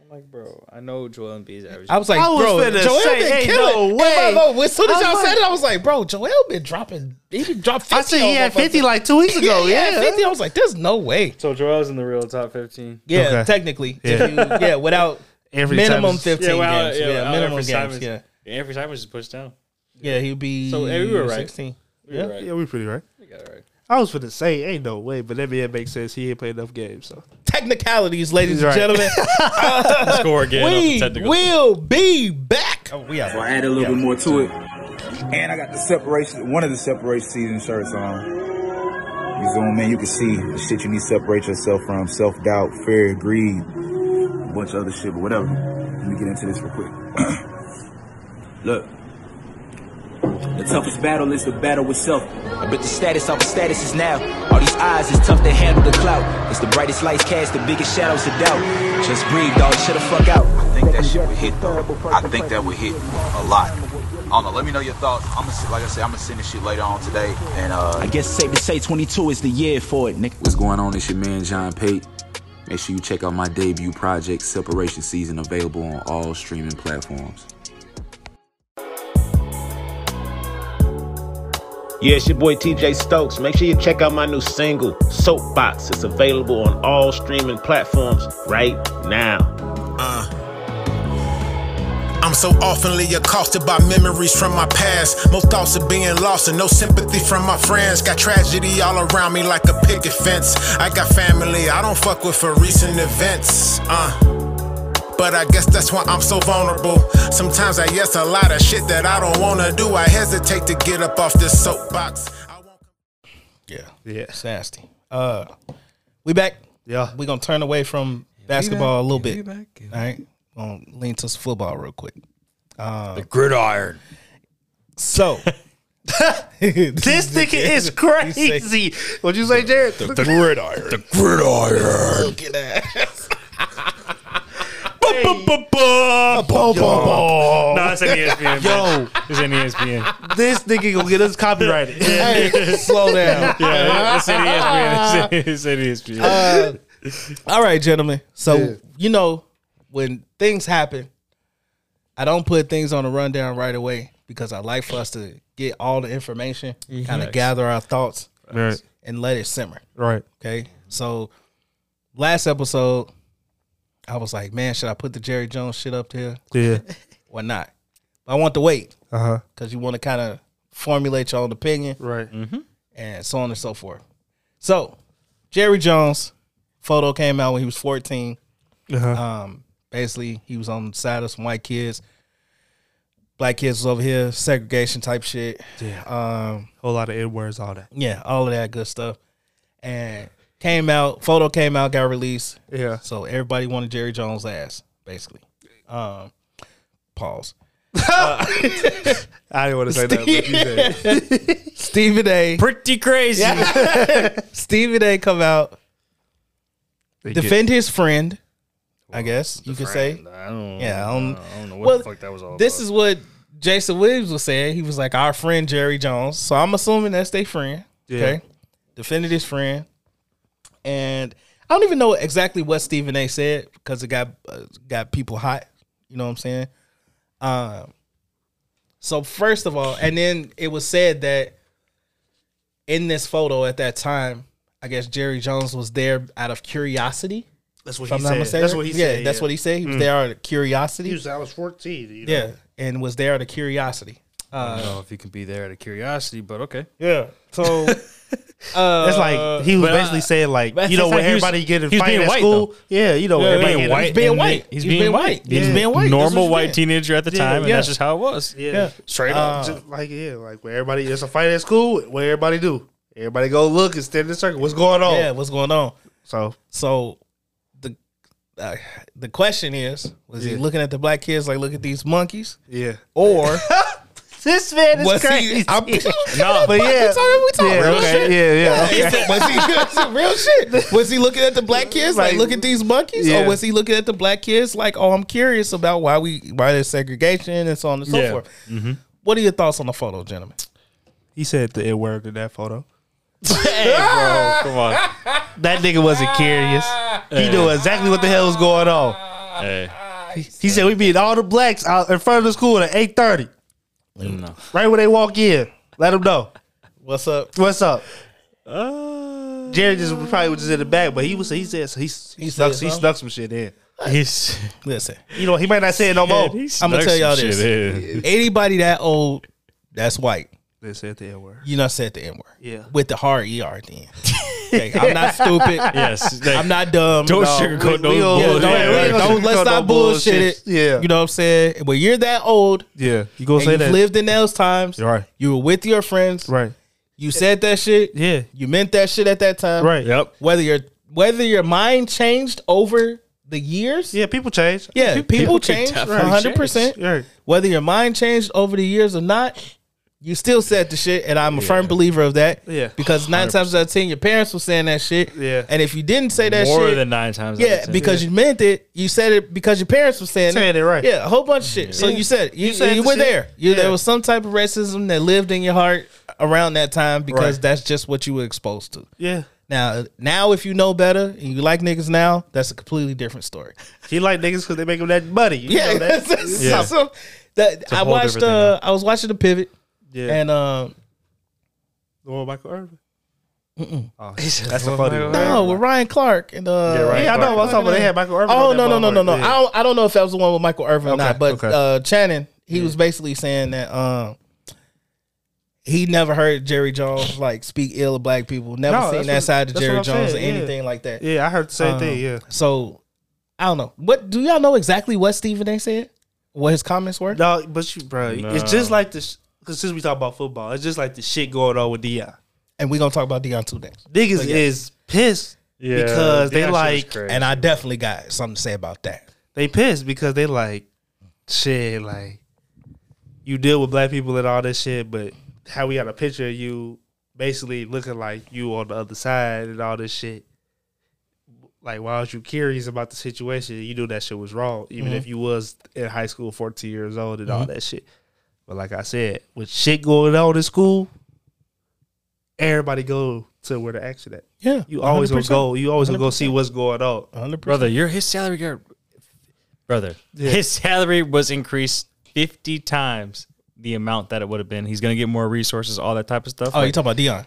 [SPEAKER 3] I'm like, bro, I know Joel Embiid's average.
[SPEAKER 2] I was like,
[SPEAKER 4] I was
[SPEAKER 2] bro,
[SPEAKER 4] finna
[SPEAKER 2] Joel
[SPEAKER 4] say,
[SPEAKER 2] been
[SPEAKER 4] ain't no
[SPEAKER 2] killing. And
[SPEAKER 4] way.
[SPEAKER 2] my vote- as soon as
[SPEAKER 4] I'm
[SPEAKER 2] y'all said
[SPEAKER 4] like-
[SPEAKER 2] it, I was like, bro, Joel been dropping. He been dropped 50.
[SPEAKER 4] I said he
[SPEAKER 2] on
[SPEAKER 4] had
[SPEAKER 2] motherfuckers.
[SPEAKER 4] fifty like two weeks ago.
[SPEAKER 2] Yeah,
[SPEAKER 4] Yeah,
[SPEAKER 2] 50. I was like, there's no way.
[SPEAKER 3] so Joel's in the real top 15.
[SPEAKER 2] Yeah,
[SPEAKER 4] Okay.
[SPEAKER 2] technically. if
[SPEAKER 4] Yeah.
[SPEAKER 2] you- yeah, without
[SPEAKER 4] Every
[SPEAKER 2] minimum
[SPEAKER 4] time-
[SPEAKER 2] 15
[SPEAKER 3] well,
[SPEAKER 2] games. Yeah,
[SPEAKER 3] well,
[SPEAKER 2] minimum
[SPEAKER 3] Anthony
[SPEAKER 2] games.
[SPEAKER 3] Simons-
[SPEAKER 2] Yeah.
[SPEAKER 3] Anthony Simons is pushed down.
[SPEAKER 2] Yeah, he'd be
[SPEAKER 3] So, yeah, we were right.
[SPEAKER 2] 16.
[SPEAKER 3] We were right.
[SPEAKER 4] yeah, we pretty right.
[SPEAKER 3] We got it right.
[SPEAKER 4] I was gonna say, ain't no way, but that man makes sense. He ain't played enough games, so
[SPEAKER 2] Technicalities, ladies
[SPEAKER 4] He's right.
[SPEAKER 2] and gentlemen.
[SPEAKER 3] Score again.
[SPEAKER 2] we will be back. Oh, we out.
[SPEAKER 7] I add a little bit more to it. And I got the separation, one of the separation season shirts on. You zoom in, you can see the shit you need to separate yourself from self doubt, fear, greed, a bunch of other shit, but whatever. Let me get into this real quick. Look,
[SPEAKER 8] The toughest battle is the battle with self. I bet the status off the status is now. All these eyes is tough to handle the clout. It's the brightest lights cast, the biggest shadows of doubt. Just breathe, dog. Shut the fuck out.
[SPEAKER 9] I think that shit would hit though. I think that would hit a lot. I don't know. Let me know your thoughts. I'm gonna, like I said, I'm gonna send this shit later on today. And uh,
[SPEAKER 8] I guess safe to say 22 is the year for it, nigga.
[SPEAKER 9] what's going on? It's your man John Pate. Make sure you check out my debut project, Separation Season, available on all streaming platforms.
[SPEAKER 10] Yeah, it's your boy TJ Stokes. Make sure you check out my new single, Soapbox. It's available on all streaming platforms right now.
[SPEAKER 5] I'm so oftenly accosted by memories from my past. Most thoughts of being lost and no sympathy from my friends. Got tragedy all around me like a picket fence. I got family I don't fuck with for recent events. Uh. But I guess that's why I'm so vulnerable. Sometimes I yes a lot of shit that I don't wanna do. I hesitate to get up off this soapbox. I won't-
[SPEAKER 2] Yeah.
[SPEAKER 4] Yeah.
[SPEAKER 2] It's nasty. Uh, we back.
[SPEAKER 4] Yeah.
[SPEAKER 2] We're gonna turn away from basketball a little bit.
[SPEAKER 3] we back, yeah.
[SPEAKER 2] All right. Gonna lean to some football real quick. Uh,
[SPEAKER 3] The gridiron.
[SPEAKER 2] So this
[SPEAKER 4] This nigga is crazy. What'd you say, Jared? The, gridiron. The gridiron.
[SPEAKER 2] look at that.
[SPEAKER 4] Boom, boom, boom.
[SPEAKER 3] No, it's E an ESPN. Yo, it's E an ESPN.
[SPEAKER 4] This nigga gonna get us copyrighted.
[SPEAKER 2] hey, slow down.
[SPEAKER 3] Yeah, it's E an ESPN. It's E an ESPN.
[SPEAKER 2] All right, gentlemen. So you know when things happen, I don't put things on a rundown right away because I like for us to get all the information, kind of gather our thoughts,
[SPEAKER 4] Right.
[SPEAKER 2] and let it simmer.
[SPEAKER 4] Right.
[SPEAKER 2] Okay. So last episode, I was like, man, should I put the Jerry Jones shit up there
[SPEAKER 4] Yeah.
[SPEAKER 2] or not? I want to wait
[SPEAKER 4] Uh huh.
[SPEAKER 2] because you want to kind of formulate your own opinion
[SPEAKER 4] Right.
[SPEAKER 3] Mm.
[SPEAKER 2] and so on and so forth. So Jerry Jones photo came out when he was 14.
[SPEAKER 4] Uh-huh.
[SPEAKER 2] Um, basically, he was on the side of some white kids. Black kids was over here, segregation type shit. Um,
[SPEAKER 4] Whole lot of N words, all that.
[SPEAKER 2] yeah, all of that good stuff. And came out, photo came out, got released.
[SPEAKER 4] Yeah.
[SPEAKER 2] So everybody wanted Jerry Jones' ass, basically. Um, pause.
[SPEAKER 4] I didn't want to say that. But you did.
[SPEAKER 2] Stephen A.
[SPEAKER 3] Pretty crazy.
[SPEAKER 2] Stephen A. come out,
[SPEAKER 4] They get-
[SPEAKER 2] defend his friend. I guess you could say.
[SPEAKER 3] I don't.
[SPEAKER 2] Yeah, I don't-
[SPEAKER 3] I don't know what
[SPEAKER 2] well,
[SPEAKER 3] the fuck that was all.
[SPEAKER 2] This
[SPEAKER 3] about.
[SPEAKER 2] is what Jason Williams was saying. He was like our friend Jerry Jones. So I'm assuming that's their friend. Okay. Defended his friend. And I don't even know exactly what Stephen A said because it got uh, got people hot. You know what I'm saying? Um so first of all, and then it was said that in this photo at that time, I guess Jerry Jones was there out of curiosity.
[SPEAKER 4] That's what
[SPEAKER 2] If I'm not mistaken.
[SPEAKER 4] That's what he
[SPEAKER 2] yeah,
[SPEAKER 4] said.
[SPEAKER 2] that's what he said. He was there out of curiosity.
[SPEAKER 4] I was fourteen. You
[SPEAKER 2] Yeah, and was there out of curiosity.
[SPEAKER 3] I don't know if you can be there out of curiosity, but okay.
[SPEAKER 4] Yeah. So it's like he
[SPEAKER 3] but,
[SPEAKER 4] was
[SPEAKER 3] uh,
[SPEAKER 4] basically saying like
[SPEAKER 3] but
[SPEAKER 4] you
[SPEAKER 3] it's
[SPEAKER 4] know
[SPEAKER 3] like
[SPEAKER 4] when
[SPEAKER 3] he was-
[SPEAKER 4] everybody get in
[SPEAKER 3] he was
[SPEAKER 4] fight
[SPEAKER 3] being
[SPEAKER 4] at
[SPEAKER 3] white,
[SPEAKER 4] school.
[SPEAKER 3] though.
[SPEAKER 4] Yeah, you know
[SPEAKER 3] Yeah,
[SPEAKER 4] everybody
[SPEAKER 3] being
[SPEAKER 4] get in-
[SPEAKER 3] white.
[SPEAKER 2] He's being white. He's,
[SPEAKER 3] And he's being
[SPEAKER 2] being,
[SPEAKER 3] white.
[SPEAKER 2] white. He's
[SPEAKER 4] Yeah.
[SPEAKER 2] being white. That's what
[SPEAKER 3] Normal
[SPEAKER 2] he's
[SPEAKER 3] white
[SPEAKER 2] being.
[SPEAKER 3] teenager at the time, and
[SPEAKER 2] yeah.
[SPEAKER 3] that's just how it was.
[SPEAKER 4] Yeah.
[SPEAKER 2] Yeah.
[SPEAKER 4] Straight up. Just Uh, like yeah, like where everybody there's a fight at school, where everybody do. Everybody go look and stand in a circle. What's going on?
[SPEAKER 2] Yeah, what's going on?
[SPEAKER 4] So
[SPEAKER 2] So the uh, the question is, was he looking at the black kids like, look at these monkeys,
[SPEAKER 4] yeah.
[SPEAKER 2] or
[SPEAKER 4] This man is
[SPEAKER 2] was he? I'm, no,
[SPEAKER 4] but yeah.
[SPEAKER 2] we talking
[SPEAKER 4] Yeah,
[SPEAKER 2] real shit.
[SPEAKER 4] okay. Yeah, yeah. Okay.
[SPEAKER 2] was he real shit? Was he looking at the black kids like,
[SPEAKER 4] Like,
[SPEAKER 2] look at these monkeys,
[SPEAKER 4] yeah.
[SPEAKER 2] or was he looking at the black kids like, oh, I'm curious about why we why there's segregation and so on and so
[SPEAKER 3] Yeah.
[SPEAKER 2] forth?
[SPEAKER 4] Mm-hmm.
[SPEAKER 2] What are your thoughts on the photo, gentlemen?
[SPEAKER 4] He said the N word in that photo.
[SPEAKER 3] Bro, come on.
[SPEAKER 4] That nigga wasn't curious. He knew exactly what the hell was going on.
[SPEAKER 3] Hey,
[SPEAKER 4] He said we beat all the blacks out in front of the school at eight thirty,
[SPEAKER 3] no.
[SPEAKER 4] right when they walk in. Let them know
[SPEAKER 2] What's up?
[SPEAKER 4] what's up. Jerry just probably was just in the back, but he was he said so he, he,
[SPEAKER 2] He
[SPEAKER 4] snuck
[SPEAKER 2] said
[SPEAKER 4] he
[SPEAKER 2] something?
[SPEAKER 4] snuck some shit in.
[SPEAKER 3] He's.
[SPEAKER 2] Listen,
[SPEAKER 4] You know he might not say it no more.
[SPEAKER 2] I'ma tell y'all this. anybody that old that's white,
[SPEAKER 4] They said the N word.
[SPEAKER 2] you not said the N word.
[SPEAKER 4] Yeah.
[SPEAKER 2] With the hard ER at the end. Okay, I'm not stupid.
[SPEAKER 3] Yes. like,
[SPEAKER 2] I'm not dumb.
[SPEAKER 3] Don't
[SPEAKER 2] No.
[SPEAKER 3] sugarcoat
[SPEAKER 4] we- we
[SPEAKER 3] those
[SPEAKER 4] all-
[SPEAKER 2] Yeah,
[SPEAKER 3] bulls.
[SPEAKER 2] don't,
[SPEAKER 4] Yeah,
[SPEAKER 2] yeah,
[SPEAKER 4] we
[SPEAKER 2] don't-
[SPEAKER 4] don't
[SPEAKER 2] let's
[SPEAKER 4] sugarcoat
[SPEAKER 2] not
[SPEAKER 4] no
[SPEAKER 2] bullshit it.
[SPEAKER 4] bullshit. Yeah.
[SPEAKER 2] You know what I'm saying? When you're that old
[SPEAKER 4] Yeah, you gonna
[SPEAKER 2] and
[SPEAKER 4] say
[SPEAKER 2] you've
[SPEAKER 4] that?
[SPEAKER 2] lived in those times,
[SPEAKER 4] You're right.
[SPEAKER 2] you were with your friends,
[SPEAKER 4] right,
[SPEAKER 2] you said that shit,
[SPEAKER 4] Yeah.
[SPEAKER 2] you meant that shit at that time.
[SPEAKER 4] right.
[SPEAKER 3] Yep.
[SPEAKER 2] Whether your whether your mind changed over the years.
[SPEAKER 4] Yeah, people change.
[SPEAKER 2] Yeah, people,
[SPEAKER 3] people can
[SPEAKER 2] change
[SPEAKER 3] definitely
[SPEAKER 2] 100%.
[SPEAKER 4] Right.
[SPEAKER 2] Whether your mind changed over the years or not, You still said the shit, and I'm a firm believer of that.
[SPEAKER 4] Yeah.
[SPEAKER 2] Because 9 times out of ten, your parents were saying that shit.
[SPEAKER 4] Yeah.
[SPEAKER 2] And if you didn't say that
[SPEAKER 3] More
[SPEAKER 2] shit,
[SPEAKER 3] than nine times out of
[SPEAKER 2] yeah,
[SPEAKER 3] 10.
[SPEAKER 2] because
[SPEAKER 3] Yeah.
[SPEAKER 2] you meant it. You said it because your parents were saying,
[SPEAKER 4] Saying it right.
[SPEAKER 2] Yeah, a whole bunch of shit. So
[SPEAKER 4] Yeah.
[SPEAKER 2] you said it. you,
[SPEAKER 4] You said
[SPEAKER 2] you
[SPEAKER 4] the
[SPEAKER 2] were
[SPEAKER 4] shit.
[SPEAKER 2] there. You,
[SPEAKER 4] Yeah.
[SPEAKER 2] There was some type of racism that lived in your heart around that time because
[SPEAKER 4] Right.
[SPEAKER 2] that's just what you were exposed to.
[SPEAKER 4] Yeah.
[SPEAKER 2] Now, now if you know better and you like niggas now, that's a completely different story.
[SPEAKER 4] He like niggas because they make him that money. You
[SPEAKER 2] Yeah,
[SPEAKER 4] know that.
[SPEAKER 2] that's-
[SPEAKER 4] Yeah.
[SPEAKER 2] so- that-
[SPEAKER 4] a
[SPEAKER 2] I
[SPEAKER 4] whole
[SPEAKER 2] watched.
[SPEAKER 4] different thing,
[SPEAKER 2] Uh, I was watching the pivot.
[SPEAKER 4] Yeah.
[SPEAKER 2] and um,
[SPEAKER 4] The one with Michael Irvin. Oh,
[SPEAKER 3] said
[SPEAKER 4] that's the funny one.
[SPEAKER 2] no, with Ryan Clark and uh,
[SPEAKER 4] Yeah, Ryan Yeah, I know, Clark. I was talking about they had Michael Irvin
[SPEAKER 2] Oh
[SPEAKER 4] on that
[SPEAKER 2] no, no, no, no, no.
[SPEAKER 4] motherfucker, yeah.
[SPEAKER 2] I don't. I don't know if that was the one with Michael Irvin or
[SPEAKER 4] Okay,
[SPEAKER 2] not. But
[SPEAKER 4] okay.
[SPEAKER 2] uh, Channing, he was basically saying that um, he never heard Jerry Jones like speak ill of black people. Never
[SPEAKER 4] No,
[SPEAKER 2] seen
[SPEAKER 4] that's
[SPEAKER 2] that
[SPEAKER 4] what-
[SPEAKER 2] side of
[SPEAKER 4] that's what
[SPEAKER 2] Jerry
[SPEAKER 4] I'm
[SPEAKER 2] Jones
[SPEAKER 4] saying,
[SPEAKER 2] or
[SPEAKER 4] yeah.
[SPEAKER 2] anything like that.
[SPEAKER 4] Yeah, I heard the same
[SPEAKER 2] Um,
[SPEAKER 4] thing. Yeah.
[SPEAKER 2] So I don't know. What do y'all know exactly what Stephen A. said? What his comments were?
[SPEAKER 4] No, but you, bro, it's just like this. Because since we talk about football, it's just like the shit going on with Dion.
[SPEAKER 2] And we're gonna talk about Deion too next.
[SPEAKER 4] Niggas is pissed
[SPEAKER 3] Yeah,
[SPEAKER 4] because
[SPEAKER 3] Deion shit
[SPEAKER 4] they
[SPEAKER 3] was
[SPEAKER 4] like
[SPEAKER 3] crazy.
[SPEAKER 2] And I definitely got something to say about that.
[SPEAKER 4] they pissed because they like shit. Like you deal with black people and all this shit, but how we got a picture of you basically looking like you on the other side and all this shit. Like, why was you curious about the situation? You knew that shit was wrong, even
[SPEAKER 2] Mhm.
[SPEAKER 4] if you was in high school, fourteen years old, and all that shit. But like I said, with shit going on in school, everybody go to where the action at.
[SPEAKER 2] Yeah,
[SPEAKER 4] You always gonna go. You always gonna go see what's going on.
[SPEAKER 2] 100%.
[SPEAKER 3] brother, your his salary got brother. His salary was increased fifty times the amount that it would have been. He's gonna get more resources, all that type of stuff.
[SPEAKER 2] Oh, you
[SPEAKER 3] Like,
[SPEAKER 2] talking about Dion?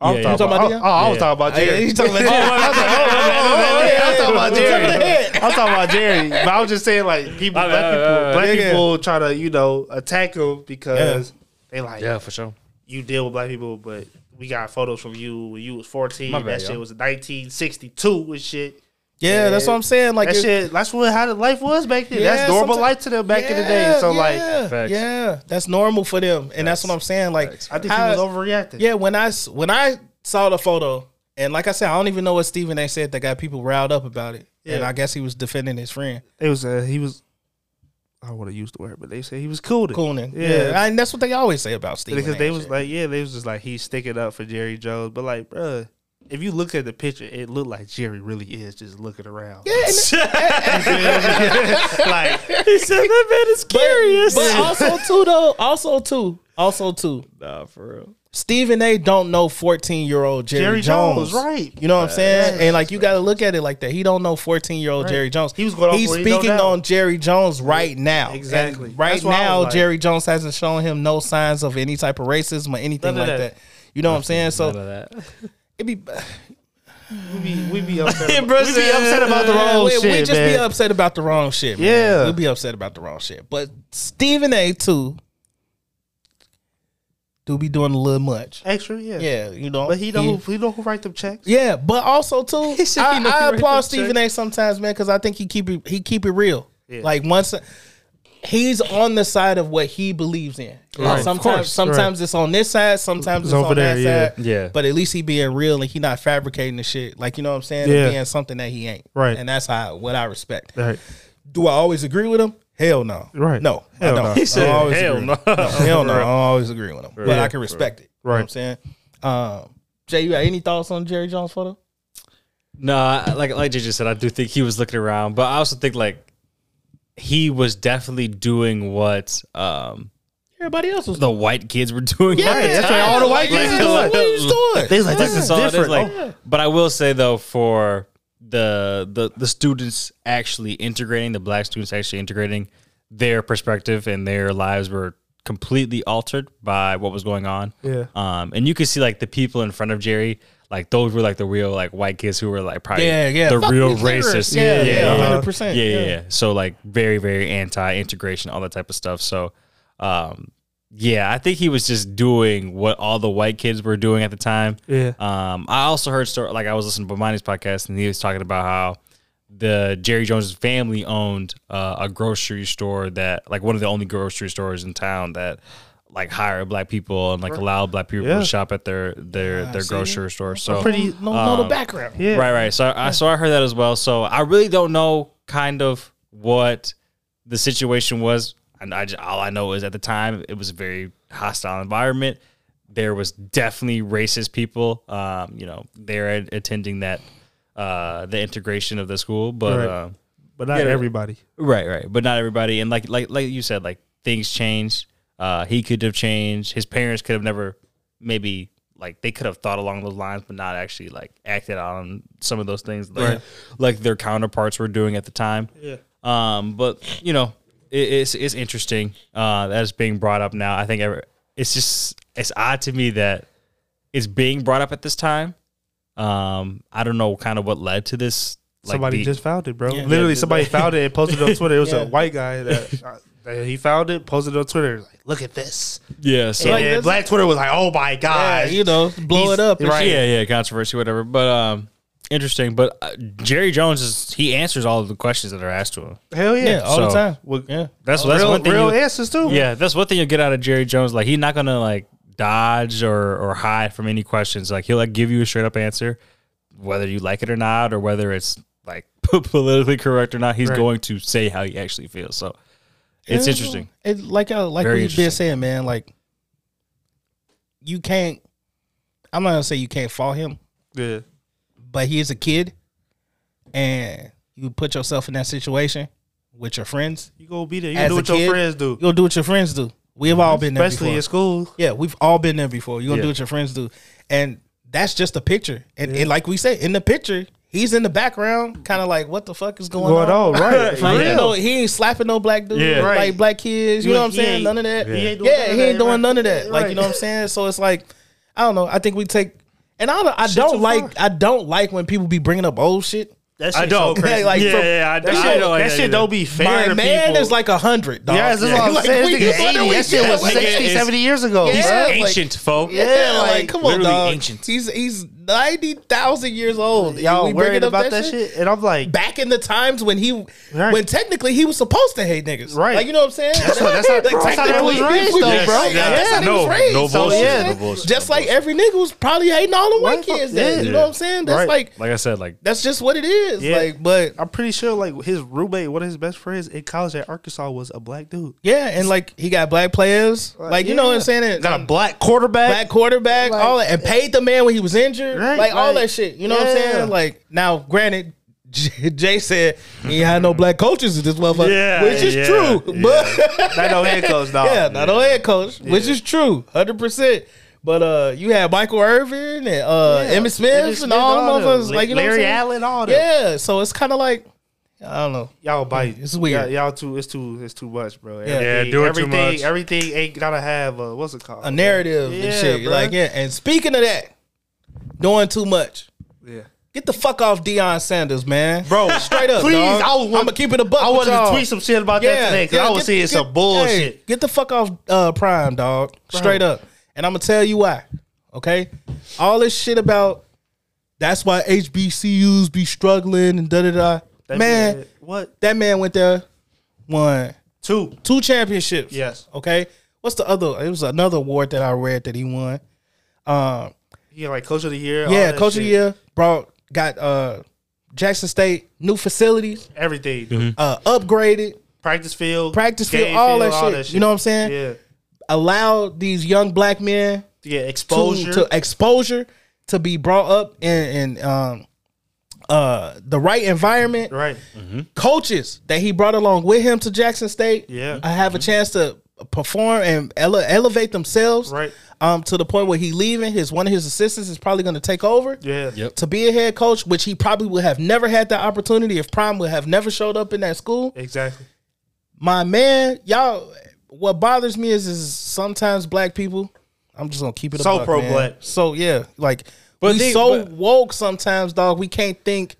[SPEAKER 4] I'm
[SPEAKER 3] Yeah,
[SPEAKER 4] talking
[SPEAKER 2] you
[SPEAKER 4] about.
[SPEAKER 2] talking about
[SPEAKER 4] oh, I
[SPEAKER 3] Dion?
[SPEAKER 4] was talking about Jerry.
[SPEAKER 2] you talking about Dion?
[SPEAKER 4] Oh, I'm talking about Jerry.
[SPEAKER 2] Jump ahead.
[SPEAKER 4] I'm talking about Jerry. But I was just saying, like people,
[SPEAKER 3] My
[SPEAKER 4] black
[SPEAKER 3] bad,
[SPEAKER 4] people,
[SPEAKER 3] my bad.
[SPEAKER 4] black
[SPEAKER 2] Yeah, yeah.
[SPEAKER 4] people try to you know attack him because they like
[SPEAKER 3] yeah, for sure.
[SPEAKER 4] you deal with black people, but we got photos from you when you was 14.
[SPEAKER 3] My bad,
[SPEAKER 4] that
[SPEAKER 3] y'all.
[SPEAKER 4] shit was 1962 and shit.
[SPEAKER 2] Yeah, that's what I'm saying. Like
[SPEAKER 4] that
[SPEAKER 2] it-
[SPEAKER 4] shit. That's what how the life was back then.
[SPEAKER 2] Yeah,
[SPEAKER 4] that's normal
[SPEAKER 2] sometimes-
[SPEAKER 4] life to them back in the day.
[SPEAKER 2] Yeah,
[SPEAKER 4] So like,
[SPEAKER 2] yeah,
[SPEAKER 3] Facts.
[SPEAKER 2] yeah, that's normal for them, and that's what I'm saying. Like,
[SPEAKER 4] I think
[SPEAKER 2] how-
[SPEAKER 4] he was overreacting.
[SPEAKER 2] Yeah, when I s- when I saw the photo, and like I said, I don't even know what Stephen A. said that got people riled up about it, and
[SPEAKER 4] Yeah.
[SPEAKER 2] I guess he was defending his friend
[SPEAKER 4] it was. Uh, he was. I want to use the word, but they say he was cool.
[SPEAKER 2] Coonan. Yeah,
[SPEAKER 4] Yeah.
[SPEAKER 2] and that's what they always say about Stephen.
[SPEAKER 4] because
[SPEAKER 2] A.
[SPEAKER 4] they
[SPEAKER 2] and
[SPEAKER 4] was
[SPEAKER 2] shit.
[SPEAKER 4] like, yeah, they was just like he's sticking up for Jerry Jones, but like, bruh, if you look at the picture, it looked like Jerry really is just looking around. Yeah, like
[SPEAKER 3] He said that man is curious.
[SPEAKER 2] but also too though, also too, also too.
[SPEAKER 3] nah, for real.
[SPEAKER 2] Stephen A. don't know fourteen year old Jerry,
[SPEAKER 4] Jerry
[SPEAKER 2] Jones,
[SPEAKER 4] Jones, right.
[SPEAKER 2] You know what I'm saying? And like you got to look at it like that. He don't know fourteen year old
[SPEAKER 4] Right.
[SPEAKER 2] Jerry Jones.
[SPEAKER 4] He was going off
[SPEAKER 2] He's
[SPEAKER 4] what he know
[SPEAKER 2] speaking
[SPEAKER 4] now.
[SPEAKER 2] on Jerry Jones right now.
[SPEAKER 4] exactly.
[SPEAKER 2] And right
[SPEAKER 4] That's why I
[SPEAKER 2] now,
[SPEAKER 4] was like-
[SPEAKER 2] Jerry Jones hasn't shown him no signs of any type of racism or anything
[SPEAKER 4] None
[SPEAKER 2] like
[SPEAKER 4] of
[SPEAKER 2] that.
[SPEAKER 4] that.
[SPEAKER 2] You know what I'm saying?
[SPEAKER 3] None
[SPEAKER 2] So
[SPEAKER 3] of that.
[SPEAKER 2] it be
[SPEAKER 4] we be, we be upset.
[SPEAKER 3] Yeah,
[SPEAKER 4] about,
[SPEAKER 3] bruh
[SPEAKER 4] we be
[SPEAKER 3] said-
[SPEAKER 4] upset about the
[SPEAKER 2] Yeah,
[SPEAKER 4] wrong
[SPEAKER 2] we,
[SPEAKER 4] shit,
[SPEAKER 2] we just
[SPEAKER 4] man.
[SPEAKER 2] be upset about the wrong shit. man.
[SPEAKER 4] Yeah.
[SPEAKER 2] we'll be upset about the wrong shit. But Stephen A. too do be doing a little much.
[SPEAKER 4] Extra, yeah,
[SPEAKER 2] Yeah, you know,
[SPEAKER 4] But he know
[SPEAKER 2] Yeah.
[SPEAKER 4] who he know who write them checks.
[SPEAKER 2] Yeah, but also too,
[SPEAKER 3] He said he
[SPEAKER 2] I,
[SPEAKER 3] know
[SPEAKER 2] I
[SPEAKER 3] he wrote
[SPEAKER 2] applaud
[SPEAKER 3] that
[SPEAKER 2] Stephen
[SPEAKER 3] check.
[SPEAKER 2] A. sometimes, man, because I think he keep it he keep it real.
[SPEAKER 4] Yeah.
[SPEAKER 2] Like once he's on the side of what he believes in. Like,
[SPEAKER 4] of
[SPEAKER 2] sometimes
[SPEAKER 4] course,
[SPEAKER 2] sometimes it's on this side, sometimes it's,
[SPEAKER 4] It's over
[SPEAKER 2] on
[SPEAKER 4] there,
[SPEAKER 2] that
[SPEAKER 4] yeah.
[SPEAKER 2] side.
[SPEAKER 3] Yeah.
[SPEAKER 2] But at least he being real and he not fabricating the shit. Like you know what I'm saying? And
[SPEAKER 4] Yeah.
[SPEAKER 2] being something that he ain't.
[SPEAKER 4] Right.
[SPEAKER 2] And that's how what I respect.
[SPEAKER 4] Right.
[SPEAKER 2] Do I always agree with him? Hell no.
[SPEAKER 4] Right.
[SPEAKER 2] No.
[SPEAKER 4] Hell
[SPEAKER 2] I don't.
[SPEAKER 4] no. He
[SPEAKER 2] I
[SPEAKER 3] said,
[SPEAKER 2] always
[SPEAKER 3] "Hell
[SPEAKER 2] agree
[SPEAKER 3] no."
[SPEAKER 2] with him. Hell no. I don't always agree with him. But I
[SPEAKER 4] Yeah.
[SPEAKER 2] can respect it. You know
[SPEAKER 4] Right.
[SPEAKER 2] what I'm saying? Um, Jay, you got any thoughts on Jerry Jones photo?
[SPEAKER 3] No, I- like like JJ said, I do think he was looking around, but I also think like he was definitely doing what um
[SPEAKER 2] Everybody else was
[SPEAKER 3] the white kids were doing.
[SPEAKER 2] Yeah,
[SPEAKER 3] at the
[SPEAKER 2] that's
[SPEAKER 3] time.
[SPEAKER 2] right. All the white
[SPEAKER 3] Like,
[SPEAKER 2] kids were
[SPEAKER 3] the-
[SPEAKER 2] doing it. What are you doing?
[SPEAKER 4] They was like,
[SPEAKER 3] That's
[SPEAKER 4] this is
[SPEAKER 3] all it is,
[SPEAKER 4] different.
[SPEAKER 3] Like,
[SPEAKER 4] Oh,
[SPEAKER 3] but I will say though, for the the the students actually integrating, the black students actually integrating, their perspective and their lives were completely altered by what was going on.
[SPEAKER 4] Yeah.
[SPEAKER 3] Um, and you could see like the people in front of Jerry. Like those were like the real like white kids who were like probably
[SPEAKER 2] Yeah, yeah.
[SPEAKER 3] the
[SPEAKER 2] Fuck
[SPEAKER 3] real
[SPEAKER 2] these niggers.
[SPEAKER 3] racists
[SPEAKER 2] Yeah, yeah,
[SPEAKER 3] yeah.
[SPEAKER 2] 100%,
[SPEAKER 3] yeah, yeah
[SPEAKER 2] yeah.
[SPEAKER 3] yeah so like very very anti integration all that type of stuff so um yeah, I think he was just doing what all the white kids were doing at the time.
[SPEAKER 4] Yeah.
[SPEAKER 3] Um, I also heard story like I was listening to Bomani's podcast and he was talking about how the Jerry Jones family owned uh, a grocery store that like one of the only grocery stores in town that like hired black people and like allowed black people
[SPEAKER 4] Yeah. Ah,
[SPEAKER 3] to shop at their their their grocery store. So
[SPEAKER 4] pretty.
[SPEAKER 2] No, no, the background.
[SPEAKER 4] um, Yeah.
[SPEAKER 3] Right, right. So I so I heard that as well. So I really don't know kind of what the situation was. And I just, all I know is at the time it was a very hostile environment. There was definitely racist people. Um, you know, they're at- attending that uh, the integration of the school, but
[SPEAKER 4] Right.
[SPEAKER 3] um,
[SPEAKER 4] But not
[SPEAKER 3] yeah,
[SPEAKER 4] everybody.
[SPEAKER 3] Right, right. But not everybody. And like like like you said, like things changed. Uh, he could have changed. His parents could have never maybe like they could have thought along those lines, but not actually like acted on some of those things like
[SPEAKER 4] Right.
[SPEAKER 3] like their counterparts were doing at the time.
[SPEAKER 4] Yeah.
[SPEAKER 3] Um, but you know, it, it's it's interesting uh, that it's being brought up now. I think ever it's just it's odd to me that it's being brought up at this time. Um, I don't know kind of what led to this.
[SPEAKER 4] somebody
[SPEAKER 3] the-
[SPEAKER 4] just found it, bro.
[SPEAKER 3] Yeah.
[SPEAKER 4] Literally,
[SPEAKER 3] Yeah.
[SPEAKER 4] somebody found it and posted it on Twitter. It was
[SPEAKER 3] Yeah.
[SPEAKER 4] a white guy that uh, that he found it, posted it on Twitter. Like, look at this.
[SPEAKER 3] Yeah, so-
[SPEAKER 4] And
[SPEAKER 3] Like,
[SPEAKER 4] Black Twitter was like, oh my god,
[SPEAKER 2] you know, blow it up and
[SPEAKER 3] right?
[SPEAKER 2] shit.
[SPEAKER 3] Yeah, yeah, controversy, whatever. But um, interesting. But uh, Jerry Jones is he answers all of the questions that are asked to him.
[SPEAKER 4] Hell yeah. Yeah, all the time.
[SPEAKER 3] yeah, that's
[SPEAKER 4] Real-
[SPEAKER 3] that's one thing.
[SPEAKER 4] real
[SPEAKER 3] you-
[SPEAKER 4] answers, too.
[SPEAKER 3] Yeah, that's one thing you'll get out of Jerry Jones. Like he's not gonna like dodge or or hide from any questions. Like he'll like give you a straight up answer, whether you like it or not, or whether it's like politically correct or not. He's
[SPEAKER 2] Right.
[SPEAKER 3] going to say how he actually feels. So it's
[SPEAKER 2] Yeah,
[SPEAKER 3] interesting.
[SPEAKER 2] It like y'all like
[SPEAKER 3] Very
[SPEAKER 2] we've been saying, man. Like you can't. I'm not gonna say you can't fault him.
[SPEAKER 4] Yeah.
[SPEAKER 2] But he is a kid, and you put yourself in that situation with your friends.
[SPEAKER 4] You go be there. You
[SPEAKER 2] As
[SPEAKER 4] do
[SPEAKER 2] a
[SPEAKER 4] what your
[SPEAKER 2] kid,
[SPEAKER 4] friends do.
[SPEAKER 2] You'll do what your friends do. We have all been there,
[SPEAKER 4] Especially
[SPEAKER 2] before.
[SPEAKER 4] in school.
[SPEAKER 2] Yeah, we've all been there before. You gonna
[SPEAKER 4] Yeah.
[SPEAKER 2] do what your friends do, and that's just a picture. And, and like we say in the picture, he's in the background, kind of like, what the fuck is going,
[SPEAKER 4] Going on, right, for
[SPEAKER 2] like, you
[SPEAKER 4] real.
[SPEAKER 2] know, he ain't slapping no black dude,
[SPEAKER 4] Yeah.
[SPEAKER 2] like
[SPEAKER 4] Right.
[SPEAKER 2] black kids. You
[SPEAKER 4] He-
[SPEAKER 2] know what I'm
[SPEAKER 4] he
[SPEAKER 2] saying?
[SPEAKER 4] ain't-
[SPEAKER 2] None of that.
[SPEAKER 4] Yeah.
[SPEAKER 2] Yeah,
[SPEAKER 4] he
[SPEAKER 2] he
[SPEAKER 4] ain't
[SPEAKER 2] ain't
[SPEAKER 4] doing
[SPEAKER 2] doing,
[SPEAKER 4] none of that,
[SPEAKER 2] none of
[SPEAKER 4] right.
[SPEAKER 2] that. Like you know what I'm saying? So it's like, I don't know. I think we take, and I don't, I don't like, I don't like when people be bringing up old shit.
[SPEAKER 4] That shit's so crazy. Yeah,
[SPEAKER 2] for-
[SPEAKER 4] yeah, I- I don't like that either. My
[SPEAKER 2] My
[SPEAKER 4] man
[SPEAKER 2] man is like a hundred. dog.
[SPEAKER 4] Yeah, that's what I'm
[SPEAKER 2] Like,
[SPEAKER 4] saying.
[SPEAKER 2] we-
[SPEAKER 4] This nigga's
[SPEAKER 2] what do
[SPEAKER 4] 80.
[SPEAKER 2] we
[SPEAKER 4] That shit
[SPEAKER 2] get
[SPEAKER 4] was
[SPEAKER 2] with
[SPEAKER 4] 60,
[SPEAKER 2] this?
[SPEAKER 4] 70 years ago.
[SPEAKER 2] Yeah,
[SPEAKER 4] He's
[SPEAKER 2] like-
[SPEAKER 4] ancient, folk.
[SPEAKER 2] Yeah, like, come on,
[SPEAKER 4] Literally
[SPEAKER 2] dog.
[SPEAKER 4] ancient.
[SPEAKER 2] He's he's ninety thousand years old.
[SPEAKER 4] Y'all
[SPEAKER 2] We bringing
[SPEAKER 4] worried
[SPEAKER 2] up
[SPEAKER 4] about that shit? And I'm like,
[SPEAKER 2] back in the times when he, when technically he was supposed to hate niggas, right? Like you know what I'm saying?
[SPEAKER 4] That's what- that's how- that's how they was
[SPEAKER 2] technically, he
[SPEAKER 4] raised,
[SPEAKER 2] was-
[SPEAKER 4] though, bro.
[SPEAKER 2] like,
[SPEAKER 4] Yeah.
[SPEAKER 2] That's how they was
[SPEAKER 4] No,
[SPEAKER 2] raised.
[SPEAKER 4] no
[SPEAKER 2] So,
[SPEAKER 4] bullshit,
[SPEAKER 2] yeah,
[SPEAKER 4] no bullshit,
[SPEAKER 2] just like every nigga was probably hating all the white kids. then, You know what I'm saying? That's
[SPEAKER 4] Right.
[SPEAKER 2] like
[SPEAKER 3] Like I said, like
[SPEAKER 2] that's just what it is.
[SPEAKER 4] Yeah.
[SPEAKER 2] Like, but
[SPEAKER 4] I'm pretty sure like his roommate, one of his best friends in college at Arkansas was a black dude.
[SPEAKER 2] Yeah, and like he got black players. Like you know what I'm saying? And-
[SPEAKER 4] Got a black quarterback.
[SPEAKER 2] Black quarterback, all that, and paid the man when he was injured,
[SPEAKER 4] Right,
[SPEAKER 2] like all
[SPEAKER 4] like-
[SPEAKER 2] that shit. You know what I'm
[SPEAKER 4] Yeah.
[SPEAKER 2] saying? Like now, granted, J- Jay said he had no black coaches in this motherfucker,
[SPEAKER 4] Mm-hmm. Yeah,
[SPEAKER 2] which is
[SPEAKER 4] yeah,
[SPEAKER 2] true.
[SPEAKER 4] yeah.
[SPEAKER 2] But
[SPEAKER 4] Not no head coach, dog.
[SPEAKER 2] Yeah, not no head coach, which is true, hundred percent. But uh, you had Michael Irvin and uh,
[SPEAKER 4] Yeah.
[SPEAKER 2] Emmitt Smith,
[SPEAKER 4] Emmitt Smith,
[SPEAKER 2] and all,
[SPEAKER 4] all
[SPEAKER 2] of us,
[SPEAKER 4] them.
[SPEAKER 2] like you know, what I'm
[SPEAKER 4] Larry
[SPEAKER 2] saying?
[SPEAKER 4] Allen, all them.
[SPEAKER 2] Yeah, so it's kind of like I don't know.
[SPEAKER 4] Y'all bite.
[SPEAKER 2] It's weird.
[SPEAKER 4] Y'all, y'all too. It's too. It's too much, bro.
[SPEAKER 2] Yeah.
[SPEAKER 4] Everything-
[SPEAKER 2] Yeah, do it too
[SPEAKER 4] everything,
[SPEAKER 2] much.
[SPEAKER 4] Everything ain't gotta have a, what's it called?
[SPEAKER 2] a narrative
[SPEAKER 4] Yeah,
[SPEAKER 2] and shit.
[SPEAKER 4] bruh.
[SPEAKER 2] Like, yeah. And speaking of that, doing too much.
[SPEAKER 4] Yeah.
[SPEAKER 2] Get the fuck off Deion Sanders, man. Bro, straight up.
[SPEAKER 4] please,
[SPEAKER 2] dog.
[SPEAKER 4] I was-
[SPEAKER 2] I'm gonna keep it a buck.
[SPEAKER 4] I
[SPEAKER 2] with
[SPEAKER 4] wanted to
[SPEAKER 2] y'all.
[SPEAKER 4] tweet some shit about that today, 'cause I was
[SPEAKER 2] get-
[SPEAKER 4] seeing some
[SPEAKER 2] get-
[SPEAKER 4] bullshit.
[SPEAKER 2] hey, get the fuck off uh, Prime, dog. Straight up. And I'm gonna tell you why. Okay? All this shit about that's why HBCUs be struggling and da da da.
[SPEAKER 4] That
[SPEAKER 2] Man,
[SPEAKER 4] man- what?
[SPEAKER 2] That man went there, won
[SPEAKER 4] two
[SPEAKER 2] two championships.
[SPEAKER 4] Yes.
[SPEAKER 2] Okay. What's the other? It was another award that I read that he won. Um,
[SPEAKER 4] Yeah, like coach of the year. all
[SPEAKER 2] yeah,
[SPEAKER 4] that
[SPEAKER 2] coach of the
[SPEAKER 4] shit.
[SPEAKER 2] year brought got uh Jackson State new facilities,
[SPEAKER 4] Everything.
[SPEAKER 3] Mm-hmm.
[SPEAKER 2] uh upgraded
[SPEAKER 4] Practice field.
[SPEAKER 2] practice field,
[SPEAKER 4] game
[SPEAKER 2] all, that, shit, You know what I'm saying?
[SPEAKER 4] Yeah.
[SPEAKER 2] Allow these young black men
[SPEAKER 4] To get
[SPEAKER 2] to-
[SPEAKER 4] exposure.
[SPEAKER 2] to, exposure to be brought up in, in um uh the right environment.
[SPEAKER 4] Right.
[SPEAKER 2] Coaches that he brought along with him to Jackson State.
[SPEAKER 4] Yeah.
[SPEAKER 2] I have a chance to perform and ele- elevate themselves.
[SPEAKER 4] Right.
[SPEAKER 2] Um, to the point where he leaving his one of his assistants is probably going to take over.
[SPEAKER 4] Yeah. Yep.
[SPEAKER 2] To be a head coach, which he probably would have never had the opportunity if Prime would have never showed up in that school.
[SPEAKER 4] Exactly.
[SPEAKER 2] My man, y'all. What bothers me is is sometimes black people. I'm just gonna keep it a
[SPEAKER 4] So
[SPEAKER 2] buck,
[SPEAKER 4] pro
[SPEAKER 2] man.
[SPEAKER 4] black.
[SPEAKER 2] So yeah, like
[SPEAKER 4] But
[SPEAKER 2] we
[SPEAKER 4] they-
[SPEAKER 2] so
[SPEAKER 4] but-
[SPEAKER 2] woke sometimes, dog. We can't think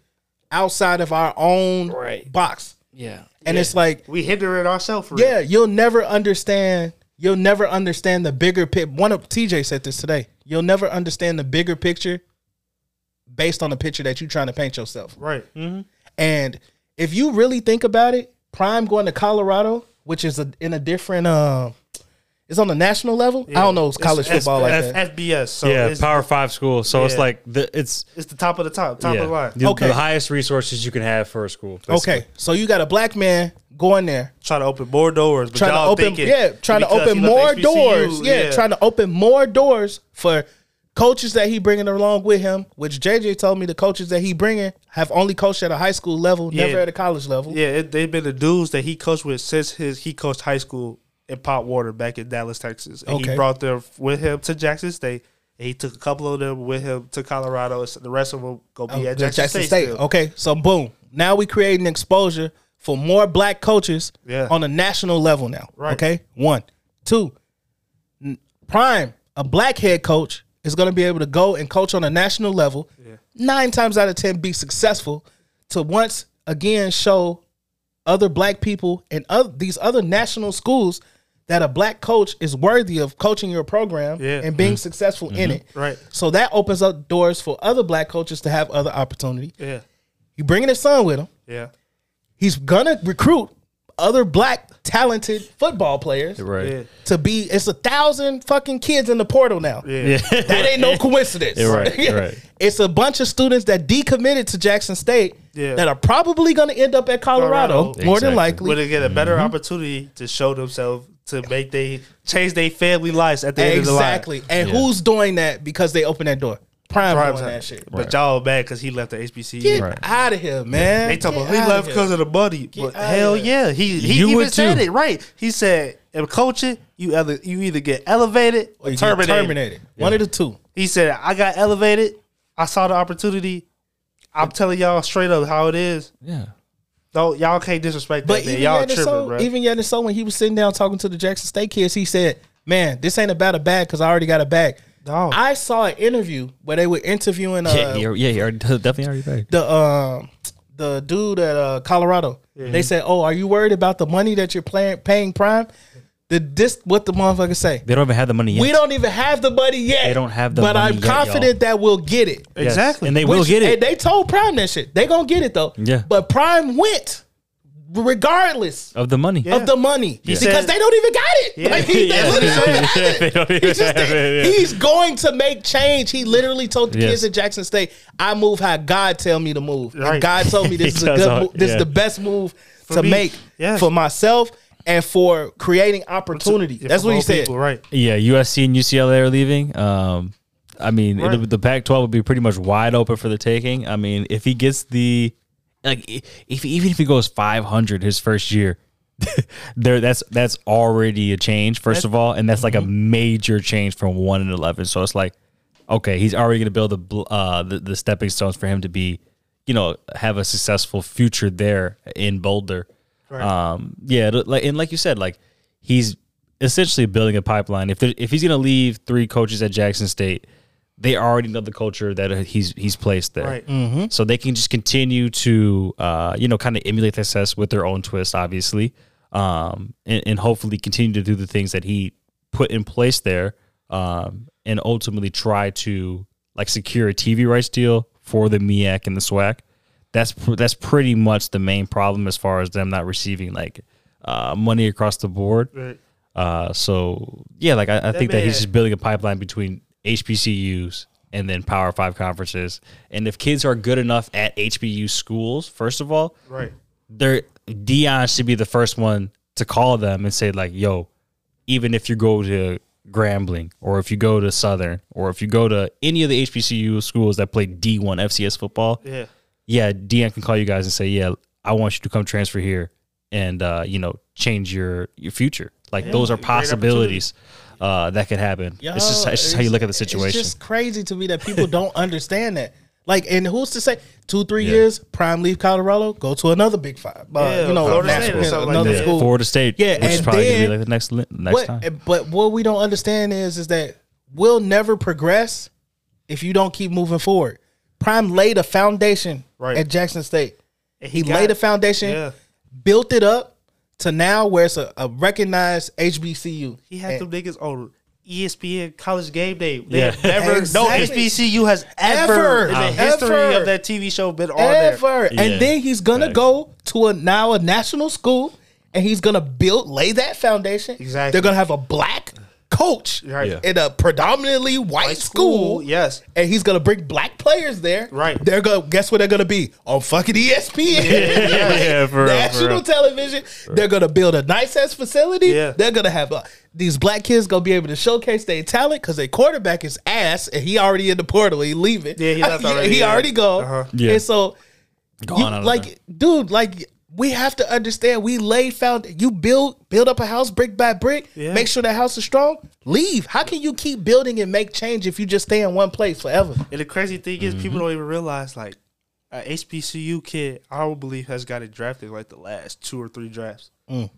[SPEAKER 2] outside of our own box.
[SPEAKER 3] Yeah.
[SPEAKER 2] And it's like
[SPEAKER 4] we hinder it ourselves.
[SPEAKER 2] Yeah, you'll never understand. You'll never understand the bigger picture. One of TJ said this today. You'll never understand the bigger picture based on the picture that you're trying to paint yourself.
[SPEAKER 4] Right.
[SPEAKER 2] And if you really think about it, Prime going to Colorado, which is a, in a different, uh, it's on the national level. I don't know, it's college
[SPEAKER 4] It's-
[SPEAKER 2] football like
[SPEAKER 4] it's
[SPEAKER 2] that.
[SPEAKER 4] FBS. So
[SPEAKER 3] yeah,
[SPEAKER 4] it's,
[SPEAKER 3] Power Five school. So it's
[SPEAKER 4] Yeah.
[SPEAKER 3] like the it's
[SPEAKER 4] it's the top of the top, top
[SPEAKER 3] yeah,
[SPEAKER 4] of the line.
[SPEAKER 3] the, the highest resources you can have for a school.
[SPEAKER 2] Okay, so you got a black man going there.
[SPEAKER 4] Trying to open more doors. But
[SPEAKER 2] trying to
[SPEAKER 4] y'all
[SPEAKER 2] open,
[SPEAKER 4] thinking
[SPEAKER 2] yeah, trying to
[SPEAKER 4] because
[SPEAKER 2] open
[SPEAKER 4] he left
[SPEAKER 2] more
[SPEAKER 4] HBCU,
[SPEAKER 2] doors. Yeah, trying to open more doors for coaches that he bringing along with him. Which JJ told me the coaches that he bringing have only coached at a high school level, never
[SPEAKER 4] Yeah.
[SPEAKER 2] at a college level.
[SPEAKER 4] Yeah, it, they've been the dudes that he coached with since his he coached high school in Pop Water back in Dallas, Texas. And
[SPEAKER 2] Okay.
[SPEAKER 4] he brought them with him to Jackson State. And he took a couple of them with him to Colorado. So the rest of them go be
[SPEAKER 2] Oh,
[SPEAKER 4] at Jackson, State. still.
[SPEAKER 2] Okay, so boom. Now we creating exposure for more black coaches
[SPEAKER 4] Yeah.
[SPEAKER 2] on a national level now.
[SPEAKER 4] Right.
[SPEAKER 2] Okay, one, two. N- Prime, a black head coach is going to be able to go and coach on a national level. Nine times out of ten, be successful to once again show other black people and other, these other national schools that a black coach is worthy of coaching your program
[SPEAKER 4] Yeah.
[SPEAKER 2] and being successful in it.
[SPEAKER 4] Right.
[SPEAKER 2] So that opens up doors for other black coaches to have other opportunity.
[SPEAKER 4] Yeah.
[SPEAKER 2] He bringing his son with him.
[SPEAKER 4] Yeah.
[SPEAKER 2] He's gonna recruit other black talented football players
[SPEAKER 3] Right.
[SPEAKER 4] Yeah.
[SPEAKER 2] to be. It's a thousand fucking kids in the portal now.
[SPEAKER 4] Yeah.
[SPEAKER 2] That ain't no coincidence.
[SPEAKER 3] Yeah, right, right.
[SPEAKER 2] It's a bunch of students that decommitted to Jackson State
[SPEAKER 4] Yeah.
[SPEAKER 2] that are probably gonna end up at Colorado,
[SPEAKER 4] Colorado.
[SPEAKER 2] more than
[SPEAKER 3] Exactly.
[SPEAKER 2] likely.
[SPEAKER 4] Would they get a better
[SPEAKER 2] Mm-hmm.
[SPEAKER 4] opportunity to show themselves to make they change their family lives at the end of the life.
[SPEAKER 2] Exactly. And who's doing that because they opened that door? Prime,
[SPEAKER 4] Prime
[SPEAKER 2] doing
[SPEAKER 4] time.
[SPEAKER 2] that shit.
[SPEAKER 4] But y'all mad because he left the HBCU.
[SPEAKER 2] Get out of here, man.
[SPEAKER 4] They talk
[SPEAKER 2] Get
[SPEAKER 4] about he
[SPEAKER 2] outta
[SPEAKER 4] left
[SPEAKER 2] here.
[SPEAKER 4] because of the money. But
[SPEAKER 2] outta
[SPEAKER 4] hell
[SPEAKER 2] here.
[SPEAKER 4] yeah, he he
[SPEAKER 3] You
[SPEAKER 4] even
[SPEAKER 3] would
[SPEAKER 4] said
[SPEAKER 3] too.
[SPEAKER 4] it right. He said, "In coaching, you either you either get elevated or,
[SPEAKER 2] You get
[SPEAKER 4] terminated."
[SPEAKER 2] terminated. One of the two.
[SPEAKER 4] He said, "I got elevated. I saw the opportunity. I'm telling y'all straight up how it is.
[SPEAKER 3] Yeah.
[SPEAKER 4] No, y'all can't disrespect
[SPEAKER 2] But
[SPEAKER 4] that.
[SPEAKER 2] even
[SPEAKER 4] Man. Y'all
[SPEAKER 2] yet, and
[SPEAKER 4] tripping,
[SPEAKER 2] so,
[SPEAKER 4] bro.
[SPEAKER 2] even yet, and so when he was sitting down talking to the Jackson State kids, he said, "Man, this ain't about a bag because I already got a bag."
[SPEAKER 4] Dog.
[SPEAKER 2] I saw an interview where they were interviewing uh,
[SPEAKER 3] yeah, you're, yeah, you're definitely already back.
[SPEAKER 2] the um the dude at uh, Colorado. They said, "Oh, are you worried about the money that you're playing, paying Prime?" The this what the motherfucker say?
[SPEAKER 3] They don't even have the money yet.
[SPEAKER 2] We don't even have the money yet.
[SPEAKER 3] They don't have the
[SPEAKER 2] but
[SPEAKER 3] money
[SPEAKER 2] I'm
[SPEAKER 3] yet,
[SPEAKER 2] confident
[SPEAKER 3] y'all.
[SPEAKER 2] that we'll get it.
[SPEAKER 3] Yes.
[SPEAKER 4] Exactly.
[SPEAKER 3] And they will
[SPEAKER 2] Which-
[SPEAKER 3] get
[SPEAKER 2] and
[SPEAKER 3] it.
[SPEAKER 2] they told Prime that shit. They gonna get it though.
[SPEAKER 3] Yeah.
[SPEAKER 2] But Prime went regardless
[SPEAKER 3] of the money.
[SPEAKER 2] of the money because
[SPEAKER 4] said-
[SPEAKER 2] they don't even got it. Like, he, they
[SPEAKER 3] Yeah.
[SPEAKER 2] literally don't have it.
[SPEAKER 3] They don't even
[SPEAKER 2] He's, just-
[SPEAKER 3] have it, yeah.
[SPEAKER 2] he's going to make change. He literally told the kids
[SPEAKER 3] Yes.
[SPEAKER 2] at Jackson State, "I move how God tell me to move." And
[SPEAKER 4] Right.
[SPEAKER 2] God told me this is a
[SPEAKER 3] does
[SPEAKER 2] good,
[SPEAKER 3] all-
[SPEAKER 2] mo- this
[SPEAKER 3] yeah.
[SPEAKER 2] is the best move to
[SPEAKER 4] me.
[SPEAKER 2] make
[SPEAKER 4] Yes.
[SPEAKER 2] for myself and for creating opportunity.
[SPEAKER 4] Yeah,
[SPEAKER 2] That's
[SPEAKER 4] for
[SPEAKER 2] what he
[SPEAKER 4] both
[SPEAKER 2] said.
[SPEAKER 4] people, right?
[SPEAKER 3] Yeah, USC and UCLA are leaving. Um, I mean,
[SPEAKER 4] Right.
[SPEAKER 3] the, the Pac-12 would be pretty much wide open for the taking. I mean, if he gets the like, i- if even if he goes 500 his first year, there that's that's already a change first of all, and that's like a major change from one and 11. So it's like, okay, he's already going to build the, bl- uh, the the stepping stones for him to be, you know, have a successful future there in Boulder. Um, yeah, th- like and like you said, like he's essentially building a pipeline. If there, if he's going to leave three coaches at Jackson State, they already know the culture that he's he's placed there,
[SPEAKER 4] Right.
[SPEAKER 3] so they can just continue to uh, you know kind of emulate the success with their own twist, obviously, um, and, and hopefully continue to do the things that he put in place there, um, and ultimately try to like secure a TV rights deal for the MIAC and the SWAC that's pr- that's pretty much the main problem as far as them not receiving like uh, money across the board.
[SPEAKER 4] Right.
[SPEAKER 3] Uh, so yeah, like I, I think that he's
[SPEAKER 4] man-
[SPEAKER 3] just building a pipeline between HBCUs and then Power Five conferences. And if kids are good enough at HBU schools, first of all,
[SPEAKER 4] Right.
[SPEAKER 3] they're Dion should be the first one to call them and say like, "Yo, even if you go to Grambling or if you go to Southern or if you go to any of the HBCU schools that play D1 FCS football,
[SPEAKER 4] Yeah.
[SPEAKER 3] yeah, Dion can call you guys and say, yeah, I want you to come transfer here and uh, you know change your your future. Like those are possibilities uh, that could happen. it's just
[SPEAKER 2] Yo,
[SPEAKER 3] it's just how you look at the
[SPEAKER 2] It's
[SPEAKER 3] situation.
[SPEAKER 2] just crazy to me that people don't understand that. Like, and who's to say two, three years, prime leave Colorado, go to another Big Five, uh,
[SPEAKER 4] Yeah,
[SPEAKER 2] you know,
[SPEAKER 4] Florida State or
[SPEAKER 2] national,
[SPEAKER 4] something like
[SPEAKER 2] another
[SPEAKER 4] that.
[SPEAKER 2] school.
[SPEAKER 3] Florida State,
[SPEAKER 2] Yeah,
[SPEAKER 3] which is
[SPEAKER 2] and
[SPEAKER 3] probably gonna be
[SPEAKER 2] then-
[SPEAKER 3] like the next li- next time.
[SPEAKER 2] What, but what we don't understand is, is that we'll never progress if you don't keep moving forward. Prime laid a foundation
[SPEAKER 4] Right.
[SPEAKER 2] at Jackson State. He,
[SPEAKER 4] got
[SPEAKER 2] laid a
[SPEAKER 4] it.
[SPEAKER 2] foundation,
[SPEAKER 4] Yeah.
[SPEAKER 2] built it up to now where it's a, a recognized HBCU.
[SPEAKER 4] He had
[SPEAKER 2] And-
[SPEAKER 4] them niggas on E ESPN College Game Day. They
[SPEAKER 3] Yeah.
[SPEAKER 4] have never
[SPEAKER 2] Exactly.
[SPEAKER 4] no HBCU has ever,
[SPEAKER 2] Ever.
[SPEAKER 4] in the
[SPEAKER 2] Wow.
[SPEAKER 4] history
[SPEAKER 2] Ever.
[SPEAKER 4] of that TV show been on there.
[SPEAKER 2] ever.
[SPEAKER 3] Yeah.
[SPEAKER 2] And then he's gonna
[SPEAKER 3] Facts.
[SPEAKER 2] go to a now a national school, and he's gonna build lay that foundation.
[SPEAKER 4] Exactly.
[SPEAKER 2] They're gonna have a black coach
[SPEAKER 4] Right.
[SPEAKER 2] in a predominantly white, school,
[SPEAKER 4] yes,
[SPEAKER 2] and he's gonna bring black players there. Right. They're gonna guess where they're gonna be on fucking E ESPN,
[SPEAKER 4] Yeah, yeah, for real, for
[SPEAKER 2] national
[SPEAKER 4] real.
[SPEAKER 2] television. They're gonna build a nice ass facility.
[SPEAKER 4] Yeah.
[SPEAKER 2] They're gonna have uh, these black kids gonna be able to showcase their talent because their quarterback is ass, and he already in the portal. He leaving.
[SPEAKER 4] Yeah, he left already,
[SPEAKER 2] he
[SPEAKER 4] yeah.
[SPEAKER 2] already gone.
[SPEAKER 4] Uh-huh.
[SPEAKER 3] Yeah.
[SPEAKER 2] And so
[SPEAKER 3] Gone
[SPEAKER 2] you-
[SPEAKER 3] out of
[SPEAKER 2] like dude like we have to understand we laid found you build build up a house brick by brick
[SPEAKER 4] Yeah.
[SPEAKER 2] make sure that house is strong leave how can you keep building and make change if you just stay in one place forever
[SPEAKER 4] And the crazy thing is, people don't even realize like a HBCU kid, I would believe, has got it drafted like the last two or three drafts.
[SPEAKER 2] Mm.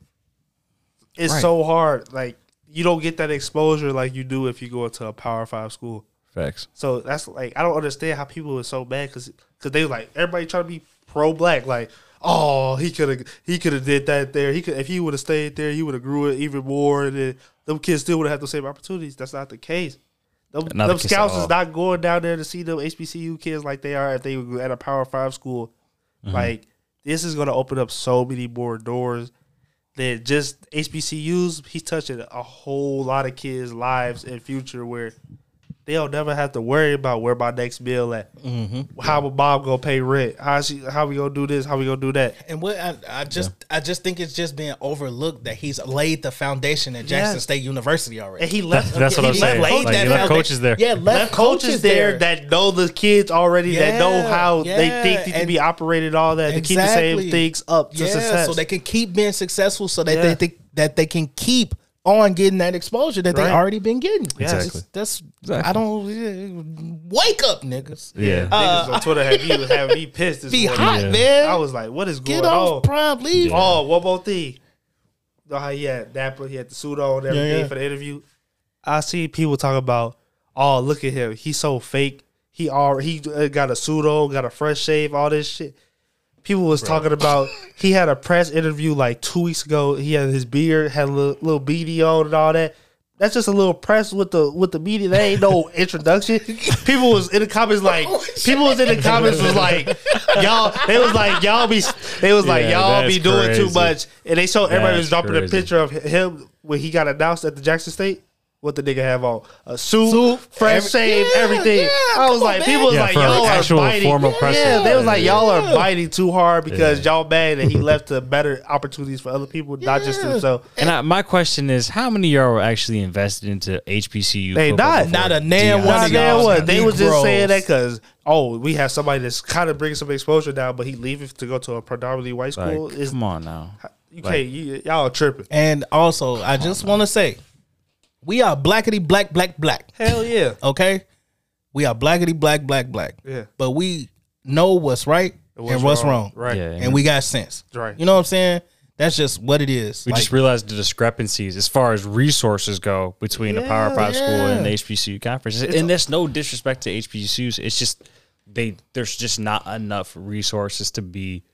[SPEAKER 4] It's so hard. Like you don't get that exposure like you do if you go into a Power Five school.
[SPEAKER 1] Facts.
[SPEAKER 4] So that's like I don't understand how people are so bad because they like everybody trying to be pro black like. Oh, he could have he could have did that there. He could if he would have stayed there, he would have grew it even more, and then them kids still would have had the same opportunities. That's not the case. Them,
[SPEAKER 3] Not the
[SPEAKER 4] them
[SPEAKER 3] case at
[SPEAKER 4] scouts
[SPEAKER 3] all.
[SPEAKER 4] is not going down there to see them HBCU kids like they are if they were at a Power Five school.
[SPEAKER 3] Mm-hmm.
[SPEAKER 4] Like this is going to open up so many more doors than just HBCUs. He's touching a whole lot of kids' lives and future where they'll never have to worry about where my next meal at.
[SPEAKER 3] Mm-hmm.
[SPEAKER 4] How my mom gonna pay rent? How she? How we gonna do this? How we gonna do that?
[SPEAKER 2] and what I, I just I just think it's just being overlooked that he's laid the foundation at Jackson
[SPEAKER 4] Yes.
[SPEAKER 2] State University already.
[SPEAKER 4] And he left.
[SPEAKER 3] That's what
[SPEAKER 4] he
[SPEAKER 3] I'm saying.
[SPEAKER 4] laid
[SPEAKER 3] Like,
[SPEAKER 4] that
[SPEAKER 3] you left
[SPEAKER 4] foundation.
[SPEAKER 3] coaches there.
[SPEAKER 2] Yeah, left,
[SPEAKER 4] left coaches, there, that know the kids already, that know
[SPEAKER 2] Yeah,
[SPEAKER 4] how
[SPEAKER 2] yeah,
[SPEAKER 4] they think they can
[SPEAKER 2] and-
[SPEAKER 4] be operated, all that to keep the
[SPEAKER 2] Exactly.
[SPEAKER 4] same things up to
[SPEAKER 2] yeah,
[SPEAKER 4] success.
[SPEAKER 2] so they can keep being successful, so that
[SPEAKER 4] Yeah.
[SPEAKER 2] they think that they can keep on getting that exposure that they
[SPEAKER 4] Right.
[SPEAKER 2] already been getting.
[SPEAKER 4] Yes.
[SPEAKER 2] That's- That's, I don't wake up, niggas.
[SPEAKER 3] Yeah.
[SPEAKER 4] Niggas on Twitter had me had me pissed this
[SPEAKER 2] Be
[SPEAKER 4] morning.
[SPEAKER 2] hot,
[SPEAKER 3] Yeah.
[SPEAKER 2] man.
[SPEAKER 4] I was like, "What is going
[SPEAKER 2] Get off
[SPEAKER 4] on?"
[SPEAKER 2] prime, leave.
[SPEAKER 4] Oh, one more thing. Know how he had Napa, he had the suit on, and everything
[SPEAKER 2] yeah.
[SPEAKER 4] for the interview. I see people talk about, oh, look at him, he's so fake. He already he uh, got a suit on, got a fresh shave, all this shit. People was talking about he had a press interview like two weeks ago. He had his beard, had a little, little beady on and all that. That's just a little press with the with the media. That ain't no introduction. People was in the comments like
[SPEAKER 3] Oh,
[SPEAKER 4] people was in the comments was like y'all. They was like y'all be. They was like
[SPEAKER 3] Yeah,
[SPEAKER 4] y'all
[SPEAKER 3] that's
[SPEAKER 4] be doing too
[SPEAKER 3] crazy.
[SPEAKER 4] much. And they showed everybody was
[SPEAKER 3] That's
[SPEAKER 4] dropping
[SPEAKER 3] crazy.
[SPEAKER 4] a picture of him when he got announced at the Jackson State. What the nigga have on a suit,
[SPEAKER 2] Suit,
[SPEAKER 4] fresh
[SPEAKER 2] every-
[SPEAKER 4] shave,
[SPEAKER 2] Yeah,
[SPEAKER 4] everything.
[SPEAKER 2] yeah,
[SPEAKER 4] I
[SPEAKER 2] come
[SPEAKER 4] was
[SPEAKER 2] on,
[SPEAKER 4] like,
[SPEAKER 2] man.
[SPEAKER 4] people was
[SPEAKER 3] Yeah,
[SPEAKER 4] like,
[SPEAKER 3] for an
[SPEAKER 4] y'all are
[SPEAKER 3] actual
[SPEAKER 4] biting.
[SPEAKER 3] formal press
[SPEAKER 4] yeah, they was like,
[SPEAKER 3] event.
[SPEAKER 4] y'all are biting too hard because y'all mad that he left to better opportunities for other people, not just
[SPEAKER 2] Yeah.
[SPEAKER 4] himself.
[SPEAKER 3] And I, my question is, how many of y'all were actually invested into HBCU?
[SPEAKER 4] They
[SPEAKER 3] football
[SPEAKER 4] not.
[SPEAKER 3] before?
[SPEAKER 2] Not a nan
[SPEAKER 3] Deion
[SPEAKER 2] one of
[SPEAKER 4] Nah,
[SPEAKER 3] Sanders?
[SPEAKER 4] man,
[SPEAKER 2] y'all.
[SPEAKER 4] what? They was just
[SPEAKER 2] Negroes.
[SPEAKER 4] saying that because oh, we have somebody that's kind of bringing some exposure down, but he leaving to go to a predominantly white
[SPEAKER 3] Like,
[SPEAKER 4] school. Is
[SPEAKER 3] come on now.
[SPEAKER 4] you
[SPEAKER 3] like-
[SPEAKER 4] can't you, y'all are tripping?
[SPEAKER 2] And also, I just want to say, we are blackety black black black.
[SPEAKER 4] Hell yeah,
[SPEAKER 2] Okay, we are blackety black black black.
[SPEAKER 4] Yeah.
[SPEAKER 2] but we know what's right and what's wrong.
[SPEAKER 4] right?
[SPEAKER 3] Yeah.
[SPEAKER 2] and we got sense.
[SPEAKER 4] Right.
[SPEAKER 2] You know what I'm saying? That's just what it is.
[SPEAKER 3] We
[SPEAKER 2] Like,
[SPEAKER 3] just realized the discrepancies as far as resources go between the Power Five school and the HBCU conference. and that's no disrespect to HBCUs. It's just they there's just not enough resources to be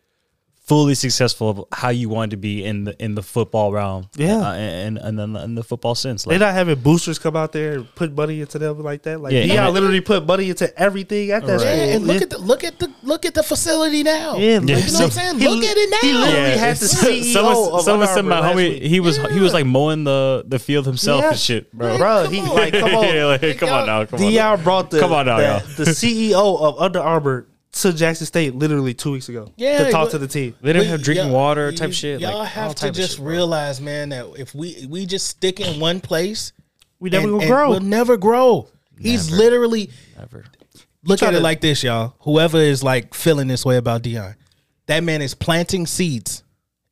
[SPEAKER 3] fully successful of how you want to be in the in the football realm.
[SPEAKER 4] Yeah.
[SPEAKER 3] uh, and and in the, in the football sense.
[SPEAKER 4] They
[SPEAKER 3] Like,
[SPEAKER 4] not having boosters come out there and put money into them like that. Like
[SPEAKER 3] Yeah,
[SPEAKER 4] yeah,
[SPEAKER 3] and-
[SPEAKER 4] literally put money into everything at that
[SPEAKER 2] yeah,
[SPEAKER 4] school.
[SPEAKER 2] and look
[SPEAKER 4] Yeah.
[SPEAKER 2] at the look at the look at the facility now.
[SPEAKER 4] Yeah,
[SPEAKER 2] you know what I'm
[SPEAKER 3] so-
[SPEAKER 2] saying?
[SPEAKER 4] he
[SPEAKER 2] Look
[SPEAKER 4] li-
[SPEAKER 2] at it now.
[SPEAKER 4] he literally Yeah, had to
[SPEAKER 2] It's-
[SPEAKER 4] see- CEO
[SPEAKER 3] Someone,
[SPEAKER 4] E of
[SPEAKER 3] someone
[SPEAKER 4] Under
[SPEAKER 3] said my
[SPEAKER 4] Armour last
[SPEAKER 3] homie,
[SPEAKER 4] week.
[SPEAKER 3] he was he was like mowing the, the field himself
[SPEAKER 4] Yeah.
[SPEAKER 3] and shit, bro.
[SPEAKER 4] Bro, he like come on.
[SPEAKER 3] Yeah, like, come on now, come on. now.
[SPEAKER 4] Dion brought the
[SPEAKER 3] Come on now,
[SPEAKER 4] the,
[SPEAKER 3] y'all.
[SPEAKER 4] the CEO of Under Armour to Jackson State literally two weeks ago.
[SPEAKER 2] Yeah,
[SPEAKER 4] to talk
[SPEAKER 2] but-
[SPEAKER 4] to the team.
[SPEAKER 3] They didn't have
[SPEAKER 2] But
[SPEAKER 3] drinking
[SPEAKER 2] y'all-
[SPEAKER 3] water
[SPEAKER 2] you-
[SPEAKER 3] type shit.
[SPEAKER 2] Y'all
[SPEAKER 3] like, all
[SPEAKER 2] have to
[SPEAKER 3] type of
[SPEAKER 2] just
[SPEAKER 3] shit, bro.
[SPEAKER 2] realize, man, that if we we just stick in one place,
[SPEAKER 4] We never
[SPEAKER 2] and-
[SPEAKER 4] gonna
[SPEAKER 2] and
[SPEAKER 4] grow.
[SPEAKER 2] We'll never grow. He's literally
[SPEAKER 3] Never.
[SPEAKER 2] look
[SPEAKER 4] Try
[SPEAKER 2] at it
[SPEAKER 4] to-
[SPEAKER 2] like this, y'all. Whoever is like feeling this way about Dion, that man is planting seeds,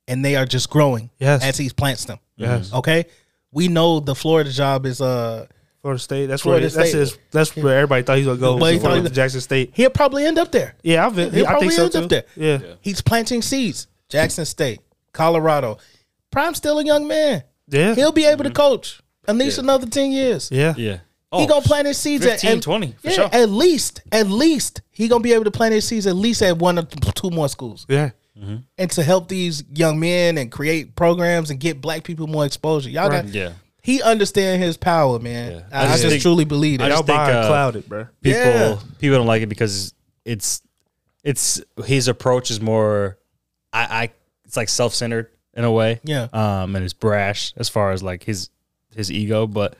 [SPEAKER 2] and they are just growing
[SPEAKER 4] Yes.
[SPEAKER 2] as he plants them.
[SPEAKER 4] Yes.
[SPEAKER 2] Okay, we know the Florida job is uh
[SPEAKER 4] Florida State. That's
[SPEAKER 2] Florida
[SPEAKER 4] where that's
[SPEAKER 2] State.
[SPEAKER 4] his, that's where everybody thought he was gonna go.
[SPEAKER 2] But he
[SPEAKER 4] was
[SPEAKER 2] thought he
[SPEAKER 4] going to
[SPEAKER 2] was-
[SPEAKER 4] Jackson State.
[SPEAKER 2] he'll probably end up there.
[SPEAKER 4] Yeah, I've been,
[SPEAKER 2] He'll
[SPEAKER 4] I
[SPEAKER 2] probably
[SPEAKER 4] think so
[SPEAKER 2] end
[SPEAKER 4] too.
[SPEAKER 2] up there.
[SPEAKER 4] Yeah.
[SPEAKER 2] He's planting seeds. Jackson State, Colorado, prime still a young man.
[SPEAKER 4] Yeah.
[SPEAKER 2] He'll be able
[SPEAKER 3] Mm-hmm.
[SPEAKER 2] to coach at least another ten years.
[SPEAKER 4] yeah,
[SPEAKER 3] Yeah. Oh,
[SPEAKER 2] he gonna plant his seeds at
[SPEAKER 3] 15,
[SPEAKER 2] at-
[SPEAKER 3] 20, for
[SPEAKER 2] yeah,
[SPEAKER 3] sure.
[SPEAKER 2] At least, at least he gonna be able to plant his seeds at least at one or two more schools,
[SPEAKER 4] yeah.
[SPEAKER 2] and to help these young men and create programs and get black people more exposure. Y'all got
[SPEAKER 3] Yeah.
[SPEAKER 2] He understand his power, man.
[SPEAKER 3] Yeah.
[SPEAKER 2] I, I
[SPEAKER 3] I
[SPEAKER 2] just
[SPEAKER 3] just think-
[SPEAKER 2] truly believe
[SPEAKER 3] I
[SPEAKER 2] it.
[SPEAKER 4] Y'all
[SPEAKER 3] just think,
[SPEAKER 4] buying
[SPEAKER 3] uh,
[SPEAKER 4] clouded, bro.
[SPEAKER 3] People
[SPEAKER 2] Yeah.
[SPEAKER 3] people don't like it because it's it's his approach is more I, I it's like self centered in a way.
[SPEAKER 2] Yeah.
[SPEAKER 3] Um and it's brash as far as like his his ego, but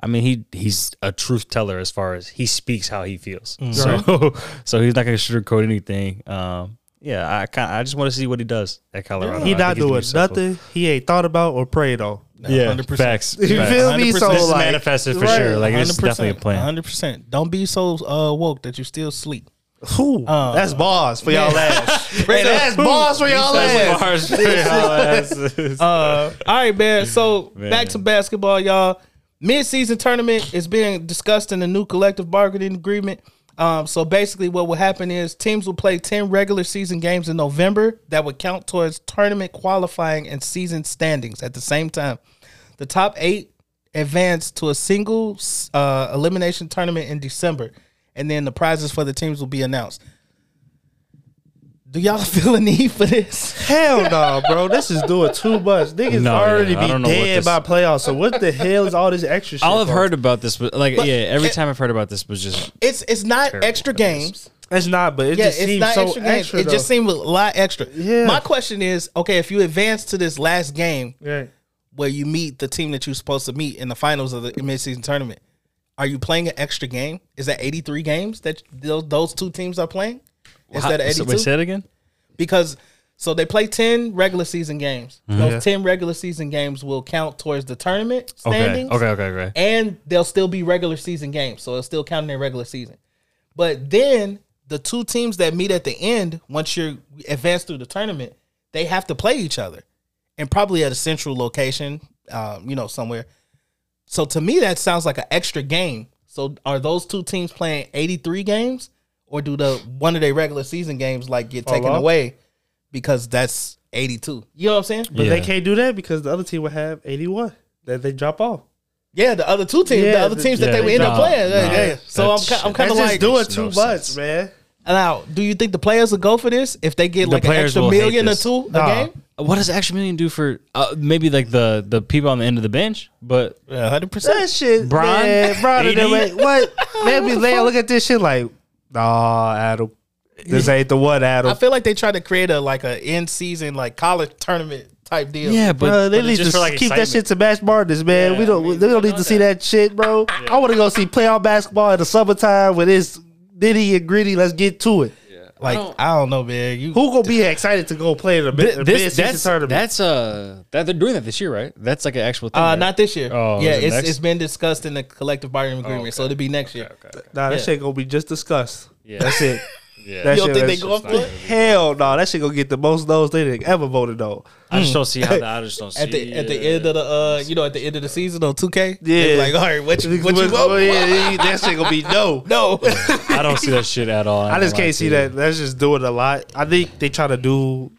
[SPEAKER 3] I mean, he he's a truth teller as far as he speaks how he feels.
[SPEAKER 4] Mm.
[SPEAKER 3] So so he's not going to sugarcoat anything. Um, yeah, I kind I just want to see what he does at Colorado.
[SPEAKER 4] He
[SPEAKER 3] I think
[SPEAKER 4] not
[SPEAKER 3] he's gonna
[SPEAKER 4] doing
[SPEAKER 3] be successful.
[SPEAKER 4] nothing he ain't thought about or prayed on.
[SPEAKER 3] Yeah, 100%. facts.
[SPEAKER 4] You
[SPEAKER 3] Facts.
[SPEAKER 4] feel me? So
[SPEAKER 3] 100%. This is
[SPEAKER 4] like,
[SPEAKER 3] manifested for sure. Like, it's definitely a plan.
[SPEAKER 2] Hundred percent. Don't be so uh, woke that you still sleep.
[SPEAKER 4] Who? that's
[SPEAKER 2] Uh,
[SPEAKER 4] bars for y'all ass. Hey, that's bars for y'all
[SPEAKER 3] That's
[SPEAKER 4] ass.
[SPEAKER 3] bars for y'all
[SPEAKER 2] uh, all right, man. So back to basketball, y'all. Mid-season tournament is being discussed in the new collective bargaining agreement. Um, so basically, what will happen is teams will play ten regular season games in November that would count towards tournament qualifying and season standings at the same time. The top eight advance to a single uh, elimination tournament in December, and then the prizes for the teams will be announced. Do y'all feel a need for this?
[SPEAKER 4] Hell no, bro. This is doing too much. Niggas
[SPEAKER 3] No,
[SPEAKER 4] already
[SPEAKER 3] yeah, I don't
[SPEAKER 4] be
[SPEAKER 3] know what
[SPEAKER 4] dead
[SPEAKER 3] this-
[SPEAKER 4] by playoffs. So what the hell is all this extra shit?
[SPEAKER 3] All I've
[SPEAKER 4] for?
[SPEAKER 3] heard about this, was like,
[SPEAKER 4] But
[SPEAKER 3] yeah, every
[SPEAKER 4] it-
[SPEAKER 3] time I've heard about this was just
[SPEAKER 2] It's it's not
[SPEAKER 3] Terrible
[SPEAKER 2] extra games.
[SPEAKER 4] It's not, but it
[SPEAKER 2] yeah,
[SPEAKER 4] just
[SPEAKER 2] it's
[SPEAKER 4] seems
[SPEAKER 2] not
[SPEAKER 4] so
[SPEAKER 2] extra
[SPEAKER 4] extra.
[SPEAKER 2] games. it just
[SPEAKER 4] though.
[SPEAKER 2] seemed a lot extra. Yeah. My question is, okay, if you advance to this last game
[SPEAKER 4] Right.
[SPEAKER 2] where you meet the team that you're supposed to meet in the finals of the midseason tournament, are you playing an extra game? Is that 83 games that those, those two teams are playing instead of
[SPEAKER 3] How- uh, so
[SPEAKER 2] 82?
[SPEAKER 3] wait, say it again?
[SPEAKER 2] Because so they play 10 regular season games.
[SPEAKER 3] Mhm.
[SPEAKER 2] Those
[SPEAKER 3] Yeah.
[SPEAKER 2] 10 regular season games will count towards the tournament
[SPEAKER 3] Okay,
[SPEAKER 2] standings.
[SPEAKER 3] okay, okay, okay.
[SPEAKER 2] And they'll still be regular season games, so it'll still count in their regular season. But then the two teams that meet at the end, once you're advanced through the tournament, they have to play each other, and probably at a central location, um, you know, somewhere. So to me, that sounds like an extra game. So are those two teams playing 83 games, or do the one of their regular season games like get
[SPEAKER 4] Fall
[SPEAKER 2] taken
[SPEAKER 4] off?
[SPEAKER 2] away because that's 82? You know what I'm saying?
[SPEAKER 4] But they can't do that because the other team would have 81 that they drop off.
[SPEAKER 2] Yeah, the other two teams, the
[SPEAKER 4] Yeah,
[SPEAKER 2] other
[SPEAKER 4] the-
[SPEAKER 2] teams that
[SPEAKER 4] yeah,
[SPEAKER 2] they would end up
[SPEAKER 4] nah,
[SPEAKER 2] playing. Yeah,
[SPEAKER 4] nah,
[SPEAKER 2] yeah. So I'm,
[SPEAKER 4] that
[SPEAKER 2] ki- I'm
[SPEAKER 4] shit-
[SPEAKER 2] kind of
[SPEAKER 4] that's just
[SPEAKER 2] like
[SPEAKER 4] doing too much, man.
[SPEAKER 2] Now, do you think the players will go for this if they get
[SPEAKER 3] The
[SPEAKER 2] like an
[SPEAKER 3] players
[SPEAKER 2] extra
[SPEAKER 3] will hate
[SPEAKER 2] million or
[SPEAKER 3] this.
[SPEAKER 2] two
[SPEAKER 3] Nah.
[SPEAKER 2] a game?
[SPEAKER 3] Uh, What does extra million do for uh, maybe like the the people on the end of the bench? But
[SPEAKER 2] hundred
[SPEAKER 3] percent.
[SPEAKER 4] That shit,
[SPEAKER 3] Bron?
[SPEAKER 4] man, Bron and them
[SPEAKER 3] 80?
[SPEAKER 4] ain't- what? Maybe they look at this shit like, nah, Adam, this ain't the one, Adam.
[SPEAKER 2] I feel like they try to create a like a end season like college tournament type deal.
[SPEAKER 4] Bruh, they need to keep that shit to match Martins, man. we don't, we don't need to see that shit, bro. I want to go see playoff basketball in the summertime with this nitty and gritty. Let's get to it.
[SPEAKER 2] Like I don't, know, man. You Uh,
[SPEAKER 4] who gonna be excited to go play in the
[SPEAKER 3] Th-
[SPEAKER 4] mid-
[SPEAKER 3] this,
[SPEAKER 4] mid-season
[SPEAKER 3] that's
[SPEAKER 4] tournament?
[SPEAKER 3] that's uh that they're doing that this year, right? That's like an actual thing.
[SPEAKER 2] Uh,
[SPEAKER 3] right?
[SPEAKER 2] not this year.
[SPEAKER 3] Oh,
[SPEAKER 2] yeah,
[SPEAKER 3] is it
[SPEAKER 2] it's,
[SPEAKER 3] next?
[SPEAKER 2] it's been discussed in the collective bargaining agreement, so it'll be next year.
[SPEAKER 4] nah, that
[SPEAKER 2] Yeah.
[SPEAKER 4] shit gonna be just discussed.
[SPEAKER 3] Yeah.
[SPEAKER 4] That's it.
[SPEAKER 3] Yeah.
[SPEAKER 4] That
[SPEAKER 2] You don't think
[SPEAKER 4] that's-
[SPEAKER 2] they go up for it?
[SPEAKER 4] Hell no, that shit gonna get the most no's they done ever voted on.
[SPEAKER 3] I just don't see how the- I just don't
[SPEAKER 2] At the
[SPEAKER 3] see
[SPEAKER 2] at the
[SPEAKER 3] it.
[SPEAKER 2] end of the uh, you know, at the end of the season on 2K,
[SPEAKER 4] Yeah.
[SPEAKER 2] they're like all right, what you what you
[SPEAKER 4] Oh,
[SPEAKER 2] want?
[SPEAKER 4] yeah, that shit gonna be no.
[SPEAKER 2] No.
[SPEAKER 3] I don't see that shit at all.
[SPEAKER 4] I just
[SPEAKER 3] don't
[SPEAKER 4] can't
[SPEAKER 3] like
[SPEAKER 4] see
[SPEAKER 3] it.
[SPEAKER 4] that. That's just doing a lot. I think they try to do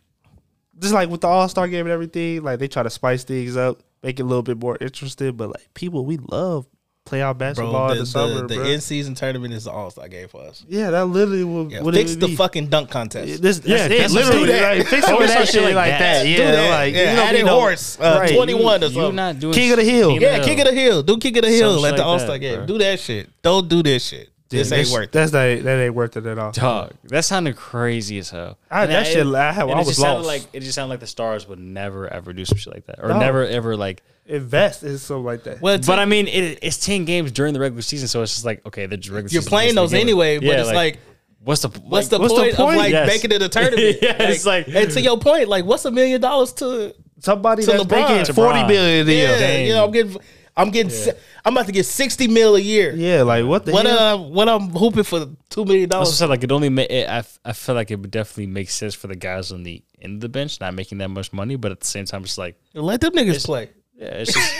[SPEAKER 4] just like with the All Star game and everything. Like they try to spice things up, make it a little bit more interesting. But like people, we love playoff
[SPEAKER 2] Bro,
[SPEAKER 4] basketball in
[SPEAKER 2] the,
[SPEAKER 4] the summer,
[SPEAKER 2] the,
[SPEAKER 4] bro.
[SPEAKER 2] end season tournament is the all star game for us.
[SPEAKER 4] yeah, that literally would,
[SPEAKER 2] Yeah,
[SPEAKER 4] would
[SPEAKER 2] fix
[SPEAKER 4] it
[SPEAKER 2] the
[SPEAKER 4] be.
[SPEAKER 2] fucking dunk contest.
[SPEAKER 4] This, yeah,
[SPEAKER 2] that's
[SPEAKER 4] that's
[SPEAKER 2] what I'm
[SPEAKER 4] literally
[SPEAKER 2] saying.
[SPEAKER 4] like, fix
[SPEAKER 2] Do
[SPEAKER 4] all
[SPEAKER 2] that.
[SPEAKER 4] that shit
[SPEAKER 2] Do
[SPEAKER 4] like that.
[SPEAKER 2] that.
[SPEAKER 4] Yeah,
[SPEAKER 2] Do that.
[SPEAKER 4] like
[SPEAKER 2] Yeah,
[SPEAKER 4] you don't
[SPEAKER 2] add
[SPEAKER 4] need
[SPEAKER 2] in
[SPEAKER 4] no-
[SPEAKER 2] Horace, uh,
[SPEAKER 4] right.
[SPEAKER 2] 21 or
[SPEAKER 4] You-
[SPEAKER 2] something.
[SPEAKER 3] not doing
[SPEAKER 4] King of the Hill.
[SPEAKER 2] yeah, King of the Hill. Do King of the Hill
[SPEAKER 3] shit
[SPEAKER 2] at the
[SPEAKER 3] like
[SPEAKER 2] All Star
[SPEAKER 3] that,
[SPEAKER 2] game.
[SPEAKER 3] bro.
[SPEAKER 2] Do that shit. Don't do this shit. This
[SPEAKER 4] That's-
[SPEAKER 2] ain't worth it.
[SPEAKER 4] That's not, that ain't worth it at all.
[SPEAKER 3] Dog, that sounded crazy as hell.
[SPEAKER 4] I-
[SPEAKER 3] And
[SPEAKER 4] that shit- I- I
[SPEAKER 3] and it
[SPEAKER 4] was
[SPEAKER 3] just sounded
[SPEAKER 4] lost.
[SPEAKER 3] Like it just sounded like the stars would never ever do some shit like that, or
[SPEAKER 4] No.
[SPEAKER 3] never ever like.
[SPEAKER 4] Invest in something like that.
[SPEAKER 2] Well,
[SPEAKER 3] But I mean, it, it's ten games during the regular season, so it's just like okay, the regular
[SPEAKER 2] You're
[SPEAKER 3] season
[SPEAKER 2] playing
[SPEAKER 3] is the
[SPEAKER 2] those
[SPEAKER 3] game.
[SPEAKER 2] anyway, but it's like,
[SPEAKER 3] what's the
[SPEAKER 2] what's,
[SPEAKER 3] like,
[SPEAKER 2] the, point of like making it a tournament?
[SPEAKER 3] yeah, it's like
[SPEAKER 2] and to your point, like what's a million dollars to
[SPEAKER 4] Somebody
[SPEAKER 2] to
[SPEAKER 4] that's
[SPEAKER 2] LeBron?
[SPEAKER 4] making forty million a
[SPEAKER 2] yeah,
[SPEAKER 4] year.
[SPEAKER 2] you know, I'm getting, I'm getting, si- I'm about to get sixty mil a year.
[SPEAKER 4] Yeah, like what the
[SPEAKER 2] What
[SPEAKER 4] hell?
[SPEAKER 2] uh, what I'm hooping for two million
[SPEAKER 3] I also
[SPEAKER 2] dollars.
[SPEAKER 3] said like it only. Ma- it, I f- I feel like it would definitely make sense for the guys on the end of the bench not making that much money, but at the same time, it's like
[SPEAKER 2] Let them niggas play.
[SPEAKER 3] yeah, it's just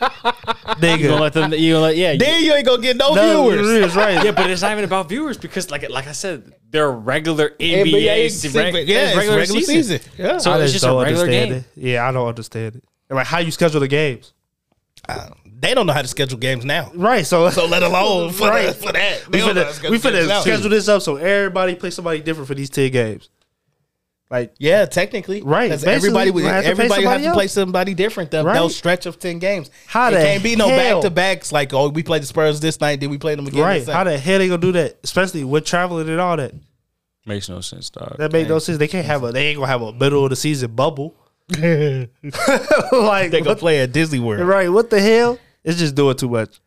[SPEAKER 3] you gonna
[SPEAKER 4] nigga.
[SPEAKER 3] let them. You gonna let yeah. you-
[SPEAKER 2] Then you ain't gonna get no,
[SPEAKER 4] No,
[SPEAKER 2] viewers.
[SPEAKER 4] viewers, right?
[SPEAKER 3] yeah, but it's not even about viewers because, like, like I said, they're regular NBA,
[SPEAKER 2] NBA
[SPEAKER 3] se-
[SPEAKER 2] season.
[SPEAKER 3] reg-
[SPEAKER 2] Yeah,
[SPEAKER 3] it's
[SPEAKER 2] it's regular season. Yeah.
[SPEAKER 3] so it's just a regular
[SPEAKER 4] understand
[SPEAKER 3] game.
[SPEAKER 4] It. Yeah, I don't understand it. And, like how you schedule the games,
[SPEAKER 2] They don't know how to schedule games now.
[SPEAKER 4] right? So,
[SPEAKER 2] So let alone for,
[SPEAKER 4] Right.
[SPEAKER 2] for that.
[SPEAKER 4] we
[SPEAKER 2] They don't know how to
[SPEAKER 4] finna, we
[SPEAKER 2] games now.
[SPEAKER 4] finna schedule this up so everybody play somebody different for these ten games. Like
[SPEAKER 2] Yeah, technically,
[SPEAKER 4] Right,
[SPEAKER 2] Because
[SPEAKER 4] basically,
[SPEAKER 2] everybody would
[SPEAKER 4] you have to play
[SPEAKER 2] everybody have
[SPEAKER 4] somebody
[SPEAKER 2] to play
[SPEAKER 4] else.
[SPEAKER 2] somebody different. That
[SPEAKER 4] Right.
[SPEAKER 2] those stretch of ten games,
[SPEAKER 4] How
[SPEAKER 2] it
[SPEAKER 4] the
[SPEAKER 2] can't be no back
[SPEAKER 4] hell-
[SPEAKER 2] to backs. Like, oh, we played the Spurs this night, then we played them again.
[SPEAKER 4] right?
[SPEAKER 2] this
[SPEAKER 4] How
[SPEAKER 2] night.
[SPEAKER 4] the hell they gonna do that? Especially with traveling and all that.
[SPEAKER 3] Makes no sense, dog.
[SPEAKER 4] That make no sense. They can't have a. They ain't gonna have a middle of the season bubble. like
[SPEAKER 2] they gonna
[SPEAKER 4] what-
[SPEAKER 2] play at Disney World?
[SPEAKER 4] right? What the hell? It's just doing too much.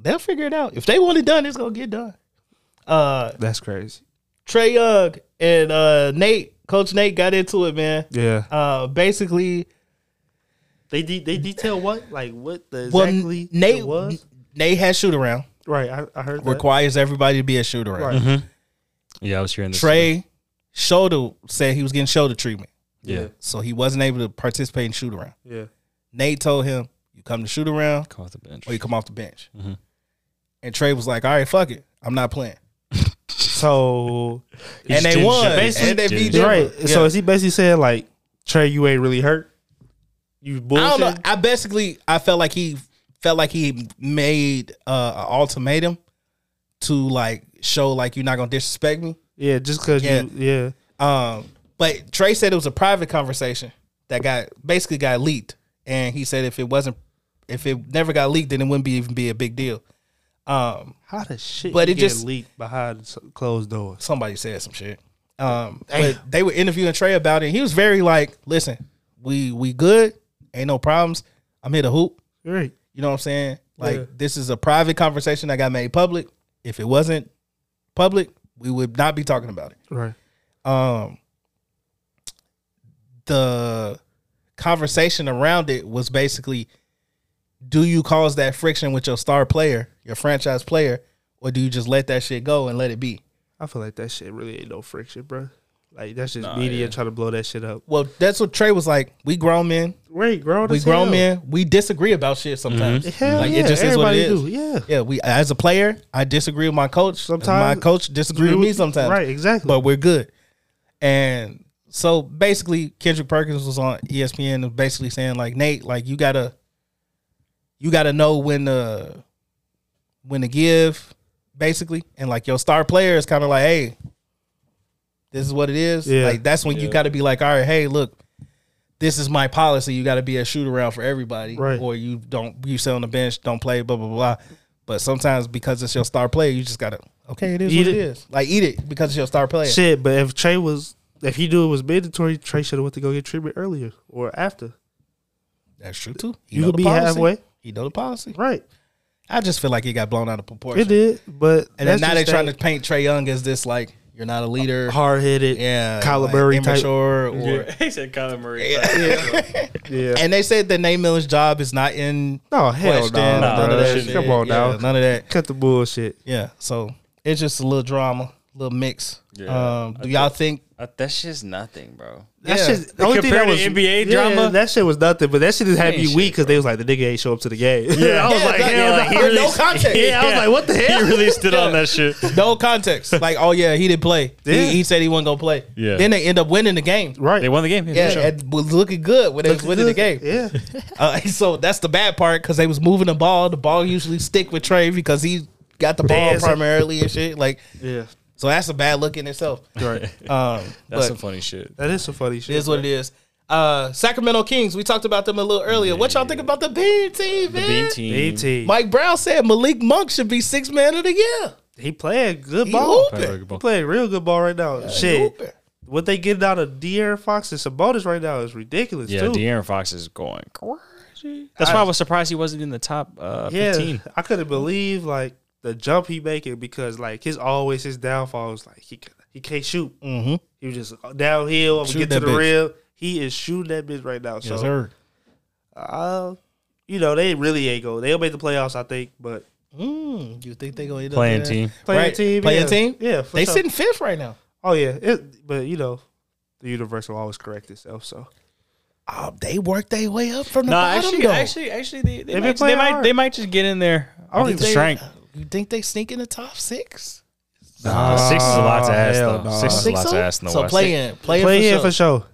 [SPEAKER 2] They'll figure it out. If they want it done, it's gonna get done. Uh,
[SPEAKER 4] That's crazy.
[SPEAKER 2] Trey Young and uh, Nate, Coach Nate, got into it, man.
[SPEAKER 4] Yeah.
[SPEAKER 2] Uh, basically,
[SPEAKER 4] They de- they detail what like what the
[SPEAKER 2] well,
[SPEAKER 4] exactly
[SPEAKER 2] Nate
[SPEAKER 4] it was
[SPEAKER 2] Nate had shoot around.
[SPEAKER 4] right. I, I heard that.
[SPEAKER 2] Requires everybody to be a shoot around.
[SPEAKER 4] Right.
[SPEAKER 3] Yeah, I was hearing this.
[SPEAKER 2] Trey shoulder said he was getting shoulder treatment,
[SPEAKER 3] Yeah.
[SPEAKER 2] so he wasn't able to participate in shoot around.
[SPEAKER 4] Yeah.
[SPEAKER 2] Nate told him, "You come to shoot around,
[SPEAKER 3] Come off the bench.
[SPEAKER 2] or you come off the bench."
[SPEAKER 3] Mm-hmm.
[SPEAKER 2] And Trey was like, "All right, fuck it, I'm not playing."
[SPEAKER 4] So
[SPEAKER 3] He
[SPEAKER 2] and
[SPEAKER 3] just
[SPEAKER 2] they
[SPEAKER 3] changed
[SPEAKER 2] won,
[SPEAKER 3] it. Basically
[SPEAKER 2] and they beat
[SPEAKER 3] changed
[SPEAKER 2] Denver.
[SPEAKER 4] right.
[SPEAKER 2] Yeah.
[SPEAKER 4] So is he basically saying like Trey, you ain't really hurt? You bullshit.
[SPEAKER 2] I don't know. I basically I felt like he felt like he made uh, an ultimatum to like show like you're not gonna disrespect me.
[SPEAKER 4] Yeah, just because
[SPEAKER 2] Yeah.
[SPEAKER 4] you yeah.
[SPEAKER 2] Um, but Trey said it was a private conversation that got basically got leaked, and he said if it wasn't, if it never got leaked, then it wouldn't be even be a big deal. Um,
[SPEAKER 4] How the shit?
[SPEAKER 2] But
[SPEAKER 4] you
[SPEAKER 2] it
[SPEAKER 4] get
[SPEAKER 2] just-
[SPEAKER 4] leaked behind s- closed doors.
[SPEAKER 2] somebody said some shit. Um, but they were interviewing Trey about it. And he was very like, "Listen, we we good, ain't no problems. I'm here to hoop.
[SPEAKER 4] Right.
[SPEAKER 2] You know what I'm saying? Like
[SPEAKER 4] Yeah.
[SPEAKER 2] this is a private conversation that got made public. If it wasn't public, we would not be talking about it.
[SPEAKER 4] Right.
[SPEAKER 2] Um the conversation around it was basically do you cause that friction with your star player, your franchise player, or do you just let that shit go and let it be?
[SPEAKER 4] I feel like that shit really ain't no friction, bro. Like that's just media trying to blow that shit up.
[SPEAKER 2] Well, that's what Trey was like. We grown men.
[SPEAKER 4] Right, grown.
[SPEAKER 2] We
[SPEAKER 4] as
[SPEAKER 2] grown
[SPEAKER 4] hell.
[SPEAKER 2] men. We disagree about shit sometimes.
[SPEAKER 4] Hell
[SPEAKER 2] Like,
[SPEAKER 4] yeah,
[SPEAKER 2] it just is what
[SPEAKER 4] everybody
[SPEAKER 2] it is.
[SPEAKER 4] do. Yeah.
[SPEAKER 2] Yeah, we as a player, I disagree with my coach sometimes. My
[SPEAKER 4] Sometimes-
[SPEAKER 2] coach disagree with me sometimes.
[SPEAKER 4] Right, exactly.
[SPEAKER 2] But we're good. And so basically Kendrick Perkins was on E ESPN and basically saying like Nate, like you gotta you gotta know when to when to give, basically. And like your star player is kind of like, hey, this is what it is.
[SPEAKER 4] Yeah.
[SPEAKER 2] Like that's when you gotta be like, all right, hey, look, this is my policy. You gotta be a shoot around for everybody.
[SPEAKER 4] Right.
[SPEAKER 2] Or you don't you sit on the bench, don't play, blah, blah, blah. But sometimes because it's your star player, you just gotta okay, it is
[SPEAKER 4] Eat
[SPEAKER 2] what it
[SPEAKER 4] it.
[SPEAKER 2] is. Like eat it because it's your star player.
[SPEAKER 4] Shit, but if Trey was, if he knew it was mandatory, Trey should have went to go get treatment earlier or after.
[SPEAKER 2] That's true too. He
[SPEAKER 4] You
[SPEAKER 2] know
[SPEAKER 4] could
[SPEAKER 2] the
[SPEAKER 4] be
[SPEAKER 2] policy.
[SPEAKER 4] halfway.
[SPEAKER 2] He know the policy.
[SPEAKER 4] Right.
[SPEAKER 2] I just feel like it got blown out of proportion.
[SPEAKER 4] It did, but
[SPEAKER 2] And then now they're trying to paint Trey Young as this like you're not a leader.
[SPEAKER 4] hard headed.
[SPEAKER 2] yeah,
[SPEAKER 4] Uh, Kyler
[SPEAKER 2] like,
[SPEAKER 4] Murray type.
[SPEAKER 2] immature or
[SPEAKER 3] he said Kyler Murray.
[SPEAKER 4] Yeah.
[SPEAKER 2] and they said that Nate Miller's job is not in
[SPEAKER 4] No, hell
[SPEAKER 2] question. none
[SPEAKER 4] no, bro.
[SPEAKER 2] of that.
[SPEAKER 4] Come
[SPEAKER 2] shit.
[SPEAKER 4] on
[SPEAKER 2] Yeah,
[SPEAKER 4] now.
[SPEAKER 2] none of that.
[SPEAKER 4] Cut the bullshit.
[SPEAKER 2] Yeah, so it's just a little drama, little mix.
[SPEAKER 3] Yeah.
[SPEAKER 2] um, do y'all think?
[SPEAKER 3] Uh, that's just nothing, bro.
[SPEAKER 4] That
[SPEAKER 2] Yeah.
[SPEAKER 4] shit. The only thing
[SPEAKER 3] Compared to
[SPEAKER 4] that was
[SPEAKER 3] NBA
[SPEAKER 4] yeah,
[SPEAKER 3] drama?
[SPEAKER 4] That shit was nothing. But that shit just had
[SPEAKER 3] Ain't
[SPEAKER 4] me
[SPEAKER 3] shit,
[SPEAKER 4] weak because they was like the nigga ain't show up to the game.
[SPEAKER 3] Yeah, I was like, hell no.
[SPEAKER 2] no, no context.
[SPEAKER 4] Yeah, I was like, what the hell?
[SPEAKER 3] He really stood on that shit.
[SPEAKER 2] No context. Like, oh yeah, he didn't play.
[SPEAKER 4] Yeah.
[SPEAKER 2] He, he said he wasn't gonna play.
[SPEAKER 3] Yeah.
[SPEAKER 2] Then they end up winning the game.
[SPEAKER 3] They
[SPEAKER 4] Right.
[SPEAKER 3] won the game. for
[SPEAKER 2] Yeah,
[SPEAKER 3] sure.
[SPEAKER 2] and was looking good when they was winning the game.
[SPEAKER 4] Yeah.
[SPEAKER 2] Uh, so that's the bad part because they was moving the ball. The ball usually stick with Trey because he got the ball
[SPEAKER 4] Dancing.
[SPEAKER 2] primarily and shit. Like,
[SPEAKER 4] Yeah.
[SPEAKER 2] so that's a bad look in itself.
[SPEAKER 4] Right.
[SPEAKER 2] Um,
[SPEAKER 3] that's
[SPEAKER 2] but
[SPEAKER 3] some funny shit.
[SPEAKER 4] That is some funny
[SPEAKER 2] it
[SPEAKER 4] shit.
[SPEAKER 2] is what it is. Uh, Sacramento Kings. We talked about them a little earlier. What y'all think about the Bean team, man?
[SPEAKER 3] Beam team.
[SPEAKER 2] Mm.
[SPEAKER 4] BT.
[SPEAKER 2] Mike Brown said Malik Monk should be six man of the year.
[SPEAKER 4] He playing good
[SPEAKER 2] He
[SPEAKER 4] ball.
[SPEAKER 2] hooping. Playing
[SPEAKER 4] He playing real good ball right now. Shit.
[SPEAKER 2] hooping.
[SPEAKER 4] What they getting out of De'Aaron Fox and Sabonis right now is ridiculous
[SPEAKER 3] Yeah,
[SPEAKER 4] too.
[SPEAKER 3] De'Aaron Fox is going crazy. That's why I was surprised he wasn't in the top uh,
[SPEAKER 4] yeah,
[SPEAKER 3] 15.
[SPEAKER 4] I couldn't believe like the jump he making because like his always his downfall was like he he can't shoot. Mm-hmm. He was just downhill. I'm gonna
[SPEAKER 2] Shooting
[SPEAKER 4] get to
[SPEAKER 2] that
[SPEAKER 4] the
[SPEAKER 2] bitch.
[SPEAKER 4] rim. He is shooting that bitch right now. So
[SPEAKER 2] sir.
[SPEAKER 4] uh, you know they really ain't go. They'll make the playoffs, I think. But
[SPEAKER 2] Mm, you think they gonna end up
[SPEAKER 3] Playing
[SPEAKER 2] there?
[SPEAKER 3] team.
[SPEAKER 4] playing
[SPEAKER 2] Right.
[SPEAKER 4] team,
[SPEAKER 2] Playing
[SPEAKER 4] yeah.
[SPEAKER 2] team.
[SPEAKER 4] yeah. For
[SPEAKER 2] they
[SPEAKER 4] sure.
[SPEAKER 2] sitting fifth right now.
[SPEAKER 4] Oh yeah, it, but you know the universe will always correct itself. So
[SPEAKER 2] Oh, they worked their way up from the
[SPEAKER 3] No,
[SPEAKER 2] bottom.
[SPEAKER 3] actually,
[SPEAKER 2] though.
[SPEAKER 3] actually, actually, they, they,
[SPEAKER 4] been
[SPEAKER 3] might, they,
[SPEAKER 4] playing
[SPEAKER 3] might,
[SPEAKER 4] hard.
[SPEAKER 3] they might just get in there. I don't think the
[SPEAKER 2] they- uh,
[SPEAKER 3] strength.
[SPEAKER 2] You think they sneak in the top six?
[SPEAKER 3] Nah, six is a lot to ask,
[SPEAKER 4] hell
[SPEAKER 3] though.
[SPEAKER 4] nah.
[SPEAKER 3] Six is Uh, a
[SPEAKER 2] Think
[SPEAKER 3] lot
[SPEAKER 2] so?
[SPEAKER 3] to ask in the
[SPEAKER 2] so
[SPEAKER 3] West.
[SPEAKER 2] play in, play in
[SPEAKER 4] play
[SPEAKER 2] for
[SPEAKER 4] in
[SPEAKER 2] sure.
[SPEAKER 4] for sure.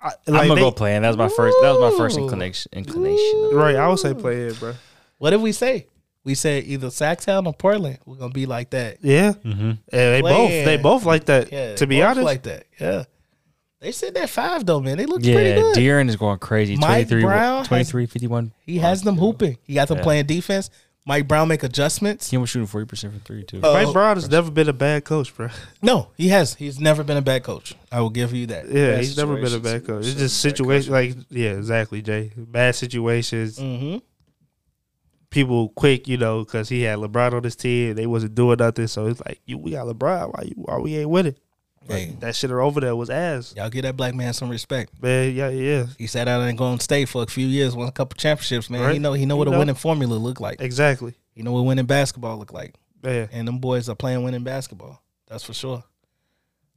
[SPEAKER 4] I,
[SPEAKER 3] I'm
[SPEAKER 4] like,
[SPEAKER 3] gonna
[SPEAKER 4] they-
[SPEAKER 3] go playing. That was my first. That was my first
[SPEAKER 2] Ooh.
[SPEAKER 3] inclination. Inclination.
[SPEAKER 4] Right, I would say play in, bro.
[SPEAKER 2] What did we say? We said either Sacktown or Portland. We're gonna be like that.
[SPEAKER 4] Yeah, and they
[SPEAKER 2] Play
[SPEAKER 4] both
[SPEAKER 2] in.
[SPEAKER 4] they both like that.
[SPEAKER 2] Mm-hmm. Yeah.
[SPEAKER 4] to be
[SPEAKER 2] both
[SPEAKER 4] honest,
[SPEAKER 2] like that. Yeah. They said that five though, man. They looked pretty
[SPEAKER 3] Yeah,
[SPEAKER 2] good.
[SPEAKER 3] De'Aaron is going crazy.
[SPEAKER 2] Mike
[SPEAKER 3] 23,
[SPEAKER 2] Brown has-
[SPEAKER 3] 23 51.
[SPEAKER 2] He has them hooping. He got them
[SPEAKER 3] Yeah.
[SPEAKER 2] playing defense. Mike Brown make adjustments. Uh,
[SPEAKER 3] He was shooting forty percent from three too.
[SPEAKER 4] Mike Brown has never been a bad coach, bro.
[SPEAKER 2] No, he has. He's never been a bad coach. I will give you that.
[SPEAKER 4] Yeah,
[SPEAKER 3] Bad
[SPEAKER 4] he's never been a
[SPEAKER 3] situations.
[SPEAKER 4] bad coach. It's just situation like yeah, exactly, Jay. Bad situations.
[SPEAKER 2] Mm-hmm.
[SPEAKER 4] people quick, you know, because he had LeBron on his team. They wasn't doing nothing, so it's like, you, we got LeBron. Why you? Why we ain't winning? Like,
[SPEAKER 2] Hey.
[SPEAKER 4] That shit over there was ass.
[SPEAKER 2] Y'all give that black man some respect.
[SPEAKER 4] Man, yeah, yeah.
[SPEAKER 2] He sat out and Golden State for a few years, won a couple championships, man. He
[SPEAKER 4] Right.
[SPEAKER 2] know he know
[SPEAKER 4] He
[SPEAKER 2] what a
[SPEAKER 4] know.
[SPEAKER 2] winning formula look like.
[SPEAKER 4] Exactly.
[SPEAKER 2] He know what winning basketball look like.
[SPEAKER 4] Yeah.
[SPEAKER 2] And them boys are playing winning basketball. That's for sure.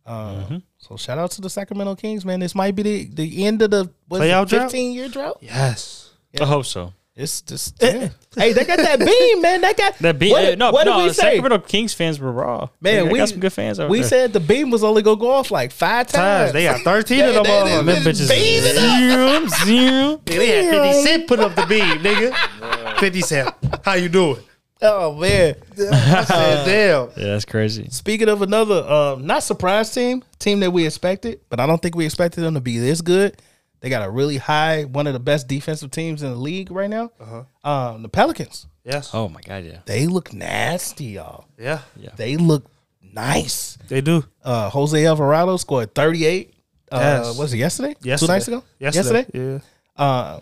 [SPEAKER 2] Uh,
[SPEAKER 3] Mm-hmm.
[SPEAKER 2] So shout out to the Sacramento Kings, man. This might be the, the end of the what is
[SPEAKER 4] Playoff
[SPEAKER 2] it,
[SPEAKER 4] drought?
[SPEAKER 2] 15 year drought.
[SPEAKER 4] Yes.
[SPEAKER 3] I hope so.
[SPEAKER 2] It's just yeah. hey, they got that beam, man. They got
[SPEAKER 3] That beat
[SPEAKER 2] What,
[SPEAKER 3] uh, no,
[SPEAKER 2] what
[SPEAKER 3] no.
[SPEAKER 2] did we say?
[SPEAKER 3] Sacramento Kings fans were raw.
[SPEAKER 2] Man,
[SPEAKER 3] They
[SPEAKER 2] we
[SPEAKER 3] got some good fans. Over
[SPEAKER 2] We
[SPEAKER 3] there.
[SPEAKER 2] said the beam was only gonna go off like five times.
[SPEAKER 4] Times. They got 13 of them
[SPEAKER 2] They-
[SPEAKER 4] all.
[SPEAKER 2] they-
[SPEAKER 4] Them bitches.
[SPEAKER 2] beam it
[SPEAKER 3] Zoom, zoom.
[SPEAKER 4] They had 50 Cent put up the beam, nigga. 50 Cent. How you doing?
[SPEAKER 2] Oh man.
[SPEAKER 4] I said, damn.
[SPEAKER 3] Yeah, that's crazy.
[SPEAKER 2] Speaking of another um, not surprise team, team that we expected, but I don't think we expected them to be this good. They got a really high, one of the best defensive teams in the league right now.
[SPEAKER 4] Uh-huh.
[SPEAKER 2] Um, the Pelicans.
[SPEAKER 4] Yes.
[SPEAKER 3] Oh my god, yeah.
[SPEAKER 2] They look nasty, y'all.
[SPEAKER 4] Yeah.
[SPEAKER 2] They look nice.
[SPEAKER 4] They do.
[SPEAKER 2] Uh, Jose Alvarado scored 38. Uh,
[SPEAKER 4] Yes.
[SPEAKER 2] Was it yesterday?
[SPEAKER 4] Yesterday.
[SPEAKER 2] Two nights ago?
[SPEAKER 4] Yesterday.
[SPEAKER 2] yesterday?
[SPEAKER 4] Yeah.
[SPEAKER 2] Uh,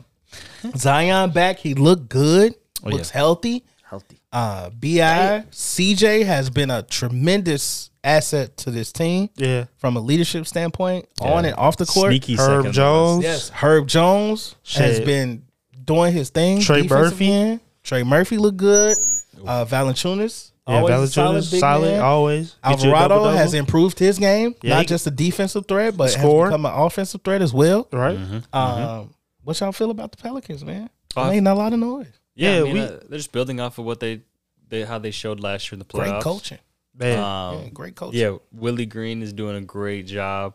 [SPEAKER 2] Zion back. He looked good.
[SPEAKER 4] Oh,
[SPEAKER 2] looks healthy.
[SPEAKER 6] Healthy.
[SPEAKER 2] Uh, Bi CJ has been a tremendous asset to this team
[SPEAKER 4] Yeah.
[SPEAKER 2] from a leadership standpoint, on and off the court.
[SPEAKER 3] Sneaky second
[SPEAKER 4] Herb
[SPEAKER 3] best.
[SPEAKER 4] Jones.
[SPEAKER 2] Yes, Herb Jones has
[SPEAKER 4] Shit.
[SPEAKER 2] been doing his thing.
[SPEAKER 4] Trey
[SPEAKER 2] defensive
[SPEAKER 4] Murphy.
[SPEAKER 2] end. Trey Murphy looked good. Uh, Valanciunas,
[SPEAKER 4] Yeah,
[SPEAKER 2] always a
[SPEAKER 4] Valanciunas,
[SPEAKER 2] solid, big
[SPEAKER 4] solid,
[SPEAKER 2] man.
[SPEAKER 4] always. Get you a
[SPEAKER 2] Alvarado
[SPEAKER 4] double-double.
[SPEAKER 2] has improved his game,
[SPEAKER 4] Yeah,
[SPEAKER 2] not
[SPEAKER 4] he-
[SPEAKER 2] just a defensive threat, but
[SPEAKER 4] Score. Mm-hmm.
[SPEAKER 2] has become an offensive threat as well.
[SPEAKER 4] right.
[SPEAKER 2] Um, what y'all feel about the Pelicans, man?
[SPEAKER 3] Uh,
[SPEAKER 2] They ain't a lot of noise.
[SPEAKER 3] Yeah,
[SPEAKER 4] Yeah,
[SPEAKER 3] we
[SPEAKER 4] we-
[SPEAKER 3] they're just building off of what they, they how they showed last year in the playoffs.
[SPEAKER 2] Great coaching,
[SPEAKER 4] Man,
[SPEAKER 2] Uh,
[SPEAKER 3] Um,
[SPEAKER 2] Yeah, great coaching.
[SPEAKER 3] yeah, Willie Green is doing a great job.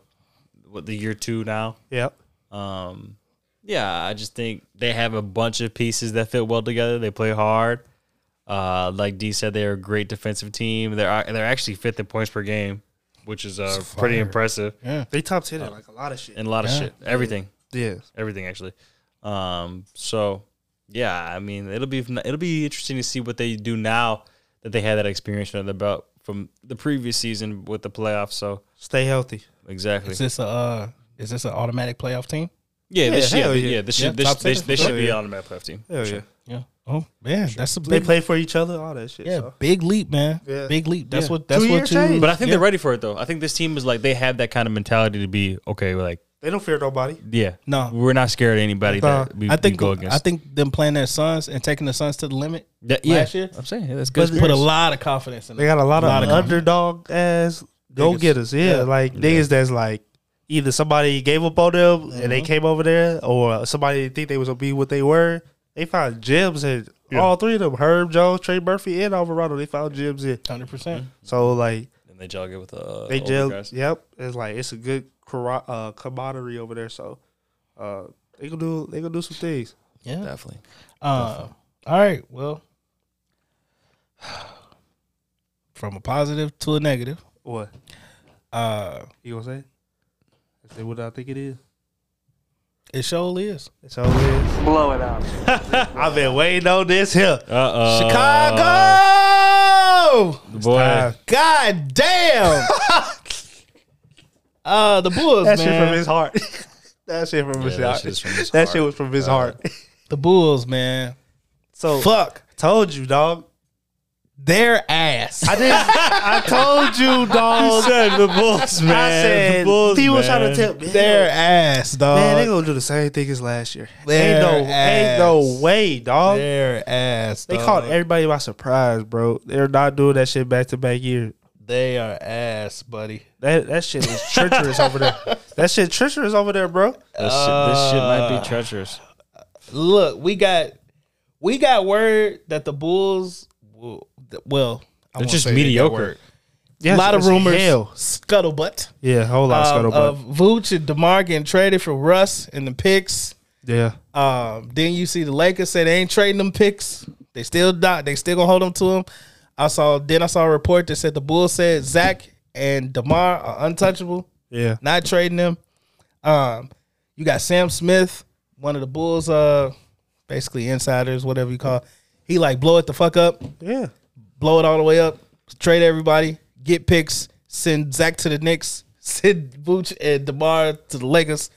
[SPEAKER 3] What the year two now?
[SPEAKER 4] yeah.
[SPEAKER 3] Um, yeah, I just think they have a bunch of pieces that fit well together. They play hard. Uh, like D said, they're a great defensive team. They're they're actually fifth in points per game, which is uh, pretty impressive
[SPEAKER 4] They top 10
[SPEAKER 2] uh,
[SPEAKER 4] in like a lot of shit.
[SPEAKER 3] and a lot of shit. Everything,
[SPEAKER 4] Yeah.
[SPEAKER 3] everything actually. Um, so yeah, I mean, it'll be it'll be interesting to see what they do now that they had that experience under their belt from the previous season with the playoffs. So
[SPEAKER 4] Stay healthy.
[SPEAKER 3] exactly,
[SPEAKER 2] Is this a uh, is this an automatic playoff team?
[SPEAKER 3] yeah, this
[SPEAKER 4] Yeah,
[SPEAKER 3] year,
[SPEAKER 4] hell
[SPEAKER 3] yeah.
[SPEAKER 4] yeah.
[SPEAKER 3] this
[SPEAKER 2] Yeah,
[SPEAKER 3] year, this,
[SPEAKER 2] top
[SPEAKER 3] they,
[SPEAKER 2] seven.
[SPEAKER 3] they should
[SPEAKER 4] Oh,
[SPEAKER 3] be
[SPEAKER 4] yeah.
[SPEAKER 3] on the map team.
[SPEAKER 4] Hell yeah.
[SPEAKER 2] Yeah. Oh man, that's a
[SPEAKER 4] They
[SPEAKER 2] big
[SPEAKER 4] play for each other, all that shit.
[SPEAKER 2] yeah
[SPEAKER 4] so.
[SPEAKER 2] big leap, man.
[SPEAKER 4] Yeah.
[SPEAKER 2] Big leap. That's
[SPEAKER 4] Yeah.
[SPEAKER 2] what that's
[SPEAKER 4] Two-year
[SPEAKER 2] what you.
[SPEAKER 4] change.
[SPEAKER 3] But I think they're ready for it though. I think this team is like they have that kind of mentality to be okay. we're Like
[SPEAKER 4] They don't fear nobody.
[SPEAKER 3] yeah,
[SPEAKER 2] No.
[SPEAKER 3] we're not scared of anybody
[SPEAKER 4] Uh,
[SPEAKER 3] that we,
[SPEAKER 2] I think
[SPEAKER 3] we go against.
[SPEAKER 2] I think them playing their sons and taking the sons to the limit
[SPEAKER 3] That- yeah,
[SPEAKER 2] last year
[SPEAKER 3] I'm saying yeah, that's good.
[SPEAKER 2] put a lot of confidence in
[SPEAKER 4] They
[SPEAKER 2] them.
[SPEAKER 4] got a lot, of,
[SPEAKER 2] confidence.
[SPEAKER 4] underdog ass go getters. Yeah,
[SPEAKER 2] Yeah.
[SPEAKER 4] like niggas that's like either somebody gave up on them and they came over there, or somebody didn't think they was gonna be what they were. They found gems in all three of them: Herb Jones, Trey Murphy, and Alvarado. They found gems in.
[SPEAKER 2] Hundred percent.
[SPEAKER 4] So like
[SPEAKER 3] And they jog it with uh, older
[SPEAKER 4] they gel.
[SPEAKER 3] guys.
[SPEAKER 4] Yep, it's like it's a good cora- uh, camaraderie over there. So uh, they gonna do they gonna do some things.
[SPEAKER 3] Mm-hmm.
[SPEAKER 2] Yeah.
[SPEAKER 3] definitely.
[SPEAKER 2] Uh, all right. Well, from a positive to a negative.
[SPEAKER 4] What
[SPEAKER 2] Uh,
[SPEAKER 4] you gonna say? Is that what I think it is?
[SPEAKER 2] it surely is.
[SPEAKER 4] It's all it is. Blow it out. I've been waiting on this here.
[SPEAKER 3] Uh oh,
[SPEAKER 2] Chicago.
[SPEAKER 3] boy.
[SPEAKER 2] God damn. uh, the Bulls,
[SPEAKER 4] That shit
[SPEAKER 2] man.
[SPEAKER 4] from his heart. that shit from his
[SPEAKER 3] that
[SPEAKER 4] heart.
[SPEAKER 3] shit's from his
[SPEAKER 4] that
[SPEAKER 3] heart.
[SPEAKER 4] shit was from his heart.
[SPEAKER 2] the Bulls, man.
[SPEAKER 4] So
[SPEAKER 2] Fuck
[SPEAKER 4] told you, dog.
[SPEAKER 2] their ass.
[SPEAKER 4] I didn't. I told you, dog.
[SPEAKER 3] said the Bulls, man.
[SPEAKER 4] I
[SPEAKER 3] the
[SPEAKER 4] said
[SPEAKER 3] Bulls,
[SPEAKER 4] people
[SPEAKER 3] man.
[SPEAKER 4] trying to tell me
[SPEAKER 2] their ass, dog.
[SPEAKER 4] Man, they gonna do the same thing as last year.
[SPEAKER 2] Their
[SPEAKER 4] Ain't no, ain't no
[SPEAKER 2] ass.
[SPEAKER 4] way, dog.
[SPEAKER 2] their ass.
[SPEAKER 4] They
[SPEAKER 2] dog.
[SPEAKER 4] caught everybody by surprise, bro. They're not doing that shit back to back year.
[SPEAKER 2] They are ass, buddy.
[SPEAKER 4] That that shit is treacherous over there. That shit treacherous over there, bro.
[SPEAKER 3] This, shit, this shit might
[SPEAKER 2] Uh,
[SPEAKER 3] be treacherous.
[SPEAKER 2] Look, we got we got word that the Bulls will well, I
[SPEAKER 3] They're
[SPEAKER 2] won't
[SPEAKER 3] just
[SPEAKER 2] say they got
[SPEAKER 3] mediocre.
[SPEAKER 2] word.
[SPEAKER 4] Yeah,
[SPEAKER 2] a lot of
[SPEAKER 4] it's
[SPEAKER 2] rumors.
[SPEAKER 4] Hell.
[SPEAKER 2] Scuttlebutt.
[SPEAKER 4] Yeah, whole lot
[SPEAKER 2] Um,
[SPEAKER 4] of
[SPEAKER 2] of
[SPEAKER 4] scuttlebutt.
[SPEAKER 2] Vooch and DeMar getting traded for Russ and the picks.
[SPEAKER 4] yeah,
[SPEAKER 2] Um, then you see the Lakers say they ain't trading them picks. They still not. They still gonna hold them to them. I saw. Then I saw a report that said the Bulls said Zach and Demar are untouchable.
[SPEAKER 4] yeah.
[SPEAKER 2] Not trading them. Um, you got Sam Smith, one of the Bulls, uh, basically insiders, whatever you call. He like blow it the fuck up,
[SPEAKER 4] Yeah.
[SPEAKER 2] blow it all the way up, trade everybody, get picks, send Zach to the Knicks, send Vooch and Demar to the Lakers,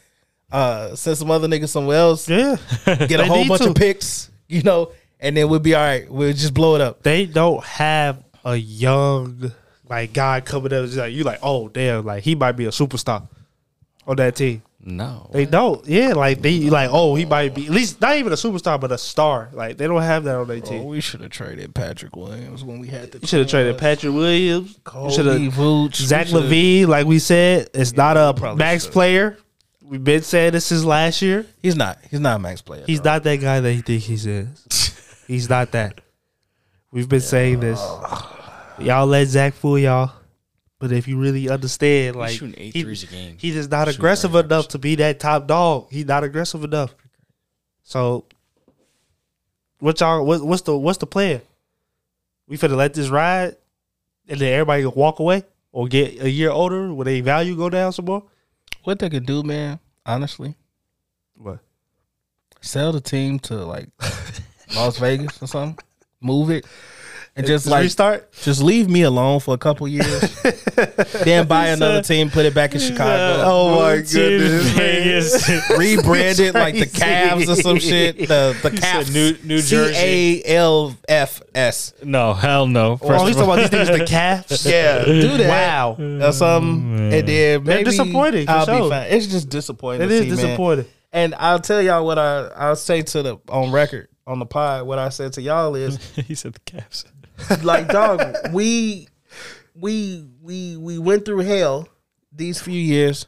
[SPEAKER 2] uh, send some other niggas somewhere else
[SPEAKER 4] Yeah.
[SPEAKER 2] get a
[SPEAKER 4] They
[SPEAKER 2] whole
[SPEAKER 4] need
[SPEAKER 2] bunch
[SPEAKER 4] to.
[SPEAKER 2] of picks, you know, and then we'll be all right. We'll just blow it up.
[SPEAKER 4] They don't have a young like guy coming up. It's like you like, oh damn, like he might be a superstar on that team.
[SPEAKER 1] No,
[SPEAKER 4] they don't. Yeah, like they like, oh, he might be at least not even a superstar, but a star. Like they don't have that on their team.
[SPEAKER 2] Oh, we should have traded Patrick Williams when we had the.
[SPEAKER 4] You should have traded Patrick Williams.
[SPEAKER 2] Kobe
[SPEAKER 4] you should have
[SPEAKER 2] Vooch.
[SPEAKER 4] Zach
[SPEAKER 2] We shoulda-
[SPEAKER 4] Levine. Like we said, it's not a max player. We've been saying this since last year.
[SPEAKER 2] He's not. He's not a max player.
[SPEAKER 4] He's not that guy that you think he is. He's not that. We've been saying this. Y'all let Zach fool y'all. But if you really understand, like
[SPEAKER 3] shooting eight
[SPEAKER 4] he-
[SPEAKER 3] threes a game.
[SPEAKER 4] he's just not aggressive enough to be that top dog. He's not aggressive enough. So, what y'all? What, what's the what's the plan? We finna let this ride, and then everybody gonna walk away or get a year older. Will they value go down some more?
[SPEAKER 2] What they could do, man? Honestly,
[SPEAKER 4] What?
[SPEAKER 2] sell the team to like Las Vegas or something. Move it and just,
[SPEAKER 4] Just
[SPEAKER 2] like
[SPEAKER 4] restart?
[SPEAKER 2] Just leave me alone for a couple years. then buy another team, put it back in Chicago.
[SPEAKER 4] Oh my
[SPEAKER 3] goodness, Vegas.
[SPEAKER 2] Rebrand it like the Cavs or some shit. The the Cavs.
[SPEAKER 3] New- New Jersey.
[SPEAKER 2] C A L F S.
[SPEAKER 3] no, hell no. First
[SPEAKER 4] oh, he's
[SPEAKER 3] of all,
[SPEAKER 4] talking about these niggas, the Cavs.
[SPEAKER 2] Yeah, do that.
[SPEAKER 4] Wow.
[SPEAKER 2] or
[SPEAKER 4] Mm,
[SPEAKER 2] something. And then maybe
[SPEAKER 4] disappointing, for
[SPEAKER 2] I'll
[SPEAKER 4] sure.
[SPEAKER 2] be fine. It's just disappointing.
[SPEAKER 4] It
[SPEAKER 2] to
[SPEAKER 4] is
[SPEAKER 2] see, man.
[SPEAKER 4] disappointing.
[SPEAKER 2] And I'll tell y'all what I I'll say to the on record on the pod. What I said to y'all is
[SPEAKER 3] he said the Cavs.
[SPEAKER 2] like, dog, we we we we went through hell these few years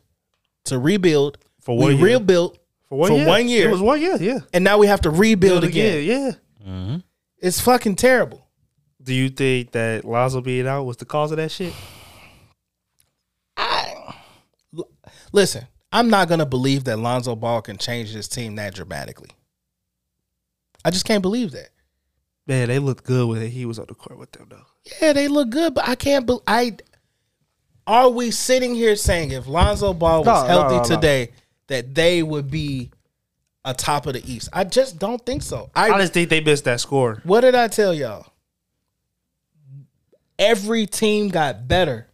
[SPEAKER 2] to rebuild.
[SPEAKER 4] For one
[SPEAKER 2] we
[SPEAKER 4] year.
[SPEAKER 2] rebuilt for one, year.
[SPEAKER 4] It was one year. Yeah.
[SPEAKER 2] and now we have to rebuild again.
[SPEAKER 4] Yeah.
[SPEAKER 2] It's fucking terrible.
[SPEAKER 4] Do you think that Lonzo being out was the cause of that shit?
[SPEAKER 2] Listen, I'm not gonna believe that Lonzo Ball can change this team that dramatically. I just can't believe that.
[SPEAKER 4] Man, they looked good when he was on the court with them though.
[SPEAKER 2] Yeah, they look good, but I can't. Be- I are we sitting here saying if Lonzo Ball was
[SPEAKER 4] No, no,
[SPEAKER 2] healthy
[SPEAKER 4] no, no.
[SPEAKER 2] today that they would be a top of the East? I just don't think so. I
[SPEAKER 4] I just think they missed that score.
[SPEAKER 2] what did I tell y'all? Every team got better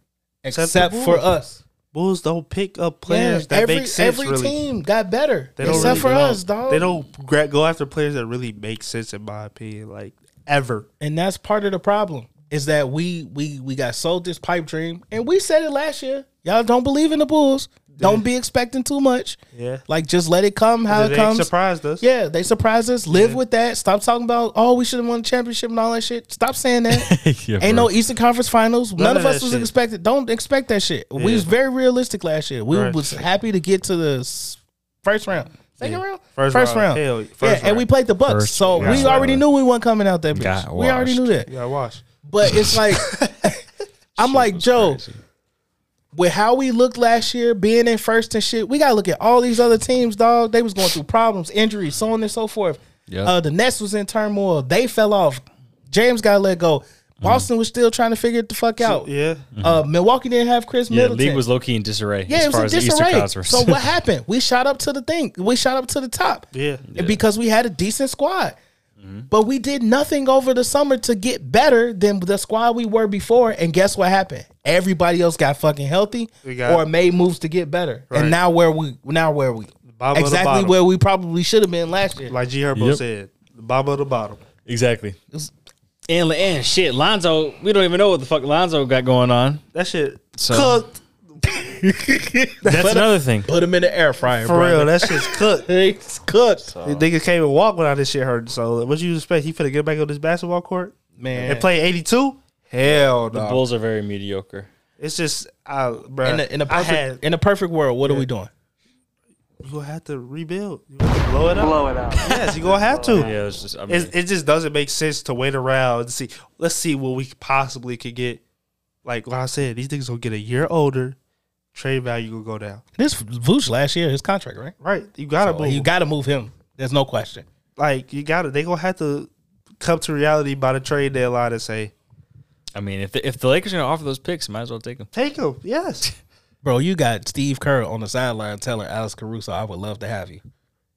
[SPEAKER 4] Except
[SPEAKER 2] except,
[SPEAKER 4] the
[SPEAKER 2] for
[SPEAKER 4] Bulls.
[SPEAKER 2] us.
[SPEAKER 4] Bulls don't pick up
[SPEAKER 2] Yeah,
[SPEAKER 4] players that
[SPEAKER 2] every
[SPEAKER 4] make sense.
[SPEAKER 2] every
[SPEAKER 4] really.
[SPEAKER 2] team got better
[SPEAKER 4] They don't
[SPEAKER 2] except
[SPEAKER 4] really-
[SPEAKER 2] for
[SPEAKER 4] they don't-
[SPEAKER 2] us, dog.
[SPEAKER 4] They don't gra- go after players that really make sense, in my opinion. Like ever.
[SPEAKER 2] and that's part of the problem is that we we we got sold this pipe dream and we said it last year y'all don't believe in the bulls don't be expecting too much
[SPEAKER 4] Yeah.
[SPEAKER 2] like just let it come how it
[SPEAKER 4] they
[SPEAKER 2] comes
[SPEAKER 4] surprised us.
[SPEAKER 2] yeah they surprise us live with that stop talking about oh we should have won the championship and all that shit stop saying that ain't no eastern conference finals none, of
[SPEAKER 4] of
[SPEAKER 2] us
[SPEAKER 4] that
[SPEAKER 2] was
[SPEAKER 4] shit.
[SPEAKER 2] expected don't expect that shit we was very realistic last year we
[SPEAKER 4] Right.
[SPEAKER 2] was happy to get to the s- first round second round
[SPEAKER 4] First round.
[SPEAKER 2] round,
[SPEAKER 4] Hell, first
[SPEAKER 2] yeah and
[SPEAKER 4] round.
[SPEAKER 2] we played the bucks
[SPEAKER 3] First
[SPEAKER 2] so we
[SPEAKER 3] round.
[SPEAKER 2] already knew we weren't coming out that bitch
[SPEAKER 3] Got
[SPEAKER 2] we already knew that
[SPEAKER 4] Yeah, watch.
[SPEAKER 2] but it's like I'm like Joe. With how we looked last year, being in first and shit, we gotta look at all these other teams, dog. They was going through problems, injuries, so on and so forth.
[SPEAKER 1] Yeah.
[SPEAKER 2] Uh, the Nets was in turmoil. They fell off. James got let go.
[SPEAKER 3] Mm-hmm.
[SPEAKER 2] Boston was still trying to figure it the fuck out.
[SPEAKER 4] Yeah.
[SPEAKER 2] Uh, Milwaukee didn't have Chris
[SPEAKER 3] Yeah,
[SPEAKER 2] Middleton.
[SPEAKER 3] league was low key in disarray
[SPEAKER 2] yeah,
[SPEAKER 3] as
[SPEAKER 2] it was
[SPEAKER 3] far
[SPEAKER 2] in
[SPEAKER 3] as the Eastern
[SPEAKER 2] disarray.
[SPEAKER 3] Conference.
[SPEAKER 2] So what happened? We shot up to the thing. We shot up to the top.
[SPEAKER 4] Yeah.
[SPEAKER 2] And because we had a decent squad. But we did nothing over the summer to get better than the squad we were before. And guess what happened? Everybody else got fucking healthy
[SPEAKER 4] We got-
[SPEAKER 2] or made moves to get better.
[SPEAKER 4] Right.
[SPEAKER 2] And now where we now where we
[SPEAKER 4] bottom of the
[SPEAKER 2] exactly
[SPEAKER 4] bottom.
[SPEAKER 2] where we probably should have been last year.
[SPEAKER 4] Like G Herbo
[SPEAKER 3] Yep.
[SPEAKER 4] said, the bottom of the bottom.
[SPEAKER 3] exactly. And and shit, Lonzo, we don't even know what the fuck Lonzo got going on.
[SPEAKER 4] That shit
[SPEAKER 3] So-
[SPEAKER 4] cooked.
[SPEAKER 3] That's another thing.
[SPEAKER 2] Put them in the air fryer,
[SPEAKER 4] For real, that shit's cooked.
[SPEAKER 2] It's cooked,
[SPEAKER 4] The niggas can't even walk without this shit hurting. So what you expect? He finna get back on this basketball court
[SPEAKER 2] man.
[SPEAKER 4] and play eighty two? Hell no.
[SPEAKER 3] Bulls are very mediocre.
[SPEAKER 4] It's just, I, bro.
[SPEAKER 2] in a, in a
[SPEAKER 4] I
[SPEAKER 2] perfect
[SPEAKER 4] had,
[SPEAKER 2] in a perfect world, what are we doing?
[SPEAKER 4] you gonna have to rebuild. You gonna have to blow it up. Blow it up. Yes, you gonna have to.
[SPEAKER 3] Yeah, it's just I mean,
[SPEAKER 4] It's, it just doesn't make sense to wait around and see. Let's see what we possibly could get. Like what I said, these niggas gonna get a year older. Trade value gonna go down.
[SPEAKER 2] This Vooch last year, his contract, right?
[SPEAKER 4] Right. You gotta
[SPEAKER 2] So
[SPEAKER 4] move.
[SPEAKER 2] you got to move him. There's no question.
[SPEAKER 4] like you gotta. They gonna have to come to reality by the trade deadline and say,
[SPEAKER 3] I mean, if the, if the Lakers are gonna offer those picks, might as well take them.
[SPEAKER 4] take them. Yes.
[SPEAKER 2] Bro, you got Steve Kerr on the sideline telling Alex Caruso, I would love to have you.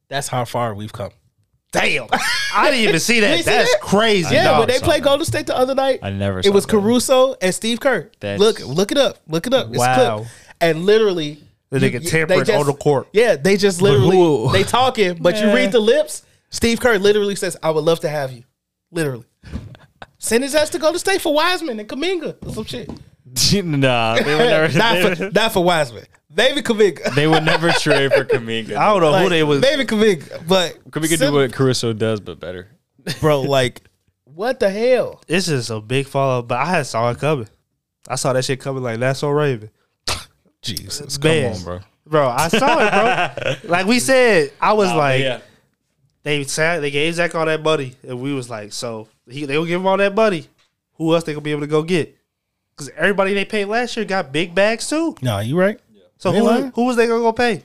[SPEAKER 2] That's how far we've come.
[SPEAKER 4] Damn. I didn't even see that.
[SPEAKER 2] see
[SPEAKER 4] That's
[SPEAKER 2] that?
[SPEAKER 4] crazy.
[SPEAKER 2] Yeah,
[SPEAKER 4] dog.
[SPEAKER 2] when they
[SPEAKER 3] saw
[SPEAKER 2] played
[SPEAKER 3] that.
[SPEAKER 2] Golden State the other night,
[SPEAKER 3] I never
[SPEAKER 2] It
[SPEAKER 3] saw
[SPEAKER 2] was
[SPEAKER 3] that one.
[SPEAKER 2] Caruso and Steve Kerr.
[SPEAKER 3] That's-
[SPEAKER 2] look, look it up, look it up. It's
[SPEAKER 4] Wow.
[SPEAKER 2] clipped. And literally,
[SPEAKER 4] The nigga tampered on the court.
[SPEAKER 2] Yeah, they just literally
[SPEAKER 3] who?
[SPEAKER 2] they talking, but you read the lips. Steve Kerr literally says, "I would love to have you." literally. Send his ass to go to state for Wiseman and Kaminga or some shit.
[SPEAKER 3] nah, they would never.
[SPEAKER 2] not, for, not for Wiseman. David Kaminga.
[SPEAKER 3] they would never trade for Kaminga.
[SPEAKER 4] I don't know who
[SPEAKER 2] Like,
[SPEAKER 4] they was.
[SPEAKER 2] David Kaminga. But
[SPEAKER 3] Kaminga do what Caruso does, but better.
[SPEAKER 2] bro, like, what the hell?
[SPEAKER 4] This is a big follow, but I had saw it coming. I saw that shit coming like that's so Raven.
[SPEAKER 2] Jesus.
[SPEAKER 4] Man,
[SPEAKER 3] on, bro.
[SPEAKER 4] Bro, I saw it, bro. like we said, I was like,
[SPEAKER 3] yeah.
[SPEAKER 4] they said they gave Zach all that money, and we was like, so he, they gonna give him all that money. Who else they gonna be able to go get? Because everybody they paid last year got big bags too.
[SPEAKER 2] No, you right.
[SPEAKER 4] So
[SPEAKER 2] They
[SPEAKER 4] who,
[SPEAKER 2] lying.
[SPEAKER 4] who was they gonna go pay?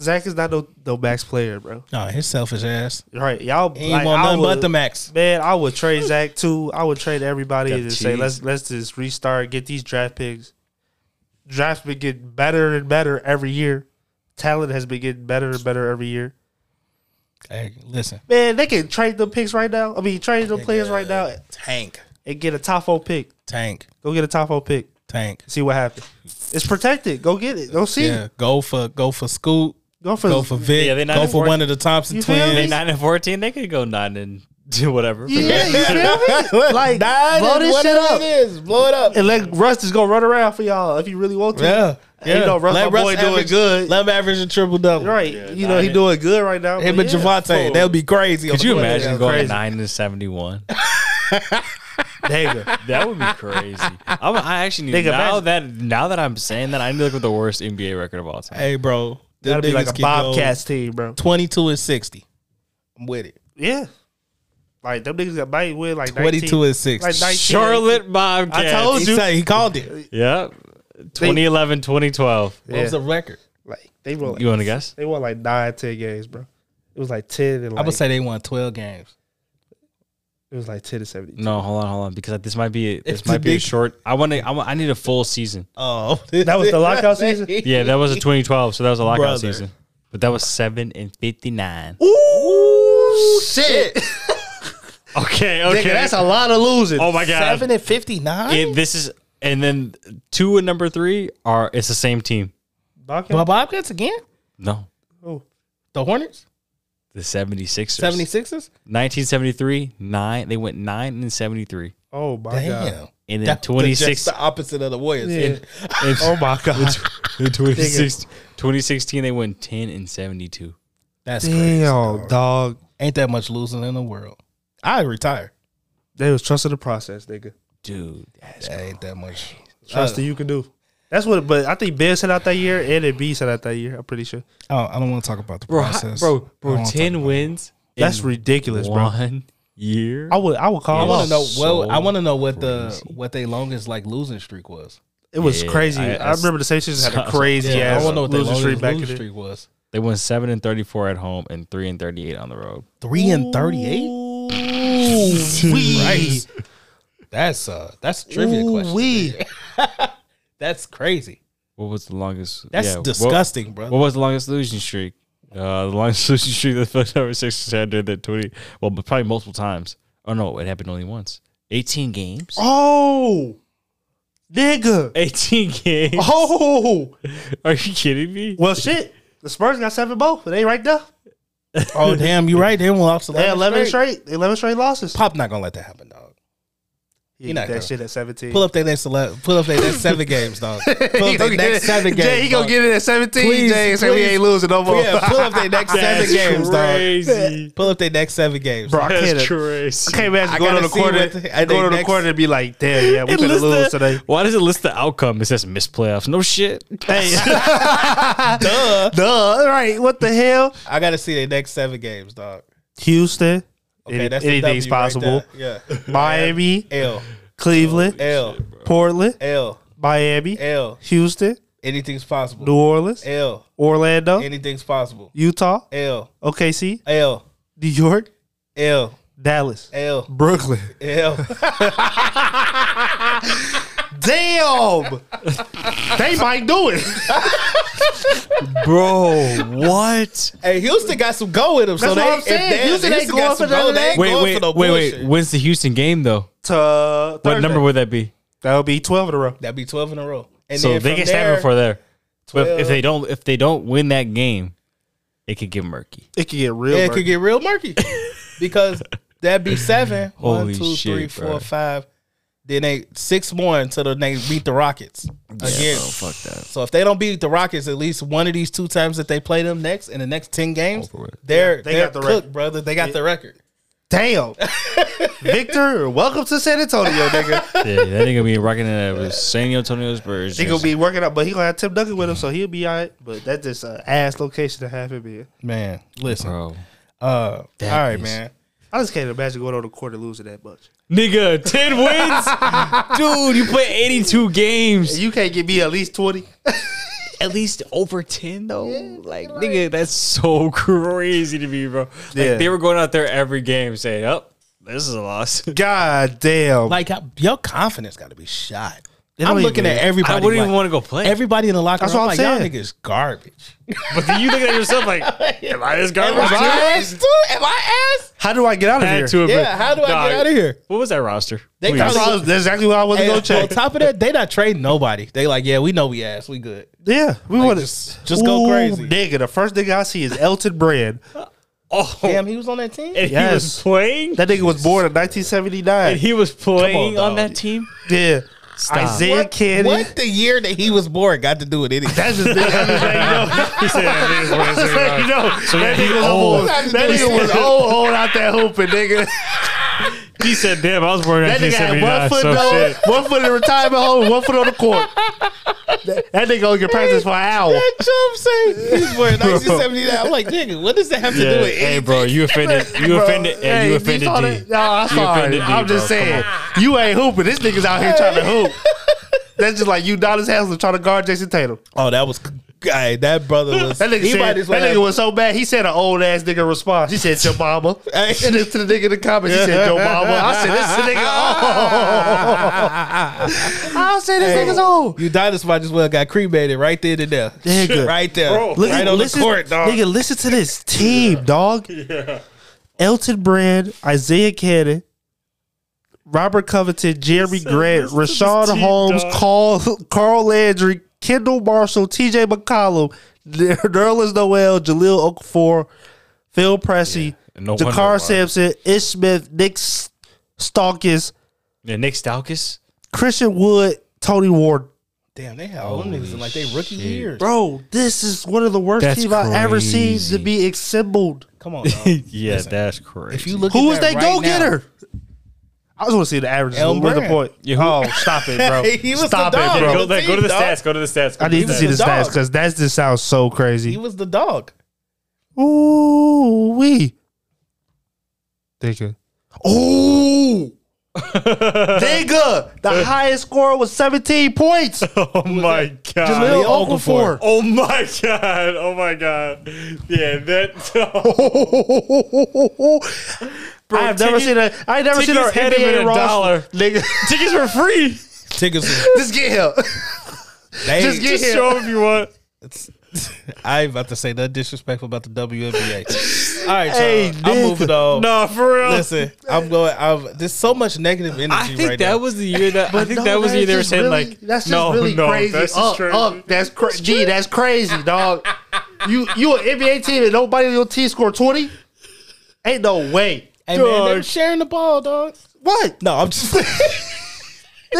[SPEAKER 4] Zach is not no no max player, bro.
[SPEAKER 2] No, his selfish ass.
[SPEAKER 4] Right, y'all
[SPEAKER 2] He ain't
[SPEAKER 4] like,
[SPEAKER 2] want
[SPEAKER 4] I
[SPEAKER 2] nothing
[SPEAKER 4] would-
[SPEAKER 2] but the max.
[SPEAKER 4] Man, I would trade Zach too. I would trade everybody
[SPEAKER 3] Got
[SPEAKER 4] and just say
[SPEAKER 3] cheese.
[SPEAKER 4] let's let's just restart, get these draft picks. Drafts been getting better and better every year. Talent has been getting better and better every year.
[SPEAKER 2] Hey, listen.
[SPEAKER 4] Man, they can trade them picks right now. I mean, trade them players right now
[SPEAKER 2] Tank.
[SPEAKER 4] and get a top four pick.
[SPEAKER 2] Tank.
[SPEAKER 4] Go get a top four pick.
[SPEAKER 2] Tank.
[SPEAKER 4] See what happens. It's protected. Go get it. Go see.
[SPEAKER 2] Yeah.
[SPEAKER 4] it.
[SPEAKER 2] Go for go for Scoot.
[SPEAKER 4] Go for.
[SPEAKER 2] Go for Vic.
[SPEAKER 3] Yeah, they not
[SPEAKER 2] go
[SPEAKER 3] in
[SPEAKER 2] for
[SPEAKER 3] fourth.
[SPEAKER 2] one of the Thompson
[SPEAKER 4] You feel me?
[SPEAKER 3] They
[SPEAKER 2] twins.
[SPEAKER 3] nine and fourteen. They could go nine and do whatever.
[SPEAKER 4] yeah, you feel me? Like
[SPEAKER 2] Nine
[SPEAKER 4] blow
[SPEAKER 2] and
[SPEAKER 4] this shit
[SPEAKER 2] whatever
[SPEAKER 4] up.
[SPEAKER 2] It is. Blow it up.
[SPEAKER 4] and let Rust is gonna run around for y'all if you really want to.
[SPEAKER 2] Yeah.
[SPEAKER 4] You
[SPEAKER 2] Yeah.
[SPEAKER 4] know, Russ, my boy, doing
[SPEAKER 2] average,
[SPEAKER 4] good.
[SPEAKER 2] Let him average a triple double.
[SPEAKER 4] Right. you know, he doing good right now.
[SPEAKER 2] Him
[SPEAKER 4] but
[SPEAKER 2] and
[SPEAKER 4] yeah,
[SPEAKER 2] Javante.
[SPEAKER 4] fuck.
[SPEAKER 2] They'll be crazy. on
[SPEAKER 3] Could
[SPEAKER 2] the
[SPEAKER 3] you
[SPEAKER 2] court.
[SPEAKER 3] imagine
[SPEAKER 2] That's
[SPEAKER 3] going
[SPEAKER 2] crazy.
[SPEAKER 3] nine and seventy one?
[SPEAKER 4] Nigga.
[SPEAKER 3] That would be crazy. I'm, I actually need
[SPEAKER 4] Nigga,
[SPEAKER 3] now
[SPEAKER 4] imagine-
[SPEAKER 3] that now that I'm saying that I need to look at the worst NBA record of all time.
[SPEAKER 2] Hey, bro. them
[SPEAKER 4] That'd be like
[SPEAKER 2] niggas
[SPEAKER 4] a
[SPEAKER 2] can go
[SPEAKER 4] Bobcats team, bro.
[SPEAKER 2] 22 and 60. I'm with it.
[SPEAKER 4] Yeah. Like them niggas got might win like
[SPEAKER 2] 22
[SPEAKER 4] 19,
[SPEAKER 2] and 60.
[SPEAKER 4] like 19,
[SPEAKER 3] Charlotte Bobcats.
[SPEAKER 4] I told
[SPEAKER 2] He,
[SPEAKER 4] you.
[SPEAKER 2] say, he called it. What
[SPEAKER 3] Yep. 2011, 2012.
[SPEAKER 4] Yeah.
[SPEAKER 2] was the record?
[SPEAKER 4] Like they won. Like,
[SPEAKER 3] You want to guess?
[SPEAKER 4] They won like nine, ten games, bro. It was like ten and
[SPEAKER 2] I
[SPEAKER 4] like,
[SPEAKER 2] would say they won 12 games.
[SPEAKER 4] it was like ten to seventy.
[SPEAKER 3] No, hold on, hold on, because this might be this
[SPEAKER 2] It's
[SPEAKER 3] might be a
[SPEAKER 2] big-
[SPEAKER 3] short. I want to. I, wa- I need a full season.
[SPEAKER 2] Oh.
[SPEAKER 4] That was the lockout season.
[SPEAKER 3] Yeah, that was a 2012, so that was a lockout
[SPEAKER 2] Brother.
[SPEAKER 3] season. But that was seven and 59.
[SPEAKER 4] Ooh, shit!
[SPEAKER 3] Okay, okay,
[SPEAKER 4] Nigga, that's a lot of losing.
[SPEAKER 3] oh my god.
[SPEAKER 2] 7 and 59?
[SPEAKER 3] It- this is and then two and number three are it's the same team.
[SPEAKER 4] Bobcats?
[SPEAKER 2] Well, Bobcats again?
[SPEAKER 3] No,
[SPEAKER 2] The Hornets?
[SPEAKER 3] the 76ers.
[SPEAKER 2] 76ers?
[SPEAKER 3] 1973, nine. They went nine and 73.
[SPEAKER 4] Oh my god!
[SPEAKER 2] Damn.
[SPEAKER 3] And then
[SPEAKER 2] That was just
[SPEAKER 3] 26.
[SPEAKER 2] the opposite of the Warriors.
[SPEAKER 4] Yeah.
[SPEAKER 3] and-
[SPEAKER 4] Oh my god!
[SPEAKER 3] and 26 2016, they went 10 and 72.
[SPEAKER 2] That's crazy.
[SPEAKER 4] Damn, dog.
[SPEAKER 2] Ain't that much losing in the world. I retire.
[SPEAKER 4] They was trusting the process, nigga.
[SPEAKER 3] Dude, that's
[SPEAKER 2] That ain't that much.
[SPEAKER 4] Trust that you can do. That's what. But I think Ben said out that year, and then B said out that year. I'm pretty sure.
[SPEAKER 2] Oh, I don't want to talk about the
[SPEAKER 3] bro,
[SPEAKER 2] process.
[SPEAKER 3] bro,
[SPEAKER 2] I
[SPEAKER 3] bro,
[SPEAKER 2] don't wanna
[SPEAKER 3] 10
[SPEAKER 2] talk
[SPEAKER 3] wins.
[SPEAKER 4] That's
[SPEAKER 3] in
[SPEAKER 4] ridiculous, bro.
[SPEAKER 3] One year.
[SPEAKER 4] I would. I would
[SPEAKER 2] about- I
[SPEAKER 4] call. him
[SPEAKER 2] want
[SPEAKER 4] out.
[SPEAKER 2] to know.
[SPEAKER 3] So
[SPEAKER 2] Well, I want to know what
[SPEAKER 3] crazy.
[SPEAKER 2] the what they longest like losing streak was.
[SPEAKER 4] It was
[SPEAKER 3] Yeah,
[SPEAKER 4] crazy.
[SPEAKER 3] I-
[SPEAKER 4] I,
[SPEAKER 3] I-
[SPEAKER 4] remember the Sixers had a crazy
[SPEAKER 2] I
[SPEAKER 4] ass
[SPEAKER 2] want to know what their
[SPEAKER 4] losing
[SPEAKER 2] longest
[SPEAKER 4] streak back
[SPEAKER 2] losing
[SPEAKER 4] in the
[SPEAKER 2] streak was.
[SPEAKER 3] They went 7 and 34 at home and 3 and 38 on the road.
[SPEAKER 2] Three and thirty-eight.
[SPEAKER 4] Wee.
[SPEAKER 2] That's uh, that's a trivia question.
[SPEAKER 4] Wee.
[SPEAKER 2] That's crazy.
[SPEAKER 3] What was the longest?
[SPEAKER 2] That's
[SPEAKER 3] yeah, what-
[SPEAKER 2] disgusting, bro.
[SPEAKER 3] What was the longest losing streak? Uh, the longest losing streak that the Philadelphia Sixers had during that twenty, well, but probably multiple times. Oh no, it happened only once. Eighteen games.
[SPEAKER 4] Oh, nigga.
[SPEAKER 3] Eighteen games.
[SPEAKER 4] Oh,
[SPEAKER 3] Are you kidding me?
[SPEAKER 4] well, shit. The Spurs got seven both. It ain't right there.
[SPEAKER 2] oh damn, you right. They won lost
[SPEAKER 4] They had
[SPEAKER 2] eleven. eleven
[SPEAKER 4] eleven
[SPEAKER 2] straight.
[SPEAKER 4] straight. Eleven straight losses.
[SPEAKER 2] Pop not gonna let that happen, dog.
[SPEAKER 4] He
[SPEAKER 2] he
[SPEAKER 4] did
[SPEAKER 2] not
[SPEAKER 4] that
[SPEAKER 2] gonna-
[SPEAKER 4] shit at seventeen.
[SPEAKER 2] Pull up their next eleven. Pull up their next seven games, dog. Pull up their next seven games.
[SPEAKER 4] Jay, he gonna
[SPEAKER 2] dog.
[SPEAKER 4] get it at seventeen.
[SPEAKER 2] Please,
[SPEAKER 4] Jay, and say we
[SPEAKER 2] please.
[SPEAKER 4] ain't losing no more.
[SPEAKER 2] Yeah, pull up their next seven
[SPEAKER 3] That's
[SPEAKER 2] games, dog.
[SPEAKER 3] crazy.
[SPEAKER 2] Pull up their next seven games.
[SPEAKER 4] Bro, I
[SPEAKER 3] That's
[SPEAKER 4] can't, I
[SPEAKER 3] crazy.
[SPEAKER 4] can't imagine
[SPEAKER 2] I
[SPEAKER 4] going
[SPEAKER 2] gotta
[SPEAKER 4] to the
[SPEAKER 2] see
[SPEAKER 4] corner,
[SPEAKER 2] what the- I think
[SPEAKER 4] going to the
[SPEAKER 2] next-
[SPEAKER 4] corner and be like, "Damn, yeah, we
[SPEAKER 3] It
[SPEAKER 4] gonna
[SPEAKER 3] lists
[SPEAKER 4] lose
[SPEAKER 3] the-
[SPEAKER 4] today."
[SPEAKER 3] Why does it list the outcome? It says missed playoffs. No shit.
[SPEAKER 4] Duh, duh. Right? What the hell?
[SPEAKER 2] I gotta see their next seven games, dog.
[SPEAKER 4] Houston. Any-
[SPEAKER 2] Okay, that's a
[SPEAKER 4] anything's
[SPEAKER 2] W right
[SPEAKER 4] possible.
[SPEAKER 2] there.
[SPEAKER 4] Miami,
[SPEAKER 2] yeah. L
[SPEAKER 4] Cleveland,
[SPEAKER 2] L
[SPEAKER 4] Portland,
[SPEAKER 2] L
[SPEAKER 4] Miami,
[SPEAKER 2] L.
[SPEAKER 4] Houston,
[SPEAKER 2] Anything's
[SPEAKER 4] New
[SPEAKER 2] possible.
[SPEAKER 4] Orleans,
[SPEAKER 2] L.
[SPEAKER 4] Orlando,
[SPEAKER 2] Anything's possible.
[SPEAKER 4] Utah,
[SPEAKER 2] L
[SPEAKER 4] OKC,
[SPEAKER 2] L
[SPEAKER 4] New York,
[SPEAKER 2] L
[SPEAKER 4] Dallas,
[SPEAKER 2] L
[SPEAKER 4] Brooklyn.
[SPEAKER 2] L.
[SPEAKER 4] Damn, they might do it,
[SPEAKER 3] Bro, what?
[SPEAKER 2] Hey, Houston got some go in them. so
[SPEAKER 4] That's
[SPEAKER 2] they,
[SPEAKER 4] what I'm
[SPEAKER 2] if
[SPEAKER 4] saying.
[SPEAKER 2] they-
[SPEAKER 4] Houston ain't going
[SPEAKER 2] got some
[SPEAKER 4] for none
[SPEAKER 2] go.
[SPEAKER 4] of
[SPEAKER 2] They
[SPEAKER 4] that.
[SPEAKER 2] ain't
[SPEAKER 3] Wait,
[SPEAKER 2] going
[SPEAKER 3] wait,
[SPEAKER 2] for no
[SPEAKER 3] wait, wait.
[SPEAKER 2] bullshit.
[SPEAKER 3] When's the Houston game though?
[SPEAKER 4] Uh,
[SPEAKER 3] What number would that be?
[SPEAKER 4] that would be twelve in a row.
[SPEAKER 2] That'd be twelve in a row. And
[SPEAKER 3] so
[SPEAKER 2] then from
[SPEAKER 3] they can
[SPEAKER 2] there-
[SPEAKER 3] stand before there. But if- if they don't, if they don't win that game, it could get murky.
[SPEAKER 4] It could get real.
[SPEAKER 2] Yeah, it
[SPEAKER 4] murky.
[SPEAKER 2] could get real murky because That'd be seven. One,
[SPEAKER 11] Holy
[SPEAKER 2] two,
[SPEAKER 11] shit,
[SPEAKER 2] three, four,
[SPEAKER 11] bro.
[SPEAKER 2] five. Then they six more until the- they beat the Rockets
[SPEAKER 11] Yeah,
[SPEAKER 2] again.
[SPEAKER 11] bro, fuck that.
[SPEAKER 2] So if they don't beat the Rockets at least one of these two times that they play them next in the next ten games, they're
[SPEAKER 4] They
[SPEAKER 2] they are
[SPEAKER 4] got the
[SPEAKER 2] cooked,
[SPEAKER 4] record.
[SPEAKER 2] brother. They got the record.
[SPEAKER 4] Damn. Victor, welcome to San Antonio, nigga.
[SPEAKER 3] Yeah, that nigga be rocking it with San Antonio Spurs.
[SPEAKER 4] He gonna be working out, but he gonna have Tim Duncan with him, so he'll be all right. But that's just an ass location to have him in.
[SPEAKER 2] Man, listen.
[SPEAKER 3] Bro.
[SPEAKER 2] Uh,
[SPEAKER 3] That
[SPEAKER 2] all right,
[SPEAKER 3] is-
[SPEAKER 2] man.
[SPEAKER 4] I just can't imagine going on the court and losing that much.
[SPEAKER 3] Nigga, 10 wins? Dude, you play 82 games.
[SPEAKER 4] You can't give me at least 20.
[SPEAKER 3] at least over 10, though? like, nigga, that's so crazy to me, bro. Like,
[SPEAKER 4] Yeah.
[SPEAKER 3] they were going out there every game saying, oh, this is a loss.
[SPEAKER 4] God damn.
[SPEAKER 2] Like I- your confidence got to be shot.
[SPEAKER 4] It
[SPEAKER 2] I'm
[SPEAKER 4] don't
[SPEAKER 2] looking
[SPEAKER 4] even-
[SPEAKER 2] at everybody.
[SPEAKER 3] I wouldn't even
[SPEAKER 2] like-
[SPEAKER 3] want to go play.
[SPEAKER 2] Everybody in the locker
[SPEAKER 4] That's
[SPEAKER 2] room, like
[SPEAKER 4] what I'm
[SPEAKER 2] y'all
[SPEAKER 4] saying.
[SPEAKER 2] niggas garbage.
[SPEAKER 3] but then you look at yourself like, am I this garbage?
[SPEAKER 2] Am I ass too? Am I ass?
[SPEAKER 4] How do I get out of here?
[SPEAKER 3] Had to have been-
[SPEAKER 2] Yeah, how do I
[SPEAKER 3] Dog,
[SPEAKER 2] get out of here?
[SPEAKER 3] What was that roster?
[SPEAKER 2] They
[SPEAKER 3] Please.
[SPEAKER 4] That's, what I was- that's exactly what I was
[SPEAKER 2] And
[SPEAKER 4] gonna
[SPEAKER 2] on
[SPEAKER 4] check.
[SPEAKER 2] top of that, they not trading nobody. They like, yeah, we know we ass, we good.
[SPEAKER 4] Yeah, we want to
[SPEAKER 2] just- just go crazy.
[SPEAKER 4] nigga. The first nigga I see is Elton Brand.
[SPEAKER 3] oh,
[SPEAKER 2] Damn, he was on that team.
[SPEAKER 3] and he was
[SPEAKER 4] yes.
[SPEAKER 3] playing?
[SPEAKER 4] That nigga was born in 1979.
[SPEAKER 3] and he was playing on,
[SPEAKER 4] dog.
[SPEAKER 3] that team?
[SPEAKER 4] yeah, Isaiah Candy.
[SPEAKER 2] What the year that he was born got to do with anything?
[SPEAKER 4] That's just I'm just letting you know.
[SPEAKER 3] He said, "That nigga's playing
[SPEAKER 4] Just letting you know. that
[SPEAKER 3] he
[SPEAKER 4] nigga was
[SPEAKER 3] old.
[SPEAKER 4] old. That nigga was old. Hold out that hooping, nigga.
[SPEAKER 3] He said, damn, I was born in
[SPEAKER 4] That nigga had
[SPEAKER 3] 1979,
[SPEAKER 4] one foot,
[SPEAKER 3] so
[SPEAKER 4] on,
[SPEAKER 3] shit.
[SPEAKER 4] one foot in retirement home, one foot on the court. That, that nigga only get practice for an hour.
[SPEAKER 2] That's what I'm saying. He's born in 1979. I'm like, nigga, what does that have to do
[SPEAKER 3] Yeah.
[SPEAKER 2] with
[SPEAKER 3] Hey,
[SPEAKER 2] anything?
[SPEAKER 3] bro, you offended. You
[SPEAKER 4] Bro,
[SPEAKER 3] offended. and
[SPEAKER 4] hey,
[SPEAKER 3] you
[SPEAKER 4] you
[SPEAKER 3] offended
[SPEAKER 4] saw
[SPEAKER 3] D.
[SPEAKER 4] that? No, I'm
[SPEAKER 3] You
[SPEAKER 4] sorry.
[SPEAKER 3] offended D,
[SPEAKER 4] I'm just
[SPEAKER 3] bro. Come
[SPEAKER 4] saying,
[SPEAKER 3] on.
[SPEAKER 4] you ain't hooping. This nigga's out here trying to hoop. That's just like you, Udonis Haslem, trying to guard Jason Tatum.
[SPEAKER 2] Oh, that was hey, that brother was.
[SPEAKER 4] That nigga,
[SPEAKER 2] he might
[SPEAKER 4] said,
[SPEAKER 2] as well
[SPEAKER 4] that
[SPEAKER 2] have-
[SPEAKER 4] nigga was so bad. He said an old ass nigga response. He said your mama.
[SPEAKER 2] Hey.
[SPEAKER 4] And then to the nigga in the comments, he said your mama. I said this nigga. Oh. I said this nigga's old.
[SPEAKER 2] You died as much as well got cremated right there to there.
[SPEAKER 4] Nigga.
[SPEAKER 2] Right there.
[SPEAKER 4] Look,
[SPEAKER 2] right
[SPEAKER 4] at-
[SPEAKER 2] on
[SPEAKER 4] listen,
[SPEAKER 2] the court, dog.
[SPEAKER 4] Nigga, listen to this team, dog. Elton Brand, Isaiah Cannon, Robert Covington, Jeremy Grant, Rashawn
[SPEAKER 3] team,
[SPEAKER 4] Holmes,
[SPEAKER 3] dog.
[SPEAKER 4] Carl, Carl Landry, Kendall Marshall, TJ McCollum, Ner- Nerlens Noel, Jaleel Okafor, Phil Pressey,
[SPEAKER 3] no wonder why.
[SPEAKER 4] Jakar Sampson, Ish Smith, Nick S- Stalkis,
[SPEAKER 3] Yeah, Nick Stalkis.
[SPEAKER 4] Christian Wood, Tony Ward.
[SPEAKER 2] Damn, they had all them niggas in like they rookie years.
[SPEAKER 4] Bro, this is one of the worst
[SPEAKER 3] That's
[SPEAKER 4] teams I've ever seen
[SPEAKER 3] crazy.
[SPEAKER 4] to be assembled.
[SPEAKER 2] Come on, dog.
[SPEAKER 3] Yeah, that's crazy.
[SPEAKER 2] If you look
[SPEAKER 4] Who
[SPEAKER 2] at
[SPEAKER 4] is
[SPEAKER 2] that
[SPEAKER 4] they
[SPEAKER 2] right now-
[SPEAKER 4] go getter? I just want to see the average.
[SPEAKER 2] Elm
[SPEAKER 4] What's the
[SPEAKER 2] Brand.
[SPEAKER 4] point? Oh, stop it, bro.
[SPEAKER 2] He was
[SPEAKER 4] stop
[SPEAKER 2] the dog.
[SPEAKER 4] it,
[SPEAKER 3] Yeah, go,
[SPEAKER 4] bro.
[SPEAKER 2] the
[SPEAKER 3] like, go to the
[SPEAKER 2] team, dog.
[SPEAKER 3] stats. Go to the stats. go
[SPEAKER 4] I need to
[SPEAKER 3] the
[SPEAKER 4] see
[SPEAKER 3] stats.
[SPEAKER 4] the
[SPEAKER 2] dog.
[SPEAKER 4] stats because that just sounds so
[SPEAKER 2] He
[SPEAKER 4] crazy.
[SPEAKER 2] was the dog.
[SPEAKER 4] Ooh wee. Nigga. Ooh. Nigga. The highest score was 17 points.
[SPEAKER 3] Oh my god.
[SPEAKER 4] Jaleel
[SPEAKER 2] Jaleel
[SPEAKER 4] Okafor.
[SPEAKER 3] Oh my god. Oh my god. Yeah, that.
[SPEAKER 4] I have never
[SPEAKER 3] Tiggins-
[SPEAKER 4] seen a. I never seen a
[SPEAKER 3] Tiggins had him in
[SPEAKER 4] NBA
[SPEAKER 3] a dollar.
[SPEAKER 4] roster. Nigga,
[SPEAKER 3] Tickets for free.
[SPEAKER 2] Tickets.
[SPEAKER 4] just get him.
[SPEAKER 2] They,
[SPEAKER 4] Just get
[SPEAKER 3] Just
[SPEAKER 4] him.
[SPEAKER 3] show 'em if you want.
[SPEAKER 2] I about to say nothing disrespectful about the WNBA. All right, y'all.
[SPEAKER 4] Hey,
[SPEAKER 2] I'm
[SPEAKER 4] nigga.
[SPEAKER 2] moving on.
[SPEAKER 3] Nah, for real.
[SPEAKER 2] Listen, I'm going. I'm, there's so much negative energy
[SPEAKER 3] I think
[SPEAKER 2] right
[SPEAKER 3] that
[SPEAKER 2] now.
[SPEAKER 3] was the year that I think
[SPEAKER 4] No,
[SPEAKER 3] that was the year they were
[SPEAKER 4] just
[SPEAKER 3] saying
[SPEAKER 4] really-
[SPEAKER 3] like
[SPEAKER 4] that's just
[SPEAKER 3] no,
[SPEAKER 4] really
[SPEAKER 3] no,
[SPEAKER 4] crazy.
[SPEAKER 3] That's just
[SPEAKER 4] up,
[SPEAKER 3] crazy.
[SPEAKER 4] up, that's crazy. Gee, that's crazy, dog. You you an NBA team and nobody on your team scored twenty? Ain't no way.
[SPEAKER 2] hey, man, they
[SPEAKER 3] Dog.
[SPEAKER 2] were sharing the ball, dog.
[SPEAKER 4] What,
[SPEAKER 2] No, I'm just.
[SPEAKER 4] nigga?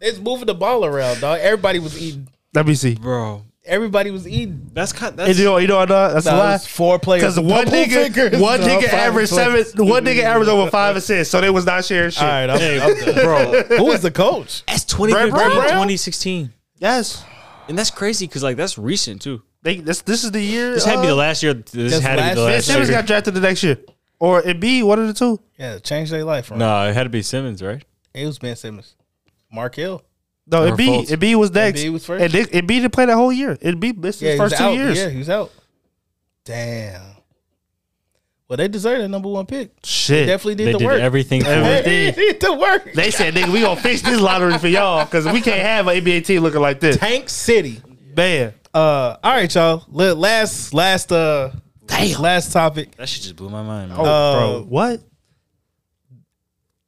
[SPEAKER 2] it's moving the ball around, dog. Everybody was eating.
[SPEAKER 4] Let me see.
[SPEAKER 3] bro.
[SPEAKER 2] Everybody was eating.
[SPEAKER 3] That's kind.
[SPEAKER 4] And
[SPEAKER 3] That's
[SPEAKER 4] you know, you know what? dog? That's a
[SPEAKER 2] That
[SPEAKER 4] lie.
[SPEAKER 2] was four players.
[SPEAKER 4] Because one
[SPEAKER 2] Double
[SPEAKER 4] nigga,
[SPEAKER 2] figures,
[SPEAKER 4] one
[SPEAKER 2] dog.
[SPEAKER 4] nigga
[SPEAKER 2] Five
[SPEAKER 4] averaged
[SPEAKER 2] points.
[SPEAKER 4] seven. One nigga averaged over five assists, so they was not sharing shit.
[SPEAKER 2] All right, I'm,
[SPEAKER 3] Hey,
[SPEAKER 2] I'm done.
[SPEAKER 3] bro.
[SPEAKER 2] Who was the coach?
[SPEAKER 3] That's 2015,
[SPEAKER 4] Brett Brown?
[SPEAKER 3] 2016.
[SPEAKER 4] Yes,
[SPEAKER 3] and that's crazy because like that's recent too.
[SPEAKER 4] they, this this is the year.
[SPEAKER 3] This had to be the
[SPEAKER 4] uh,
[SPEAKER 3] last year. This
[SPEAKER 2] That's
[SPEAKER 3] had to be the
[SPEAKER 2] last-
[SPEAKER 4] Ben
[SPEAKER 3] last year.
[SPEAKER 4] Simmons got drafted the next year, or it be one of the two.
[SPEAKER 2] Yeah, change their life. Right?
[SPEAKER 3] No, Uh, it had to be Simmons, right?
[SPEAKER 2] it was Ben Simmons, Mark Hill.
[SPEAKER 4] No,
[SPEAKER 3] Or
[SPEAKER 4] it be
[SPEAKER 3] Fultz.
[SPEAKER 4] it be was next.
[SPEAKER 2] Embiid was first.
[SPEAKER 4] And they, it be didn't play that whole year. It be this
[SPEAKER 2] Yeah,
[SPEAKER 4] his
[SPEAKER 2] he
[SPEAKER 4] first
[SPEAKER 2] was
[SPEAKER 4] two
[SPEAKER 2] out.
[SPEAKER 4] years.
[SPEAKER 2] Yeah, he was out. Damn. Well, they deserved a number one pick.
[SPEAKER 4] Shit.
[SPEAKER 2] Definitely did
[SPEAKER 3] They
[SPEAKER 2] the
[SPEAKER 3] did
[SPEAKER 2] work.
[SPEAKER 3] everything. for
[SPEAKER 2] They
[SPEAKER 3] it.
[SPEAKER 4] everything.
[SPEAKER 2] did the work.
[SPEAKER 4] They said, nigga, we gonna fix this lottery for y'all because we can't have an NBA team looking like this.
[SPEAKER 2] Tank City.
[SPEAKER 4] Man,
[SPEAKER 2] Uh, all right, y'all. Let- Last, last, uh, last topic.
[SPEAKER 3] That shit just blew my mind. Man.
[SPEAKER 4] oh,
[SPEAKER 2] Uh,
[SPEAKER 4] bro, what?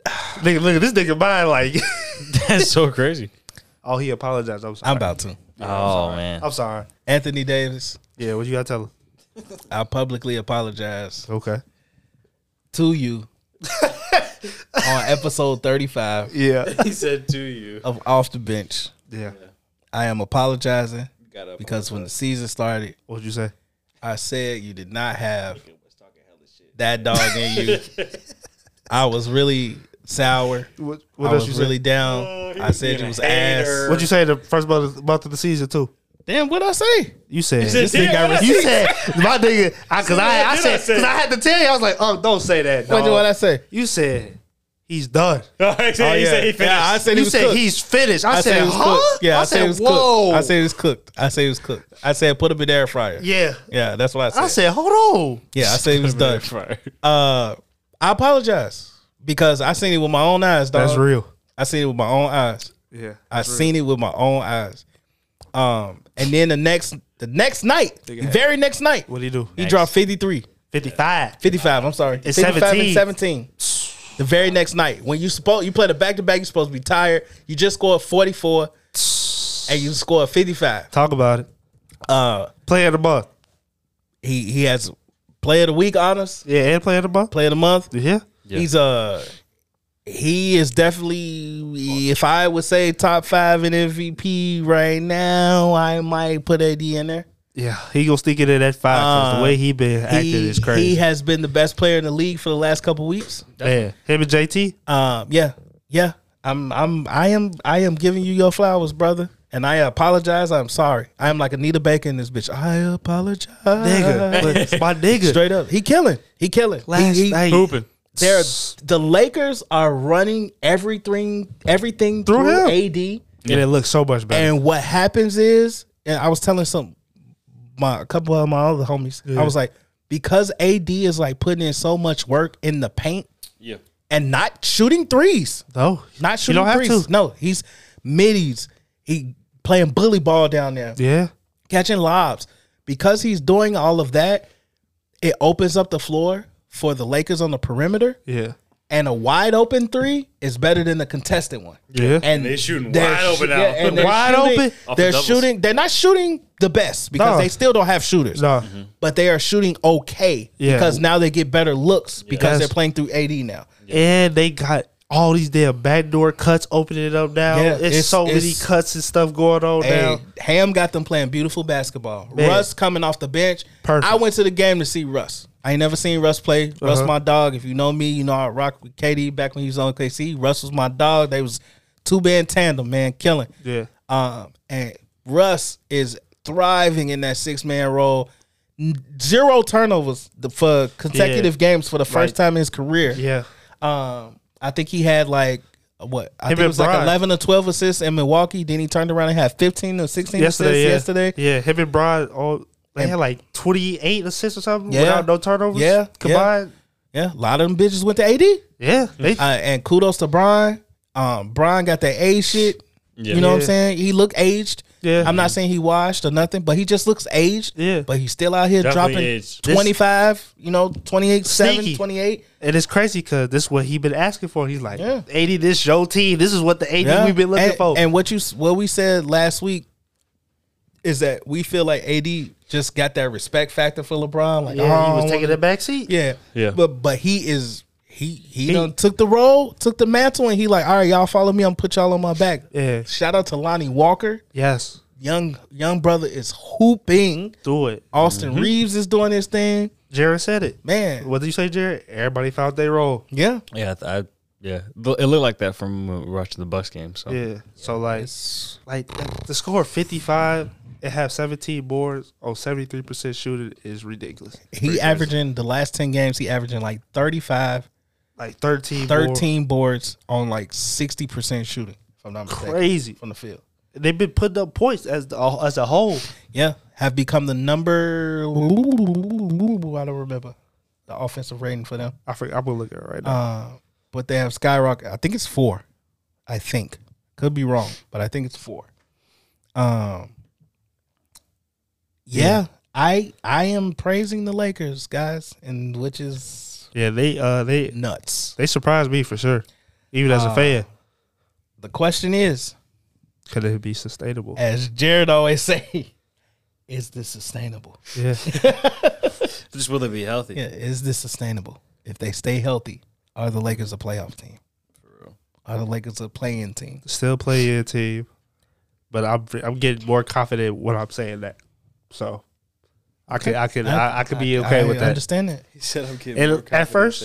[SPEAKER 4] nigga, look at this nigga mind like.
[SPEAKER 3] That's so crazy.
[SPEAKER 4] oh, he apologized. I'm sorry.
[SPEAKER 2] I'm about to.
[SPEAKER 3] Oh man,
[SPEAKER 4] I'm sorry.
[SPEAKER 2] Anthony Davis.
[SPEAKER 4] Yeah, what you gotta tell him?
[SPEAKER 2] I publicly apologize
[SPEAKER 4] Okay.
[SPEAKER 2] to you on episode 35.
[SPEAKER 4] Yeah.
[SPEAKER 3] He said to you.
[SPEAKER 2] Of Off the Bench.
[SPEAKER 4] Yeah.
[SPEAKER 2] I am apologizing
[SPEAKER 3] gotta
[SPEAKER 2] because when the season started,
[SPEAKER 4] what'd you say?
[SPEAKER 2] I said you did not have that dog in you. I was really sour.
[SPEAKER 4] What, what
[SPEAKER 2] I
[SPEAKER 4] else
[SPEAKER 2] was
[SPEAKER 4] you said?
[SPEAKER 2] really down. I said
[SPEAKER 4] Uh, being
[SPEAKER 2] you
[SPEAKER 4] a
[SPEAKER 2] was ass.
[SPEAKER 4] What'd you say the first month month of the season too?
[SPEAKER 2] Damn, what'd I say?
[SPEAKER 4] You said
[SPEAKER 2] You said,
[SPEAKER 4] this
[SPEAKER 2] "Damn,
[SPEAKER 4] nigga
[SPEAKER 2] what I
[SPEAKER 4] You
[SPEAKER 2] said."
[SPEAKER 4] said my nigga. I, Cause
[SPEAKER 2] So
[SPEAKER 4] I,
[SPEAKER 2] what
[SPEAKER 4] I
[SPEAKER 2] did
[SPEAKER 4] said
[SPEAKER 2] I say?
[SPEAKER 4] cause I had to tell you. I was like, oh, don't say that.
[SPEAKER 2] What
[SPEAKER 4] dog.
[SPEAKER 2] did- what I say?
[SPEAKER 4] You said he's done.
[SPEAKER 3] I
[SPEAKER 4] Oh,
[SPEAKER 2] said- he said he finished. Yeah, I said he
[SPEAKER 4] you
[SPEAKER 2] was
[SPEAKER 4] said
[SPEAKER 2] cooked.
[SPEAKER 4] he's finished. I, said,
[SPEAKER 2] it was
[SPEAKER 4] huh?
[SPEAKER 2] cooked. Yeah, I, said, it was
[SPEAKER 4] whoa.
[SPEAKER 2] cooked. I said it was cooked. I said it was cooked. I said put him in the air fryer.
[SPEAKER 4] Yeah.
[SPEAKER 2] Yeah, that's what I said.
[SPEAKER 4] I said, hold on.
[SPEAKER 2] Yeah, I said it was done. Uh, I apologize because I seen it with my own eyes. Dog.
[SPEAKER 4] That's real.
[SPEAKER 2] I seen it with my own eyes.
[SPEAKER 4] Yeah,
[SPEAKER 2] I
[SPEAKER 4] that's real.
[SPEAKER 2] seen it with my own eyes. Um, and then the next, the next night, the
[SPEAKER 4] had-
[SPEAKER 2] very next night,
[SPEAKER 4] What do you do?
[SPEAKER 2] he dropped 53.
[SPEAKER 4] 55.
[SPEAKER 2] 55, I'm sorry.
[SPEAKER 4] It's
[SPEAKER 2] 55
[SPEAKER 4] 17.
[SPEAKER 2] and 17. The very next night, when you supposed you play the back to back, you're supposed to be tired. You just scored 44 and you scored 55.
[SPEAKER 4] Talk about it.
[SPEAKER 2] Uh
[SPEAKER 4] player of the month.
[SPEAKER 2] He he has player of the week honors.
[SPEAKER 4] Yeah, and player of the month.
[SPEAKER 2] Player of the month.
[SPEAKER 4] Yeah.
[SPEAKER 2] He's uh he is definitely if I would say top five in MVP right now, I might put AD in there.
[SPEAKER 4] Yeah, he gonna stick it in at five. 'cause the
[SPEAKER 2] Uh,
[SPEAKER 4] way he been acting
[SPEAKER 2] he,
[SPEAKER 4] is crazy.
[SPEAKER 2] He has been the best player in the league for the last couple weeks.
[SPEAKER 4] Man, him and JT.
[SPEAKER 2] Um, yeah, yeah. I'm, I'm, I am, I am giving you your flowers, brother. And I apologize. I'm sorry. I am like Anita Baker in this bitch. I apologize,
[SPEAKER 4] Nigga, but my nigga.
[SPEAKER 2] Straight up, he killing. He killing.
[SPEAKER 4] Last
[SPEAKER 2] he, he,
[SPEAKER 4] night. Hooping.
[SPEAKER 2] They're, the Lakers are running everything, everything
[SPEAKER 4] Through
[SPEAKER 2] through,
[SPEAKER 4] him.
[SPEAKER 2] AD.
[SPEAKER 4] And it looks so much better.
[SPEAKER 2] And what happens is, and I was telling some my a couple of my other homies,
[SPEAKER 4] Yeah.
[SPEAKER 2] I was like, because AD is like putting in so much work in the paint,
[SPEAKER 3] Yeah.
[SPEAKER 2] and not shooting threes.
[SPEAKER 4] No,
[SPEAKER 2] not shooting
[SPEAKER 4] Oh, don't have
[SPEAKER 2] threes.
[SPEAKER 4] to.
[SPEAKER 2] No, he's middies. He playing bully ball down there,
[SPEAKER 4] yeah.
[SPEAKER 2] catching lobs. Because he's doing all of that, it opens up the floor for the Lakers on the perimeter.
[SPEAKER 4] Yeah.
[SPEAKER 2] And a wide open three is better than a contested one.
[SPEAKER 4] Yeah.
[SPEAKER 2] And
[SPEAKER 3] They're shooting
[SPEAKER 2] they're
[SPEAKER 3] wide
[SPEAKER 2] shoo-
[SPEAKER 3] open now.
[SPEAKER 2] yeah, and they're
[SPEAKER 4] Wide
[SPEAKER 2] shooting-
[SPEAKER 4] open?
[SPEAKER 3] Off the
[SPEAKER 2] They're
[SPEAKER 3] doubles.
[SPEAKER 2] shooting. They're not shooting the best because
[SPEAKER 4] No.
[SPEAKER 2] they still don't have shooters.
[SPEAKER 4] No.
[SPEAKER 2] But they are shooting okay
[SPEAKER 4] Yeah.
[SPEAKER 2] because now they get better looks because
[SPEAKER 4] That's-
[SPEAKER 2] they're playing through AD now.
[SPEAKER 4] And they got all these damn backdoor cuts opening it up now.
[SPEAKER 2] Yeah,
[SPEAKER 4] it's,
[SPEAKER 2] it's-
[SPEAKER 4] so many
[SPEAKER 2] it's-
[SPEAKER 4] cuts and stuff going on
[SPEAKER 2] Hey,
[SPEAKER 4] now.
[SPEAKER 2] Ham got them playing beautiful basketball.
[SPEAKER 4] Man.
[SPEAKER 2] Russ coming off the bench.
[SPEAKER 4] Perfect.
[SPEAKER 2] I went to the game to see Russ. I ain't never seen Russ play. Russ
[SPEAKER 4] Uh-huh.
[SPEAKER 2] my dog. If you know me, you know I rock with KD back when he was on KC. Russ was my dog. They was two band tandem, man, killing.
[SPEAKER 4] Yeah.
[SPEAKER 2] Um, and Russ is thriving in that six man role. N- Zero turnovers the- for consecutive games for the first
[SPEAKER 4] Right.
[SPEAKER 2] time in his career.
[SPEAKER 4] Yeah.
[SPEAKER 2] Um, I think he had like what I think
[SPEAKER 4] Him and
[SPEAKER 2] it was like
[SPEAKER 4] Bron.
[SPEAKER 2] eleven or twelve assists in Milwaukee. Then he turned around and had fifteen or sixteen
[SPEAKER 4] Yesterday,
[SPEAKER 2] assists
[SPEAKER 4] yeah.
[SPEAKER 2] yesterday.
[SPEAKER 4] Yeah. Him and Brian all they
[SPEAKER 2] And-
[SPEAKER 4] had like twenty eight assists or something
[SPEAKER 2] Yeah.
[SPEAKER 4] without no turnovers.
[SPEAKER 2] Yeah, yeah.
[SPEAKER 4] Combined.
[SPEAKER 2] Yeah, a lot of them bitches went to AD. Uh,
[SPEAKER 4] Yeah. They
[SPEAKER 2] and kudos to Brian. Um, Brian got that age shit. You know what I'm
[SPEAKER 4] Yeah.
[SPEAKER 2] saying? He looked aged.
[SPEAKER 4] Yeah.
[SPEAKER 2] I'm not saying he washed or nothing, but he just looks aged.
[SPEAKER 4] Yeah.
[SPEAKER 2] But he's still out here
[SPEAKER 3] Definitely
[SPEAKER 2] dropping
[SPEAKER 3] aged.
[SPEAKER 2] 25, you know, 28, 7,
[SPEAKER 4] Sneaky.
[SPEAKER 2] 28.
[SPEAKER 4] and it's crazy because this is what he been asking for. He's like,
[SPEAKER 2] Yeah.
[SPEAKER 4] eighty, this your team. This is what the eighty
[SPEAKER 2] Yeah.
[SPEAKER 4] we've been looking
[SPEAKER 2] and,
[SPEAKER 4] for.
[SPEAKER 2] And what you what we said last week is that we feel like AD just got that respect factor for LeBron. Like,
[SPEAKER 4] yeah, he was
[SPEAKER 2] "Oh,
[SPEAKER 4] taking the back seat.
[SPEAKER 2] yeah,
[SPEAKER 3] Yeah.
[SPEAKER 2] But but he is he he, done took the role, took the mantle, and he like, all right, y'all follow me. I'm gonna put y'all on my back.
[SPEAKER 4] Yeah.
[SPEAKER 2] Shout out to Lonnie Walker,
[SPEAKER 4] Yes.
[SPEAKER 2] young young brother is hooping.
[SPEAKER 4] Do it.
[SPEAKER 2] Austin
[SPEAKER 3] Mm-hmm.
[SPEAKER 2] Reeves is doing his thing,
[SPEAKER 4] Jared said it.
[SPEAKER 2] man.
[SPEAKER 4] What did you say, Jared? Everybody found their role.
[SPEAKER 2] Yeah,
[SPEAKER 3] Yeah. I, th- I, yeah. Lo- It looked like that from when we watched the Bucks game. So.
[SPEAKER 4] Yeah. So like, like the score fifty five and have seventeen boards on seventy three percent shooting is ridiculous.
[SPEAKER 2] he averaging the last ten games. He averaging like 35,
[SPEAKER 4] Like thirteen. boards.
[SPEAKER 2] 13 boards on like sixty percent shooting. If I'm not mistaken,
[SPEAKER 4] Crazy.
[SPEAKER 2] from the field.
[SPEAKER 4] They've been putting up points as the, uh, as a whole.
[SPEAKER 2] Yeah, have become the number. I don't remember the offensive rating for them.
[SPEAKER 4] I forget. I'm gonna look at it right now.
[SPEAKER 2] Uh, but they have skyrocket. I think it's four. I think could be wrong, but I think it's four. Um. Yeah, I I am praising the Lakers, guys, and which is
[SPEAKER 4] yeah. They uh they
[SPEAKER 2] nuts.
[SPEAKER 4] they surprised me for sure. Even as a fan,
[SPEAKER 2] The question is,
[SPEAKER 4] could it be sustainable?
[SPEAKER 2] as Jared always say, is this sustainable?
[SPEAKER 4] Yeah.
[SPEAKER 3] Just will they be healthy?
[SPEAKER 2] Yeah, is this sustainable? If they stay healthy, Are the Lakers a playoff team? Are the Lakers a playing team?
[SPEAKER 4] Still play in team, but I'm I'm getting more confident when I'm saying that. So I could I could I, I could be okay with that.
[SPEAKER 2] understand that.
[SPEAKER 12] He said, "I'm kidding."
[SPEAKER 4] And at first,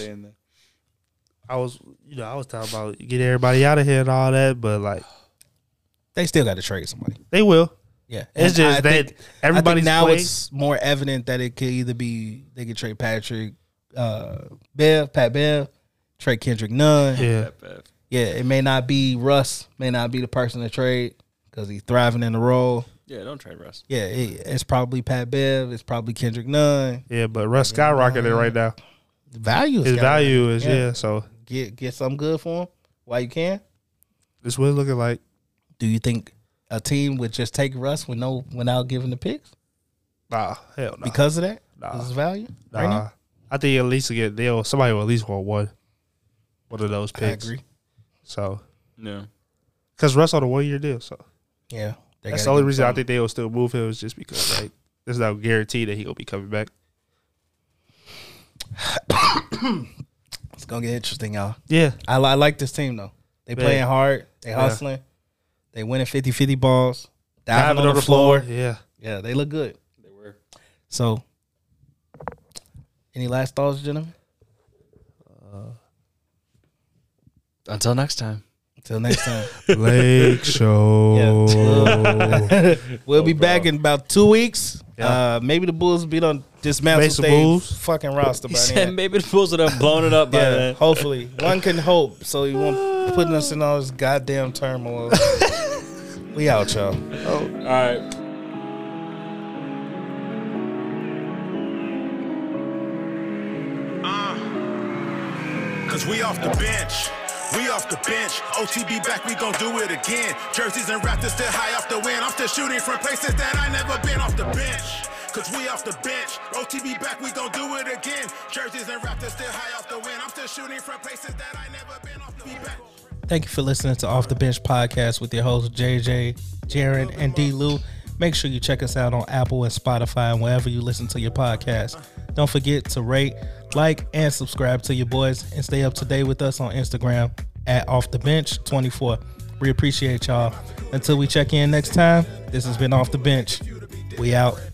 [SPEAKER 4] I was you know I was talking about get everybody out of here and all that, but like
[SPEAKER 2] they still got to trade somebody.
[SPEAKER 4] They will.
[SPEAKER 2] Yeah, And
[SPEAKER 4] it's just
[SPEAKER 2] I
[SPEAKER 4] that
[SPEAKER 2] think- I
[SPEAKER 4] everybody's
[SPEAKER 2] think now
[SPEAKER 4] playing.
[SPEAKER 2] it's more evident that it could either be they could trade Patrick, uh, Bev, Pat Bev, trade Kendrick Nunn.
[SPEAKER 4] Yeah.
[SPEAKER 2] yeah. It may not be Russ. May not be the person to trade because he's thriving in the role.
[SPEAKER 3] Yeah, don't trade Russ.
[SPEAKER 2] Yeah, it, it's probably Pat Bev. It's probably Kendrick Nunn.
[SPEAKER 4] Yeah, but Russ skyrocketed right now.
[SPEAKER 2] Value. is
[SPEAKER 4] His
[SPEAKER 2] skyrocketing.
[SPEAKER 4] value is
[SPEAKER 2] Yeah.
[SPEAKER 4] yeah. so
[SPEAKER 2] Get get something good for him while you can.
[SPEAKER 4] this what it's looking like.
[SPEAKER 2] Do you think a team would just take Russ with no without giving the picks?
[SPEAKER 4] Nah, hell no.
[SPEAKER 2] Because of that,
[SPEAKER 4] Nah.
[SPEAKER 2] 'Cause it's value.
[SPEAKER 4] Nah,
[SPEAKER 2] right now?
[SPEAKER 4] I think at least get they'll somebody will at least want one, one of those picks.
[SPEAKER 2] agree.
[SPEAKER 4] So
[SPEAKER 12] No.
[SPEAKER 4] because Russ on a one year deal, so
[SPEAKER 2] Yeah, they
[SPEAKER 4] that's
[SPEAKER 2] gotta
[SPEAKER 4] the only
[SPEAKER 2] give him
[SPEAKER 4] reason I
[SPEAKER 2] something.
[SPEAKER 4] think they will still move him is just because like there's no guarantee that he will be coming back.
[SPEAKER 2] It's gonna get interesting, y'all.
[SPEAKER 4] Yeah.
[SPEAKER 2] I, li- I like this team though. They
[SPEAKER 4] Yeah.
[SPEAKER 2] playing hard. They
[SPEAKER 4] Yeah.
[SPEAKER 2] hustling. They winning 50-50 balls. Diving, on, the floor.
[SPEAKER 4] Yeah.
[SPEAKER 2] Yeah, they look good. They were. So, any last thoughts, gentlemen?
[SPEAKER 12] Until next time.
[SPEAKER 2] Until next time.
[SPEAKER 4] Lake Show.
[SPEAKER 2] Yeah. we'll be back in about two weeks.
[SPEAKER 4] Yeah.
[SPEAKER 2] Uh, maybe the Bulls beat on dismantle
[SPEAKER 4] Make some
[SPEAKER 2] their
[SPEAKER 4] moves.
[SPEAKER 2] fucking roster.
[SPEAKER 3] He
[SPEAKER 2] by
[SPEAKER 3] said
[SPEAKER 2] then.
[SPEAKER 3] maybe the Bulls would have blown it up by then.
[SPEAKER 2] Hopefully, one can hope. So you won't putting us in all this goddamn turmoil. we out, y'all.
[SPEAKER 12] All right.
[SPEAKER 5] Cause we off the bench. We off the bench. OTB back, we gon' do it again. Jerseys and Raptors still high off the wind. I'm still shooting from places that I never been off the bench. Cause we off the bench. OTB back, we gon' do it again. Jerseys and Raptors still high off the wind. I'm still shooting from places that I never been off the bench.
[SPEAKER 2] Thank you for listening to Off the Bench Podcast with your hosts JJ, Jaron, and D Lou. Make sure you check us out on Apple and Spotify and wherever you listen to your podcast. Don't forget to rate, like, and subscribe to your boys and stay up to date with us on Instagram at Off the Bench 24. We appreciate y'all. Until we check in next time, this has been Off the Bench. We out.